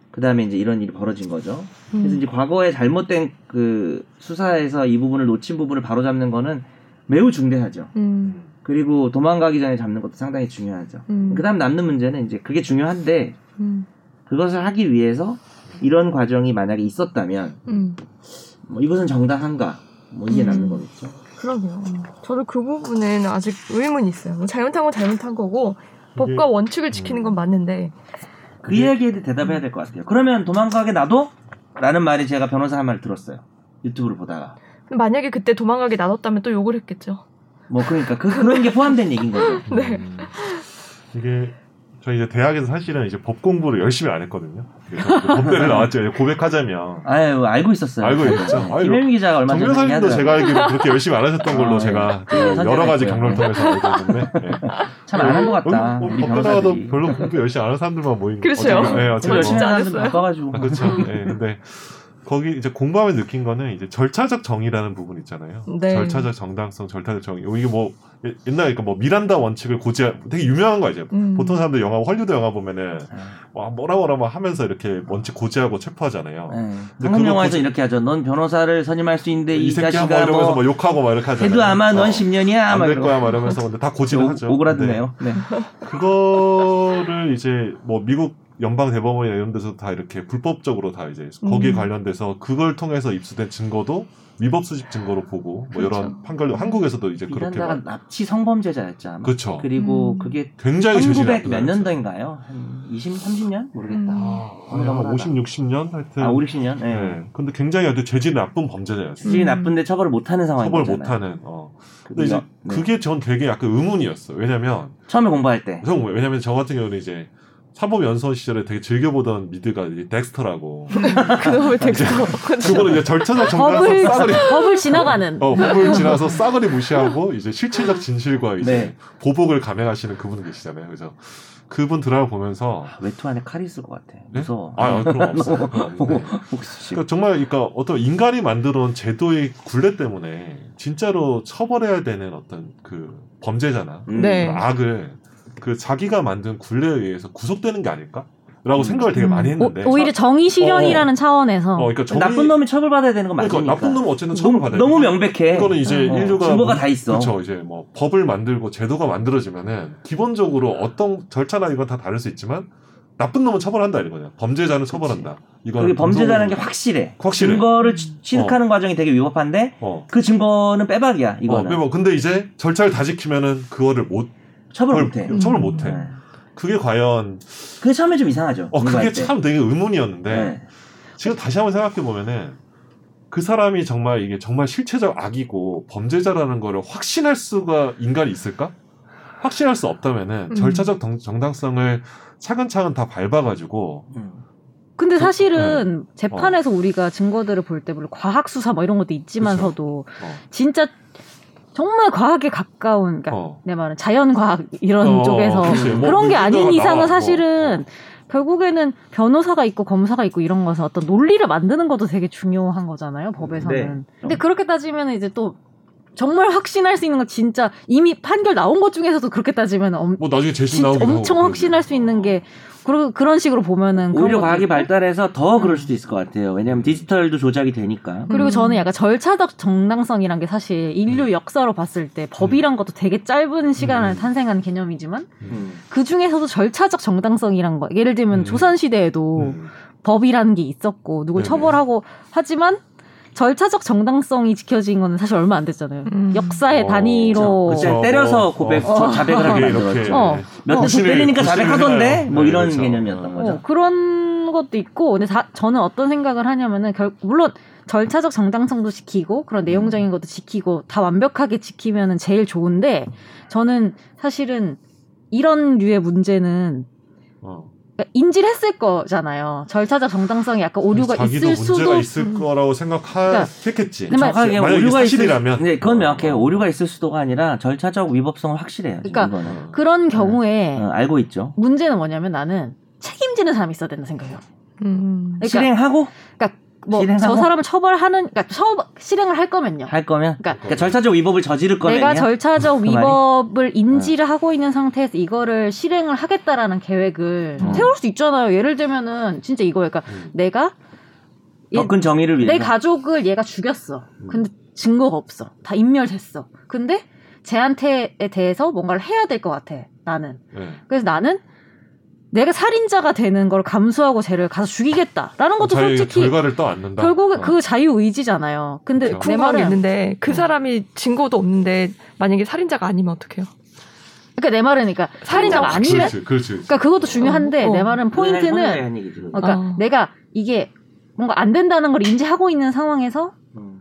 [SPEAKER 3] 그 다음에 이제 이런 일이 벌어진 거죠. 그래서 이제 과거에 잘못된 그 수사에서 이 부분을 놓친 부분을 바로 잡는 거는 매우 중대하죠.
[SPEAKER 5] 음.
[SPEAKER 3] 그리고 도망가기 전에 잡는 것도 상당히 중요하죠.
[SPEAKER 5] 음.
[SPEAKER 3] 그 다음 남는 문제는 이제 그게 중요한데
[SPEAKER 5] 음.
[SPEAKER 3] 그것을 하기 위해서 이런 과정이 만약에 있었다면
[SPEAKER 5] 음.
[SPEAKER 3] 뭐 이것은 정당한가 뭐 이게 남는
[SPEAKER 5] 음.
[SPEAKER 3] 거겠죠.
[SPEAKER 5] 그러게요. 저도 그 부분은 아직 의문이 있어요. 뭐 잘못한 건 잘못한 거고 법과 원칙을 지키는 건 맞는데
[SPEAKER 3] 그 이야기에 대답해야 될 것 같아요. 그러면 도망가게 나도? 라는 말이 제가 변호사 한 말 들었어요. 유튜브를 보다가.
[SPEAKER 5] 근데 만약에 그때 도망가게 놔뒀다면 또 욕을 했겠죠. *laughs*
[SPEAKER 3] 뭐 그러니까 그, 그런 게 포함된 얘기인 거죠.
[SPEAKER 5] 네.
[SPEAKER 4] 음, 이게 저 이제 대학에서 사실은 이제 법 공부를 열심히 안 했거든요. 그래서 이제
[SPEAKER 5] *laughs*
[SPEAKER 4] 법대를 나왔죠. 이제 고백하자면
[SPEAKER 3] 아유 알고 있었어요.
[SPEAKER 4] 알고 있었죠. 아유,
[SPEAKER 3] 김혜민 기자가 얼마
[SPEAKER 4] 정
[SPEAKER 3] 전에
[SPEAKER 4] 변호사님도
[SPEAKER 3] 얘기하더라고요.
[SPEAKER 4] 제가 알기로 그렇게 열심히 안 하셨던 걸로
[SPEAKER 3] 아,
[SPEAKER 4] 제가 그
[SPEAKER 3] 선전했고요.
[SPEAKER 4] 여러 가지 경로를 통해서 알고 있는데 예.
[SPEAKER 3] 참 안 한 것 같다.
[SPEAKER 4] 음, 음,
[SPEAKER 3] 우리
[SPEAKER 4] 법대나가도
[SPEAKER 3] 변호사들이.
[SPEAKER 4] 별로 공부 열심히 안 하는 사람들만 모이는
[SPEAKER 5] 그렇죠.
[SPEAKER 4] 어쨌든, 예,
[SPEAKER 3] 별로
[SPEAKER 4] 어쨌든
[SPEAKER 5] 진짜
[SPEAKER 3] 열심히
[SPEAKER 5] 안
[SPEAKER 3] 하는 사람
[SPEAKER 5] 했어요.
[SPEAKER 3] 바빠가지고.
[SPEAKER 4] 아, 그렇죠. 예, 근데 거기 이제 공부하면 느낀 거는 이제 절차적 정의라는 부분 있잖아요.
[SPEAKER 5] 네.
[SPEAKER 4] 절차적 정당성, 절차적 정의. 이게 뭐 예- 옛날에 그뭐 미란다 원칙을 고지 되게 유명한 거 이제
[SPEAKER 5] 음.
[SPEAKER 4] 보통 사람들 영화 헐리우드 영화 보면은
[SPEAKER 3] 아,
[SPEAKER 4] 와 뭐라 뭐라 뭐 하면서 이렇게 원칙 고지하고 체포하잖아요.
[SPEAKER 3] 예. 한국
[SPEAKER 4] 그거
[SPEAKER 3] 영화에서
[SPEAKER 4] 고지-
[SPEAKER 3] 이렇게 하죠. 넌 변호사를 선임할 수 있는데 이,
[SPEAKER 4] 이 새끼 뭐
[SPEAKER 3] 자식아
[SPEAKER 4] 이러면서
[SPEAKER 3] 뭐,
[SPEAKER 4] 뭐 욕하고 막 이렇게 하잖아요.
[SPEAKER 3] 걔도 아마 넌
[SPEAKER 4] 어,
[SPEAKER 3] 10년이야. 막
[SPEAKER 4] 안될
[SPEAKER 3] 이러고.
[SPEAKER 4] 거야 막 이러면서 근데 다 고지를 하죠.
[SPEAKER 3] 오- 오그라드네요. 네.
[SPEAKER 4] 근데 그거를 이제 뭐 미국 연방 대법원이나 이런 데서 다 이렇게 불법적으로 다 이제 거기에
[SPEAKER 5] 음.
[SPEAKER 4] 관련돼서 그걸 통해서 입수된 증거도 위법 수집 증거로 보고 뭐
[SPEAKER 3] 그렇죠.
[SPEAKER 4] 이런 판결도 한국에서도 이제 그렇게
[SPEAKER 3] 미란다가 납치 성범죄자였죠. 아마.
[SPEAKER 4] 그렇죠.
[SPEAKER 3] 그리고
[SPEAKER 5] 음.
[SPEAKER 3] 그게
[SPEAKER 4] 굉장히 재질이
[SPEAKER 3] 1900 몇
[SPEAKER 4] 나쁘다는 거죠.
[SPEAKER 3] 년도인가요? 한 20, 30년 모르겠다.
[SPEAKER 5] 음.
[SPEAKER 4] 아, 아니, 한 50, 60년 하여튼
[SPEAKER 3] 아, 5, 60년. 예.
[SPEAKER 4] 네. 근데 굉장히 아주 재질 나쁜 범죄자였어요.
[SPEAKER 3] 수준이
[SPEAKER 5] 음.
[SPEAKER 3] 나쁜데 처벌을 못하는 상황이잖아요.
[SPEAKER 4] 처벌 못하는. 어. 근데
[SPEAKER 3] 그게,
[SPEAKER 4] 이제
[SPEAKER 3] 음. 네.
[SPEAKER 4] 그게 전 되게 약간 의문이었어. 요 왜냐면
[SPEAKER 3] 처음에 공부할 때.
[SPEAKER 4] 저는 뭐예요? 왜냐면 저 같은 경우는 이제 사법 연수원 시절에 되게 즐겨보던 미드가 이제 덱스터라고.
[SPEAKER 5] 그놈의 덱스터.
[SPEAKER 4] 그거는 이제 절차적 정당성
[SPEAKER 2] 법을
[SPEAKER 4] 싸그리
[SPEAKER 2] 법을 지나가는
[SPEAKER 4] 어, 법을 지나서 싸그리 무시하고 이제 실질적 진실과 이제
[SPEAKER 3] 네.
[SPEAKER 4] 보복을 감행하시는 그분 계시잖아요. 그래서 그분 드라마 보면서
[SPEAKER 3] 아, 외투 안에 칼이 있을 것 같아.
[SPEAKER 4] 네?
[SPEAKER 3] 무서워.
[SPEAKER 4] 아, 아, 그럼 없어요.
[SPEAKER 3] 너무- *laughs*
[SPEAKER 4] 그럼 없는데.
[SPEAKER 3] 혹시
[SPEAKER 4] 그러니까 정말 그러니까 어떤 인간이 만들어온 제도의 굴레 때문에 진짜로 처벌해야 되는 어떤 그 범죄잖아.
[SPEAKER 3] 음.
[SPEAKER 5] 네.
[SPEAKER 4] 그 악을 그 자기가 만든 굴레에 의해서 구속되는 게 아닐까라고 생각을 되게
[SPEAKER 5] 음.
[SPEAKER 4] 많이
[SPEAKER 2] 오,
[SPEAKER 4] 했는데
[SPEAKER 2] 오히려 정의 실현이라는 차원에서
[SPEAKER 4] 어, 그러니까 정의-
[SPEAKER 3] 나쁜 놈이 처벌받아야 되는 건
[SPEAKER 4] 그러니까
[SPEAKER 3] 맞으니까.
[SPEAKER 4] 나쁜 놈은 어쨌든 처벌
[SPEAKER 3] 너무,
[SPEAKER 4] 받아요.
[SPEAKER 3] 너무 명백해.
[SPEAKER 4] 이거는 이제
[SPEAKER 3] 어,
[SPEAKER 4] 인류가
[SPEAKER 3] 증거가 다 있어.
[SPEAKER 4] 그렇죠. 이제 뭐 법을 만들고 제도가 만들어지면은 기본적으로 어떤 절차나 이건 다 다를 수 있지만 나쁜 놈은 처벌한다 이런 거냐. 범죄자는 처벌한다. 이건
[SPEAKER 3] 그게 범죄자는 게 확실해.
[SPEAKER 4] 확실해.
[SPEAKER 3] 증거를 취- 취득하는 과정이 되게 위법한데
[SPEAKER 4] 어.
[SPEAKER 3] 그 증거는 빼박이야.
[SPEAKER 4] 어,
[SPEAKER 3] 이거는
[SPEAKER 4] 빼봐. 근데 이제 절차를 다 지키면은 그거를 못
[SPEAKER 3] 처벌 못해.
[SPEAKER 4] 음. 처벌 못해.
[SPEAKER 3] 네.
[SPEAKER 4] 그게 과연
[SPEAKER 3] 그게 처음에 좀 이상하죠.
[SPEAKER 4] 어 그게
[SPEAKER 3] 공부할 때.
[SPEAKER 4] 참 되게 의문이었는데
[SPEAKER 3] 네.
[SPEAKER 4] 지금 다시 한번 생각해 보면은 그 사람이 정말 이게 정말 실체적 악이고 범죄자라는 거를 확신할 수가 인간이 있을까? 확신할 수 없다면은
[SPEAKER 5] 음.
[SPEAKER 4] 절차적 정- 정당성을 차근차근 다 밟아가지고
[SPEAKER 3] 음.
[SPEAKER 4] 그,
[SPEAKER 2] 근데 사실은
[SPEAKER 4] 네.
[SPEAKER 2] 재판에서
[SPEAKER 4] 어.
[SPEAKER 2] 우리가 증거들을 볼 때 물론 과학 수사 뭐 이런 것도 있지만서도
[SPEAKER 4] 어,
[SPEAKER 2] 진짜 정말 과학에 가까운 그러니까
[SPEAKER 4] 어.
[SPEAKER 2] 내 말은 자연 과학 이런
[SPEAKER 4] 어,
[SPEAKER 2] 쪽에서
[SPEAKER 4] 그치. 뭐
[SPEAKER 2] 그런 게
[SPEAKER 4] 문제가
[SPEAKER 2] 아닌
[SPEAKER 4] 나와,
[SPEAKER 2] 이상은
[SPEAKER 4] 뭐.
[SPEAKER 2] 사실은 결국에는 변호사가 있고 검사가 있고 이런 거서 어떤 논리를 만드는 것도 되게 중요한 거잖아요 법에서는.
[SPEAKER 4] 네.
[SPEAKER 2] 근데 그렇게 따지면 이제 또 정말 확신할 수 있는 건 진짜 이미 판결 나온 것 중에서도 그렇게 따지면 엄,
[SPEAKER 4] 뭐 나중에 재심
[SPEAKER 2] 진짜
[SPEAKER 4] 나오고
[SPEAKER 2] 엄청 확신할 수 있는 게 그런 그런 식으로 보면은 그런
[SPEAKER 3] 오히려
[SPEAKER 2] 것도
[SPEAKER 3] 과학이
[SPEAKER 2] 있고. 음.
[SPEAKER 3] 발달해서 더 그럴 수도 있을 것 같아요. 왜냐하면 디지털도 조작이 되니까.
[SPEAKER 2] 그리고
[SPEAKER 5] 음.
[SPEAKER 2] 저는 약간 절차적 정당성이란 게 사실 인류 역사로 봤을 때 법이란 것도 되게 짧은 시간 안에
[SPEAKER 4] 음.
[SPEAKER 2] 탄생한 개념이지만
[SPEAKER 3] 음.
[SPEAKER 2] 그 중에서도 절차적 정당성이란 거 예를 들면
[SPEAKER 4] 음.
[SPEAKER 2] 조선 시대에도 법이라는 게 있었고 누굴
[SPEAKER 4] 네네.
[SPEAKER 2] 처벌하고 하지만 절차적 정당성이 지켜진 거는 사실 얼마 안 됐잖아요.
[SPEAKER 5] 음.
[SPEAKER 2] 역사의
[SPEAKER 4] 어,
[SPEAKER 2] 단위로
[SPEAKER 3] 그때
[SPEAKER 4] 어,
[SPEAKER 3] 때려서
[SPEAKER 4] 어,
[SPEAKER 3] 고백
[SPEAKER 4] 어.
[SPEAKER 3] 자백을 하게
[SPEAKER 2] *laughs*
[SPEAKER 4] 이렇게
[SPEAKER 3] 만들었죠.
[SPEAKER 4] 이렇게
[SPEAKER 2] 어.
[SPEAKER 3] 몇대
[SPEAKER 4] 확신을-
[SPEAKER 3] 때리니까
[SPEAKER 4] 확신을
[SPEAKER 3] 자백하던데
[SPEAKER 4] 해요.
[SPEAKER 3] 뭐
[SPEAKER 4] 네,
[SPEAKER 3] 이런
[SPEAKER 4] 그렇죠.
[SPEAKER 3] 개념이었던 거죠.
[SPEAKER 2] 어, 그런 그런 것도 있고 근데 다- 저는 어떤 생각을 하냐면은 결, 물론 절차적 정당성도 지키고 그런 내용적인 것도 지키고 다 완벽하게 지키면은 제일 좋은데 저는 사실은 이런 류의 문제는
[SPEAKER 4] 어.
[SPEAKER 2] 그러니까 인지를 했을 거잖아요. 절차적 정당성이 약간 오류가
[SPEAKER 4] 자기도
[SPEAKER 2] 있을 수도 음. 그러니까
[SPEAKER 4] 문제가 있을 거라고 생각했겠지.
[SPEAKER 2] 근데 말-
[SPEAKER 4] 정확하게 만약에 이게 사실이라면. 어.
[SPEAKER 3] 네, 그건 명확해요. 오류가 있을 수도가 아니라 절차적 위법성은 확실해요. 지금
[SPEAKER 2] 그러니까 네.
[SPEAKER 3] 이거는.
[SPEAKER 4] 어.
[SPEAKER 2] 그런
[SPEAKER 4] 네.
[SPEAKER 2] 경우에
[SPEAKER 3] 어, 알고 있죠.
[SPEAKER 2] 문제는 뭐냐면 나는 책임지는 사람이 있어야 된다 생각해요.
[SPEAKER 5] 음.
[SPEAKER 2] 그러니까
[SPEAKER 3] 실행하고
[SPEAKER 2] 뭐
[SPEAKER 3] 실행하고?
[SPEAKER 2] 저 사람을 처벌하는 그러니까 처벌 실행을 할 거면요.
[SPEAKER 3] 할 거면
[SPEAKER 2] 그러니까
[SPEAKER 4] 어.
[SPEAKER 3] 그러니까 절차적 위법을 저지를 거면
[SPEAKER 2] 내가 절차적
[SPEAKER 3] 그
[SPEAKER 2] 위법을 인지를 하고 있는 상태에서 이거를 실행을 하겠다라는 계획을
[SPEAKER 3] 음.
[SPEAKER 2] 세울 수 있잖아요. 예를 들면은 진짜 이거 그러니까
[SPEAKER 4] 음.
[SPEAKER 2] 내가 이-
[SPEAKER 3] 접근 정의를 위해서
[SPEAKER 2] 예. 내 가족을 얘가 죽였어.
[SPEAKER 4] 음.
[SPEAKER 2] 근데 증거가 없어. 다 인멸됐어. 근데 쟤한테에 대해서 뭔가를 해야 될 것 같아. 나는.
[SPEAKER 4] 네.
[SPEAKER 2] 그래서 나는 내가 살인자가 되는 걸 감수하고 쟤를 가서 죽이겠다라는
[SPEAKER 3] 어,
[SPEAKER 2] 것도
[SPEAKER 4] 어, 자기가
[SPEAKER 2] 솔직히
[SPEAKER 4] 결과를 떠안는다.
[SPEAKER 2] 결국은
[SPEAKER 4] 어.
[SPEAKER 2] 그 자유 의지잖아요. 근데
[SPEAKER 4] 그렇죠.
[SPEAKER 2] 내
[SPEAKER 5] 궁금한 게
[SPEAKER 2] 말은
[SPEAKER 5] 있는데 그 사람이 증거도 없는데 만약에 살인자가 아니면 어떡해요?
[SPEAKER 2] 그러니까 내 말은 그러니까
[SPEAKER 5] 살인자가
[SPEAKER 2] 살인자가 아니면
[SPEAKER 4] 그렇지, 그렇지.
[SPEAKER 2] 그러니까 그것도 중요한데
[SPEAKER 5] 어, 어.
[SPEAKER 2] 내 말은 포인트는
[SPEAKER 3] 한 얘기지. 그거.
[SPEAKER 2] 그러니까
[SPEAKER 5] 어.
[SPEAKER 2] 내가 이게 뭔가 안 된다는 걸 인지하고 있는 상황에서
[SPEAKER 3] 음.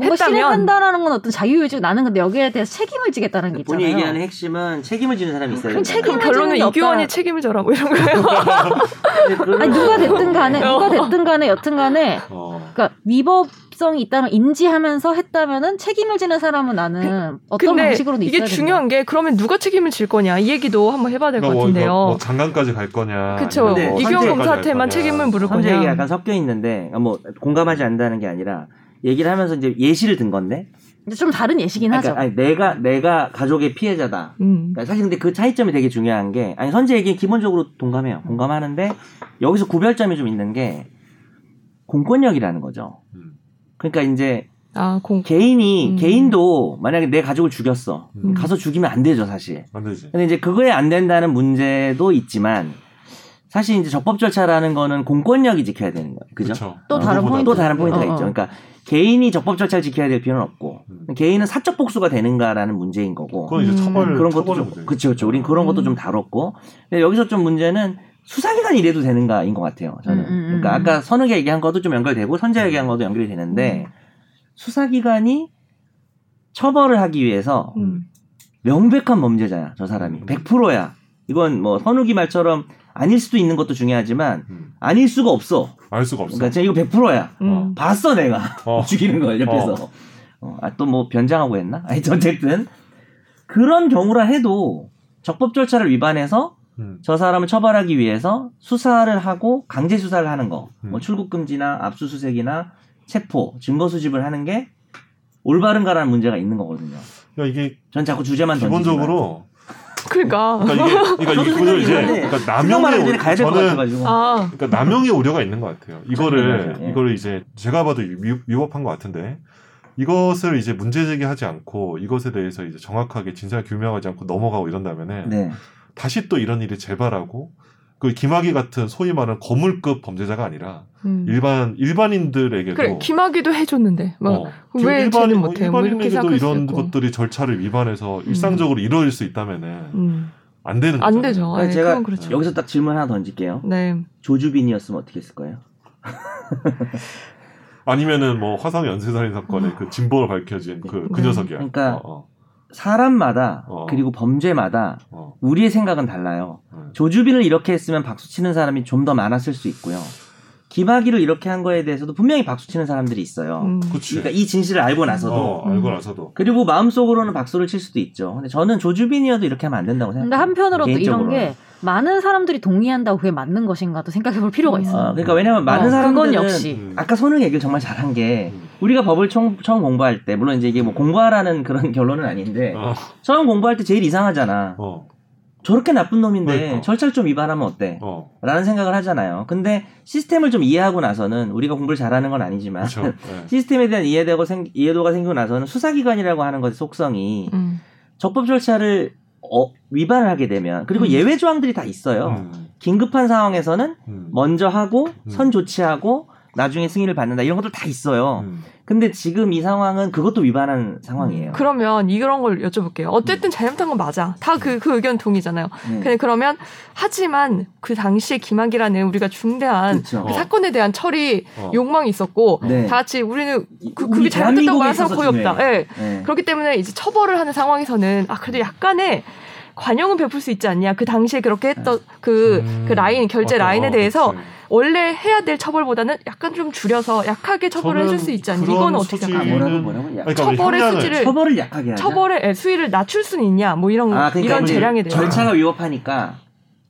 [SPEAKER 2] 뭔가
[SPEAKER 5] 했다면?
[SPEAKER 2] 실행한다라는 건 어떤 자유 의지고 나는 근데 여기에 대해서 책임을 지겠다는 게 있잖아요.
[SPEAKER 3] 본인 얘기하는 핵심은 책임을 지는 사람이 그러니까 있어야
[SPEAKER 2] 그럼
[SPEAKER 3] 된다.
[SPEAKER 2] 책임-
[SPEAKER 5] 그럼 결론은
[SPEAKER 2] 책임을
[SPEAKER 5] 이규원이
[SPEAKER 2] 없다.
[SPEAKER 5] 책임을 져라 뭐 이런 거예요.
[SPEAKER 3] 근데 그거는-
[SPEAKER 2] 아니 누가 됐든 간에
[SPEAKER 5] 어.
[SPEAKER 2] 누가 됐든 간에 여튼 간에
[SPEAKER 4] 어.
[SPEAKER 2] 그러니까 위법성이 있다는 걸 인지하면서 했다면은 책임을 지는 사람은 나는 어떤
[SPEAKER 5] 그 근데
[SPEAKER 2] 방식으로도
[SPEAKER 5] 이게
[SPEAKER 2] 있어야
[SPEAKER 5] 중요한 게 그러면 누가 책임을 질 거냐 이 얘기도 한번 해봐야 될 것
[SPEAKER 4] 그러니까 뭐,
[SPEAKER 5] 같은데요.
[SPEAKER 4] 이거 뭐 장관까지 갈 거냐.
[SPEAKER 5] 그쵸.
[SPEAKER 4] 아니면
[SPEAKER 3] 네,
[SPEAKER 4] 뭐
[SPEAKER 5] 이규원
[SPEAKER 4] 선생님까지
[SPEAKER 5] 검사한테만
[SPEAKER 4] 갈 거냐.
[SPEAKER 5] 책임을 물을
[SPEAKER 3] 선재 얘기
[SPEAKER 5] 거냐.
[SPEAKER 3] 약간 섞여 있는데 아, 뭐 공감하지 않는다는 게 아니라 얘기를 하면서 이제 예시를 든 건데.
[SPEAKER 2] 근데 좀 다른 예시긴
[SPEAKER 3] 그러니까,
[SPEAKER 2] 하죠.
[SPEAKER 3] 아니, 내가 내가 가족의 피해자다.
[SPEAKER 5] 음.
[SPEAKER 3] 그러니까 사실 근데 그 차이점이 되게 중요한 게 아니 선재 얘기 기본적으로 동감해요. 공감하는데 여기서 구별점이 좀 있는 게 공권력이라는 거죠.
[SPEAKER 4] 음.
[SPEAKER 3] 그러니까 이제
[SPEAKER 5] 아 공.
[SPEAKER 3] 개인이
[SPEAKER 5] 음.
[SPEAKER 3] 개인도 만약에 내 가족을 죽였어.
[SPEAKER 4] 음.
[SPEAKER 3] 가서 죽이면 안 되죠, 사실.
[SPEAKER 4] 안 되지.
[SPEAKER 3] 근데 이제 그거에 안 된다는 문제도 있지만 사실 이제 적법 절차라는 거는 공권력이 지켜야 되는 거예요. 그죠?
[SPEAKER 4] 그쵸.
[SPEAKER 2] 또 다른
[SPEAKER 4] 누구보다도.
[SPEAKER 2] 포인트.
[SPEAKER 3] 또 다른 포인트가
[SPEAKER 2] 어, 어.
[SPEAKER 3] 있죠. 그러니까 개인이 적법 절차를 지켜야 될 필요는 없고
[SPEAKER 4] 음.
[SPEAKER 3] 개인은 사적 복수가 되는가라는 문제인 거고
[SPEAKER 4] 그건 이제
[SPEAKER 5] 음.
[SPEAKER 4] 처벌
[SPEAKER 3] 그런
[SPEAKER 4] 처벌의
[SPEAKER 3] 것도 좀
[SPEAKER 4] 문제죠.
[SPEAKER 3] 그렇죠, 그렇죠. 우린 그런 것도
[SPEAKER 5] 음.
[SPEAKER 3] 좀 다뤘고 근데 여기서 좀 문제는 수사기관 이래도 되는가인 것 같아요. 저는
[SPEAKER 2] 음, 음, 음.
[SPEAKER 3] 그러니까 아까 선우가 얘기한 것도 좀 연결되고
[SPEAKER 4] 음.
[SPEAKER 3] 선재 얘기한 것도 연결이 되는데
[SPEAKER 2] 음.
[SPEAKER 3] 수사기관이 처벌을 하기 위해서
[SPEAKER 5] 음.
[SPEAKER 3] 명백한 범죄자야 저 사람이 100%야. 이건 뭐 선욱이 말처럼 아닐 수도 있는 것도 중요하지만
[SPEAKER 4] 음.
[SPEAKER 3] 아닐 수가 없어.
[SPEAKER 4] 알 수가 없어.
[SPEAKER 3] 그러니까 지금 이거 100%야.
[SPEAKER 5] 음.
[SPEAKER 3] 봤어 내가.
[SPEAKER 4] 어.
[SPEAKER 3] *laughs* 죽이는 걸 옆에서. 아 또 뭐 변장하고 했나? *laughs* 하여튼 어쨌든 그런 경우라 해도 적법 절차를 위반해서
[SPEAKER 4] 음.
[SPEAKER 3] 저 사람을 처벌하기 위해서 수사를 하고 강제 수사를 하는 거,
[SPEAKER 4] 음.
[SPEAKER 3] 뭐 출국 금지나 압수수색이나 체포, 증거 수집을 하는 게 올바른가라는 문제가 있는 거거든요.
[SPEAKER 4] 그러니까 이게
[SPEAKER 3] 전 자꾸 주제만 던지지만.
[SPEAKER 4] 기본적으로
[SPEAKER 3] *laughs*
[SPEAKER 5] 그러니까.
[SPEAKER 4] 그러니까 이게 그러니까
[SPEAKER 3] 저도
[SPEAKER 4] 이게 기본적으로 이제
[SPEAKER 3] 생각이
[SPEAKER 4] 그러니까
[SPEAKER 3] 생각만 하기 전에
[SPEAKER 4] 남용의 우려-
[SPEAKER 3] 가야 될 것
[SPEAKER 4] 저는
[SPEAKER 3] 같아가지고.
[SPEAKER 5] 아.
[SPEAKER 4] 그러니까 남용의 우려가 있는 것 같아요. 이거를
[SPEAKER 3] 맞아요. 예.
[SPEAKER 4] 이거를 이제 제가 봐도 위- 위법한 것 같은데 이것을 이제 문제 제기하지 않고 이것에 대해서 이제 정확하게 진상 규명하지 않고 넘어가고 이런다면은
[SPEAKER 3] 네.
[SPEAKER 4] 다시 또 이런 일이 재발하고 그 김학의 같은 소위 말하는 거물급 범죄자가 아니라
[SPEAKER 5] 음.
[SPEAKER 4] 일반 일반인들에게도
[SPEAKER 5] 그래
[SPEAKER 3] 어.
[SPEAKER 5] 김학의도 해줬는데 막
[SPEAKER 4] 어,
[SPEAKER 5] 왜 쟤는
[SPEAKER 4] 일반인
[SPEAKER 5] 못해? 뭐 이렇게
[SPEAKER 4] 일반인에게도
[SPEAKER 5] 생각할
[SPEAKER 4] 이런
[SPEAKER 5] 수도 있고.
[SPEAKER 4] 것들이 절차를 위반해서 일상적으로 이루어질 수 있다면은
[SPEAKER 5] 음.
[SPEAKER 4] 안 되는
[SPEAKER 5] 안
[SPEAKER 4] 거잖아요.
[SPEAKER 5] 되죠. 네,
[SPEAKER 3] 그러니까 제가
[SPEAKER 5] 그건 그렇죠.
[SPEAKER 3] 여기서 딱 질문 하나 던질게요.
[SPEAKER 5] 네.
[SPEAKER 3] 조주빈이었으면 어떻게 했을 거예요?
[SPEAKER 4] 아니면은 뭐 화성 연쇄살인 사건의 그 진범을 밝혀진 그 그
[SPEAKER 5] 네.
[SPEAKER 4] 녀석이야.
[SPEAKER 3] 그러니까
[SPEAKER 4] 어,
[SPEAKER 3] 사람마다
[SPEAKER 4] 어.
[SPEAKER 3] 그리고 범죄마다
[SPEAKER 4] 어, 어.
[SPEAKER 3] 우리의 생각은 달라요.
[SPEAKER 4] 음.
[SPEAKER 3] 조주빈을 이렇게 했으면 박수 치는 사람이 좀 더 많았을 수 있고요. 김학의를 이렇게 한 거에 대해서도 분명히 박수 치는 사람들이 있어요.
[SPEAKER 5] 음.
[SPEAKER 4] 그치.
[SPEAKER 3] 그러니까 이 진실을 알고 나서도
[SPEAKER 4] 어, 알고 나서도.
[SPEAKER 3] 그리고 마음속으로는 박수를 칠 수도 있죠. 근데 저는 조주빈이어도 이렇게 하면 안 된다고 생각해요.
[SPEAKER 2] 근데 한편으로 또 이런
[SPEAKER 3] 개인적으로는.
[SPEAKER 2] 게 많은 사람들이 동의한다고 그게 맞는 것인가도 생각해 볼 필요가 있어요.
[SPEAKER 3] 아, 그러니까 왜냐면 많은
[SPEAKER 2] 어,
[SPEAKER 3] 사람들은
[SPEAKER 2] 그건 역시
[SPEAKER 4] 음.
[SPEAKER 3] 아까 선우 얘기를 정말 잘한 게
[SPEAKER 4] 음.
[SPEAKER 3] 우리가 법을 처음, 처음 공부할 때 물론 이제 이게 뭐 공부하라는 그런 결론은 아닌데
[SPEAKER 4] 어,
[SPEAKER 3] 처음 공부할 때 제일 이상하잖아.
[SPEAKER 4] 어,
[SPEAKER 3] 저렇게 나쁜 놈인데
[SPEAKER 4] 그러니까.
[SPEAKER 3] 절차를 좀 위반하면 어때?
[SPEAKER 4] 어,
[SPEAKER 3] 라는 생각을 하잖아요. 근데 시스템을 좀 이해하고 나서는 우리가 공부를 잘하는 건 아니지만
[SPEAKER 4] 그렇죠. 네.
[SPEAKER 3] *laughs* 시스템에 대한 이해되고 생, 이해도가 생기고 나서는 수사기관이라고 하는 것의 속성이
[SPEAKER 5] 음.
[SPEAKER 3] 적법 절차를 어, 위반을 하게 되면 그리고
[SPEAKER 5] 음.
[SPEAKER 3] 예외 조항들이 다 있어요. 뭐,
[SPEAKER 4] 음,
[SPEAKER 3] 긴급한 상황에서는
[SPEAKER 4] 음.
[SPEAKER 3] 먼저 하고
[SPEAKER 4] 음.
[SPEAKER 3] 선 조치하고 나중에 승인을 받는다 이런 것들 다 있어요.
[SPEAKER 4] 음.
[SPEAKER 3] 근데 지금 이 상황은 그것도 위반한 상황이에요.
[SPEAKER 5] 그러면 이런 걸 여쭤볼게요. 어쨌든 잘못한 건 맞아. 다 그 그 의견 동의잖아요.
[SPEAKER 3] 네.
[SPEAKER 5] 근데 그러면 하지만 그 당시에 김학이라는 우리가 중대한
[SPEAKER 3] 그렇죠.
[SPEAKER 5] 그 사건에 대한 처리
[SPEAKER 4] 어.
[SPEAKER 5] 욕망이 있었고
[SPEAKER 3] 네.
[SPEAKER 5] 다 같이 우리는 그,
[SPEAKER 3] 우리
[SPEAKER 5] 그게 잘못됐다고
[SPEAKER 3] 대한민국에
[SPEAKER 5] 말하는 사람 거의
[SPEAKER 3] 있어서
[SPEAKER 5] 없다. 예.
[SPEAKER 3] 네.
[SPEAKER 5] 그렇기 때문에 이제 처벌을 하는 상황에서는 아 그래도 약간의 관용은 베풀 수 있지 않냐. 그 당시에 그렇게 했던 그, 그 라인 결제
[SPEAKER 4] 맞아.
[SPEAKER 5] 라인에 대해서
[SPEAKER 4] 네. 음. 어, 그치.
[SPEAKER 5] 원래 해야 될 처벌보다는 약간 좀 줄여서 약하게 처벌을
[SPEAKER 4] 저는
[SPEAKER 5] 해줄 수 있지 않냐.
[SPEAKER 4] 그런
[SPEAKER 5] 이건 어떻게
[SPEAKER 4] 소지-
[SPEAKER 3] 아,
[SPEAKER 5] 생각하세요?
[SPEAKER 3] 뭐라고
[SPEAKER 4] 음.
[SPEAKER 3] 뭐라고 야,
[SPEAKER 4] 아니, 그러니까
[SPEAKER 5] 처벌의
[SPEAKER 4] 형량을-
[SPEAKER 5] 수지를
[SPEAKER 3] 처벌을 약하게 하자.
[SPEAKER 5] 처벌의 애, 수위를 낮출 수는 있냐 뭐 이런
[SPEAKER 3] 아, 그러니까
[SPEAKER 5] 이런
[SPEAKER 3] 우리
[SPEAKER 5] 재량에 대해서
[SPEAKER 3] 절차가 위법하니까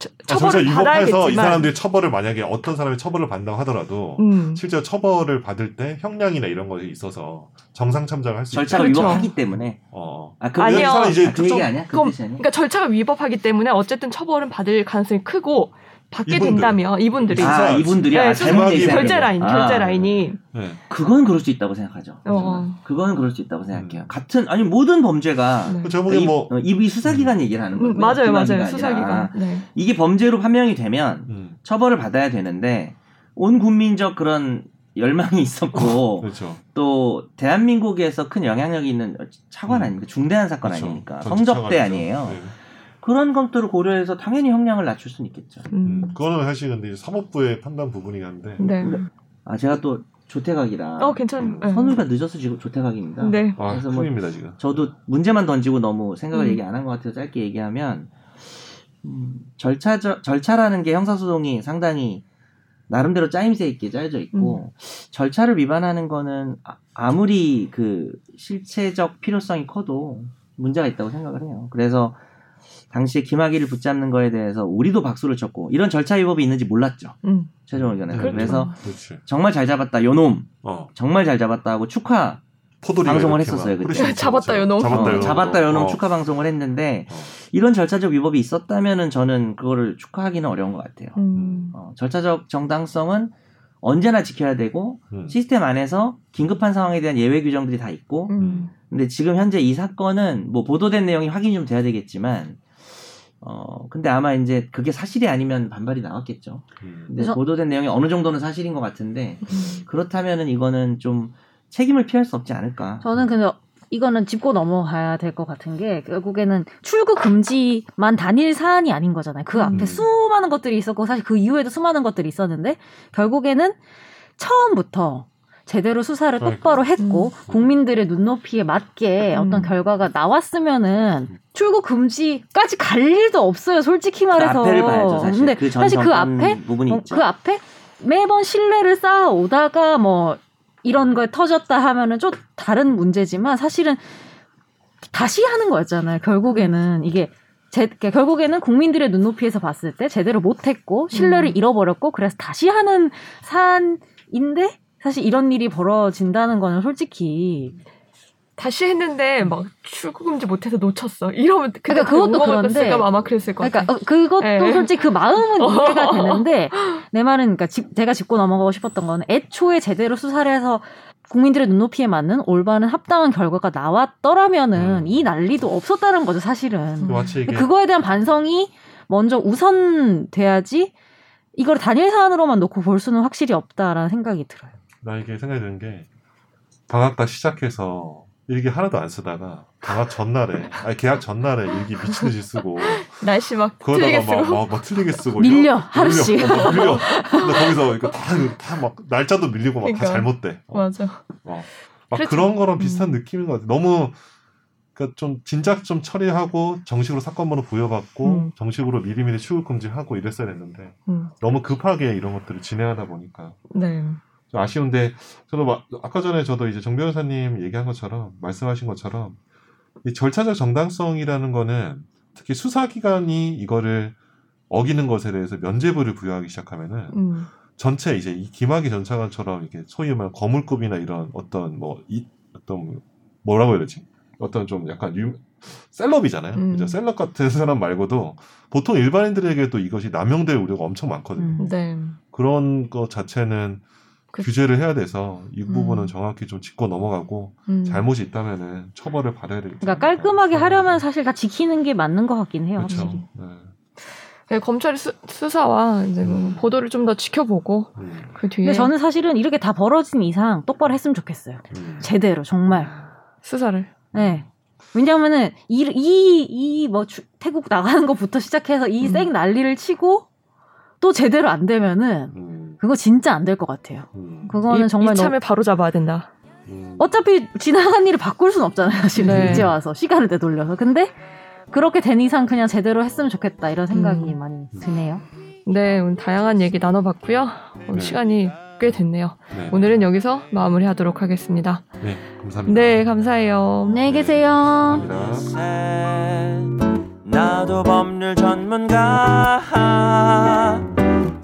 [SPEAKER 5] 처-
[SPEAKER 4] 아, 저는
[SPEAKER 5] 처벌을
[SPEAKER 4] 위법해서
[SPEAKER 5] 받아야겠지만
[SPEAKER 4] 이 사람들이 처벌을 만약에 어떤 사람이 처벌을 받는다고 하더라도
[SPEAKER 5] 음.
[SPEAKER 4] 실제 처벌을 받을 때 형량이나 이런 것에 있어서 정상 참작을 할 수 있죠.
[SPEAKER 3] 절차가
[SPEAKER 5] 그렇죠.
[SPEAKER 3] 위법하기 때문에.
[SPEAKER 4] 어.
[SPEAKER 3] 아, 그
[SPEAKER 5] 아니요.
[SPEAKER 4] 사람 이제
[SPEAKER 3] 아, 그
[SPEAKER 4] 특정-
[SPEAKER 3] 얘기 아니야? 그
[SPEAKER 5] 그럼-
[SPEAKER 3] 뜻이 아니야?
[SPEAKER 5] 그러니까 절차가 위법하기 때문에 어쨌든 처벌은 받을 가능성이 크고 받게
[SPEAKER 4] 이분들.
[SPEAKER 5] 된다면 이분들이
[SPEAKER 4] 아,
[SPEAKER 3] 아, 이분들이
[SPEAKER 5] 네,
[SPEAKER 3] 아,
[SPEAKER 5] 수사-
[SPEAKER 3] 잘못돼 있어야
[SPEAKER 5] 결제
[SPEAKER 3] 되는
[SPEAKER 5] 라인
[SPEAKER 3] 거야.
[SPEAKER 5] 결제
[SPEAKER 3] 아,
[SPEAKER 5] 라인이
[SPEAKER 4] 네.
[SPEAKER 3] 그건 그럴 수 있다고 생각하죠.
[SPEAKER 5] 어.
[SPEAKER 3] 그건 그럴 수 있다고 생각해요. 같은 아니 모든 범죄가
[SPEAKER 5] 네.
[SPEAKER 4] 제가 보기엔 음. 뭐
[SPEAKER 3] 이, 어, 이 수사기관 얘기를 하는 거예요.
[SPEAKER 5] 음, 맞아요
[SPEAKER 3] 중앙기관
[SPEAKER 5] 맞아요
[SPEAKER 3] 아니라.
[SPEAKER 5] 수사기관 네.
[SPEAKER 3] 이게 범죄로 판명이 되면
[SPEAKER 4] 음,
[SPEAKER 3] 처벌을 받아야 되는데 온 국민적 그런 열망이 있었고
[SPEAKER 4] 그렇죠.
[SPEAKER 3] 또 대한민국에서 큰 영향력이 있는 차관
[SPEAKER 4] 음.
[SPEAKER 3] 아닙니까? 중대한 사건
[SPEAKER 4] 그렇죠.
[SPEAKER 3] 아닙니까?
[SPEAKER 4] 전체
[SPEAKER 3] 성접대
[SPEAKER 4] 차관이죠.
[SPEAKER 3] 아니에요.
[SPEAKER 4] 네.
[SPEAKER 3] 그런 것들을 고려해서 당연히 형량을 낮출 수는 있겠죠.
[SPEAKER 5] 음.
[SPEAKER 4] 음, 그거는 사실 근데 이제 사법부의 판단 부분이긴 한데
[SPEAKER 5] 네.
[SPEAKER 3] 아 제가 또 조태각이라
[SPEAKER 5] 어 괜찮. 네.
[SPEAKER 3] 선우가 늦어서 지금 조태각입니다.
[SPEAKER 5] 네.
[SPEAKER 4] 아,
[SPEAKER 3] 그래서 뭐-
[SPEAKER 4] 큰입니다 지금.
[SPEAKER 3] 저도 문제만 던지고 너무 생각을
[SPEAKER 5] 음.
[SPEAKER 3] 얘기 안 한 것 같아서 짧게 얘기하면 음, 절차 절차라는 게 형사소송이 상당히 나름대로 짜임새 있게 짜여져
[SPEAKER 4] 음.
[SPEAKER 3] 있고 절차를 위반하는 거는 아, 무리그 실체적 필요성이 커도 문제가 있다고 생각을 해요. 그래서 당시에 김학의를 붙잡는 거에 대해서 우리도 박수를 쳤고 이런 절차 위법이 있는지 몰랐죠.
[SPEAKER 5] 음.
[SPEAKER 3] 최종 의견에 서
[SPEAKER 4] 그렇죠.
[SPEAKER 3] 그래서
[SPEAKER 4] 그렇지.
[SPEAKER 3] 정말 잘 잡았다 요놈
[SPEAKER 4] 어.
[SPEAKER 3] 정말 잘 잡았다 하고 축하
[SPEAKER 4] 포도리가
[SPEAKER 3] 방송을
[SPEAKER 4] 이렇게 막
[SPEAKER 3] 했었어요, 그때.
[SPEAKER 5] *laughs*
[SPEAKER 4] 뿌리시면서
[SPEAKER 5] 잡았다요, 너무.
[SPEAKER 4] 잡았다요.
[SPEAKER 3] 어,
[SPEAKER 4] 너무.
[SPEAKER 3] 잡았다 요놈
[SPEAKER 4] 어.
[SPEAKER 3] 축하 방송을 했는데
[SPEAKER 4] 어.
[SPEAKER 3] 이런 절차적 위법이 있었다면은 저는 그거를 축하하기는 어려운 것 같아요.
[SPEAKER 5] 음.
[SPEAKER 3] 어, 절차적 정당성은 언제나 지켜야 되고
[SPEAKER 4] 음.
[SPEAKER 3] 시스템 안에서 긴급한 상황에 대한 예외 규정들이 다 있고
[SPEAKER 5] 음.
[SPEAKER 3] 근데 지금 현재 이 사건은 뭐 보도된 내용이 확인이 좀 돼야 되겠지만 어 근데 아마 이제 그게 사실이 아니면 반발이 나왔겠죠.
[SPEAKER 4] 음.
[SPEAKER 3] 근데
[SPEAKER 6] 우선-
[SPEAKER 3] 보도된 내용이 어느 정도는 사실인 것 같은데
[SPEAKER 5] 음.
[SPEAKER 3] 그렇다면은 이거는 좀 책임을 피할 수 없지 않을까.
[SPEAKER 6] 저는 근데
[SPEAKER 2] 이거는 짚고 넘어가야 될 것 같은 게 결국에는 출국 금지만 단일 사안이 아닌 거잖아요. 그 앞에
[SPEAKER 4] 음.
[SPEAKER 2] 수많은 것들이 있었고 사실 그 이후에도 수많은 것들이 있었는데 결국에는 처음부터 제대로 수사를
[SPEAKER 4] 그러니까.
[SPEAKER 2] 똑바로 했고 국민들의 눈높이에 맞게
[SPEAKER 5] 음.
[SPEAKER 2] 어떤 결과가 나왔으면은 출국 금지까지 갈 일도 없어요. 솔직히
[SPEAKER 3] 그
[SPEAKER 2] 말해서.
[SPEAKER 3] 앞에를 봐야죠. 사실
[SPEAKER 2] 근데
[SPEAKER 3] 그
[SPEAKER 2] 사실 그
[SPEAKER 3] 전전
[SPEAKER 2] 앞에
[SPEAKER 3] 부분이
[SPEAKER 2] 어,
[SPEAKER 3] 있죠.
[SPEAKER 2] 그 앞에 매번 신뢰를 쌓아 오다가 뭐 이런 거에 터졌다 하면은 좀 다른 문제지만 사실은 다시 하는 거였잖아요. 결국에는 이게 제, 그러니까 결국에는 국민들의 눈높이에서 봤을 때 제대로 못했고 신뢰를
[SPEAKER 5] 음.
[SPEAKER 2] 잃어버렸고 그래서 다시 하는 사안인데 사실 이런 일이 벌어진다는 거는 솔직히
[SPEAKER 5] 다시 했는데 막 출국금지 못해서 놓쳤어. 이러면
[SPEAKER 2] 그러니까 그것도 그런데-
[SPEAKER 5] 까 아마 그랬을 것
[SPEAKER 2] 그러니까
[SPEAKER 5] 같아.
[SPEAKER 2] 어, 그것도
[SPEAKER 5] 예.
[SPEAKER 2] 솔직히 그 마음은 이해가 되는데 내 말은 그러니까 집- 제가 짚고 넘어가고 싶었던 건 애초에 제대로 수사를 해서 국민들의 눈높이에 맞는 올바른 합당한 결과가 나왔더라면은
[SPEAKER 4] 음.
[SPEAKER 2] 이 난리도 없었다는 거죠 사실은.
[SPEAKER 5] 음.
[SPEAKER 4] 마치 이게
[SPEAKER 2] 그거에 대한 반성이 먼저 우선 돼야지 이걸 단일 사안으로만 놓고 볼 수는 확실히 없다라는 생각이 들어요.
[SPEAKER 4] 나에게 생각이 드는 게 방학 다 시작해서 일기 하나도 안 쓰다가 방학 전날에 아니 계약 전날에 일기 미친 듯이 쓰고
[SPEAKER 5] 날씨 막 틀리게
[SPEAKER 4] 그러다가
[SPEAKER 5] 쓰고.
[SPEAKER 4] 막, 막, 막 틀리게 쓰고
[SPEAKER 2] 밀려,
[SPEAKER 4] 이런-
[SPEAKER 2] 하루씩.
[SPEAKER 4] 밀려, 어, 막 밀려. 근데 거기서 이거 다다막 날짜도 밀리고 막 다
[SPEAKER 5] 그러니까.
[SPEAKER 4] 잘못돼.
[SPEAKER 5] *laughs*
[SPEAKER 4] 어,
[SPEAKER 5] 맞아.
[SPEAKER 4] 막
[SPEAKER 5] 그렇죠.
[SPEAKER 4] 그런 거랑 비슷한
[SPEAKER 5] 음.
[SPEAKER 4] 느낌인 것 같아. 너무 그러니까 좀 진작 좀 처리하고 정식으로 사건번호 부여받고
[SPEAKER 5] 음.
[SPEAKER 4] 정식으로 미리미리 출국 금지하고 이랬어야 됐는데
[SPEAKER 5] 음.
[SPEAKER 4] 너무 급하게 이런 것들을 진행하다 보니까
[SPEAKER 5] 네.
[SPEAKER 4] 좀 아쉬운데 저도 마- 아까 전에 저도 이제 정 변호사님 얘기한 것처럼 말씀하신 것처럼 이 절차적 정당성이라는 거는 특히 수사기관이 이거를 어기는 것에 대해서 면죄부를 부여하기 시작하면은
[SPEAKER 5] 음.
[SPEAKER 4] 전체 이제 이 김학의 전 차관처럼 이렇게 소위 말하는 거물급이나 이런 어떤 뭐 이 어떤 뭐라고 해야 되지 어떤 좀 약간 유 셀럽이잖아요.
[SPEAKER 5] 음.
[SPEAKER 4] 이제 셀럽 같은 사람 말고도 보통 일반인들에게도 이것이 남용될 우려가 엄청 많거든요.
[SPEAKER 2] 음.
[SPEAKER 5] 네.
[SPEAKER 4] 그런 것 자체는
[SPEAKER 5] 그-
[SPEAKER 4] 규제를 해야 돼서 이
[SPEAKER 5] 음.
[SPEAKER 4] 부분은 정확히 좀 짚고 넘어가고
[SPEAKER 5] 음.
[SPEAKER 4] 잘못이 있다면은 처벌을 받아야 되겠다. 음.
[SPEAKER 2] 그러니까 깔끔하게 하려면 사실 다 지키는 게 맞는 것 같긴 해요.
[SPEAKER 4] 그렇죠.
[SPEAKER 2] 확실히.
[SPEAKER 4] 네.
[SPEAKER 5] 예, 검찰의 수, 수사와 이제 뭐
[SPEAKER 4] 음.
[SPEAKER 5] 보도를 좀 더 지켜보고
[SPEAKER 4] 음,
[SPEAKER 5] 그 뒤에
[SPEAKER 2] 근데 저는 사실은 이렇게 다 벌어진 이상 똑바로 했으면 좋겠어요.
[SPEAKER 4] 음.
[SPEAKER 2] 제대로 정말.
[SPEAKER 5] 수사를
[SPEAKER 2] 네. 왜냐하면은 이이이뭐 태국 나가는 것부터 시작해서 이
[SPEAKER 5] 음.
[SPEAKER 2] 쌩 난리를 치고 또 제대로 안 되면은
[SPEAKER 4] 음,
[SPEAKER 2] 그거 진짜 안 될 것 같아요.
[SPEAKER 4] 음,
[SPEAKER 2] 그거는
[SPEAKER 5] 이,
[SPEAKER 2] 정말
[SPEAKER 5] 참에 바로 잡아야 된다.
[SPEAKER 2] 너무-
[SPEAKER 4] 음.
[SPEAKER 2] 어차피 지나간 일을 바꿀 순 없잖아요. *laughs* 지금
[SPEAKER 5] 네.
[SPEAKER 2] 이제 와서 시간을 되돌려서 근데 그렇게 된 이상 그냥 제대로 했으면 좋겠다 이런 생각이
[SPEAKER 5] 음.
[SPEAKER 2] 많이 드네요.
[SPEAKER 5] 네, 오늘 다양한 얘기 나눠봤고요. 오늘
[SPEAKER 4] 네.
[SPEAKER 5] 시간이 꽤 됐네요.
[SPEAKER 4] 네,
[SPEAKER 5] 오늘은 여기서 마무리하도록 하겠습니다.
[SPEAKER 4] 네, 감사합니다.
[SPEAKER 5] 네, 감사해요.
[SPEAKER 2] 안녕히 계세요.
[SPEAKER 4] 감사합니다.
[SPEAKER 7] 나도 법률 전문가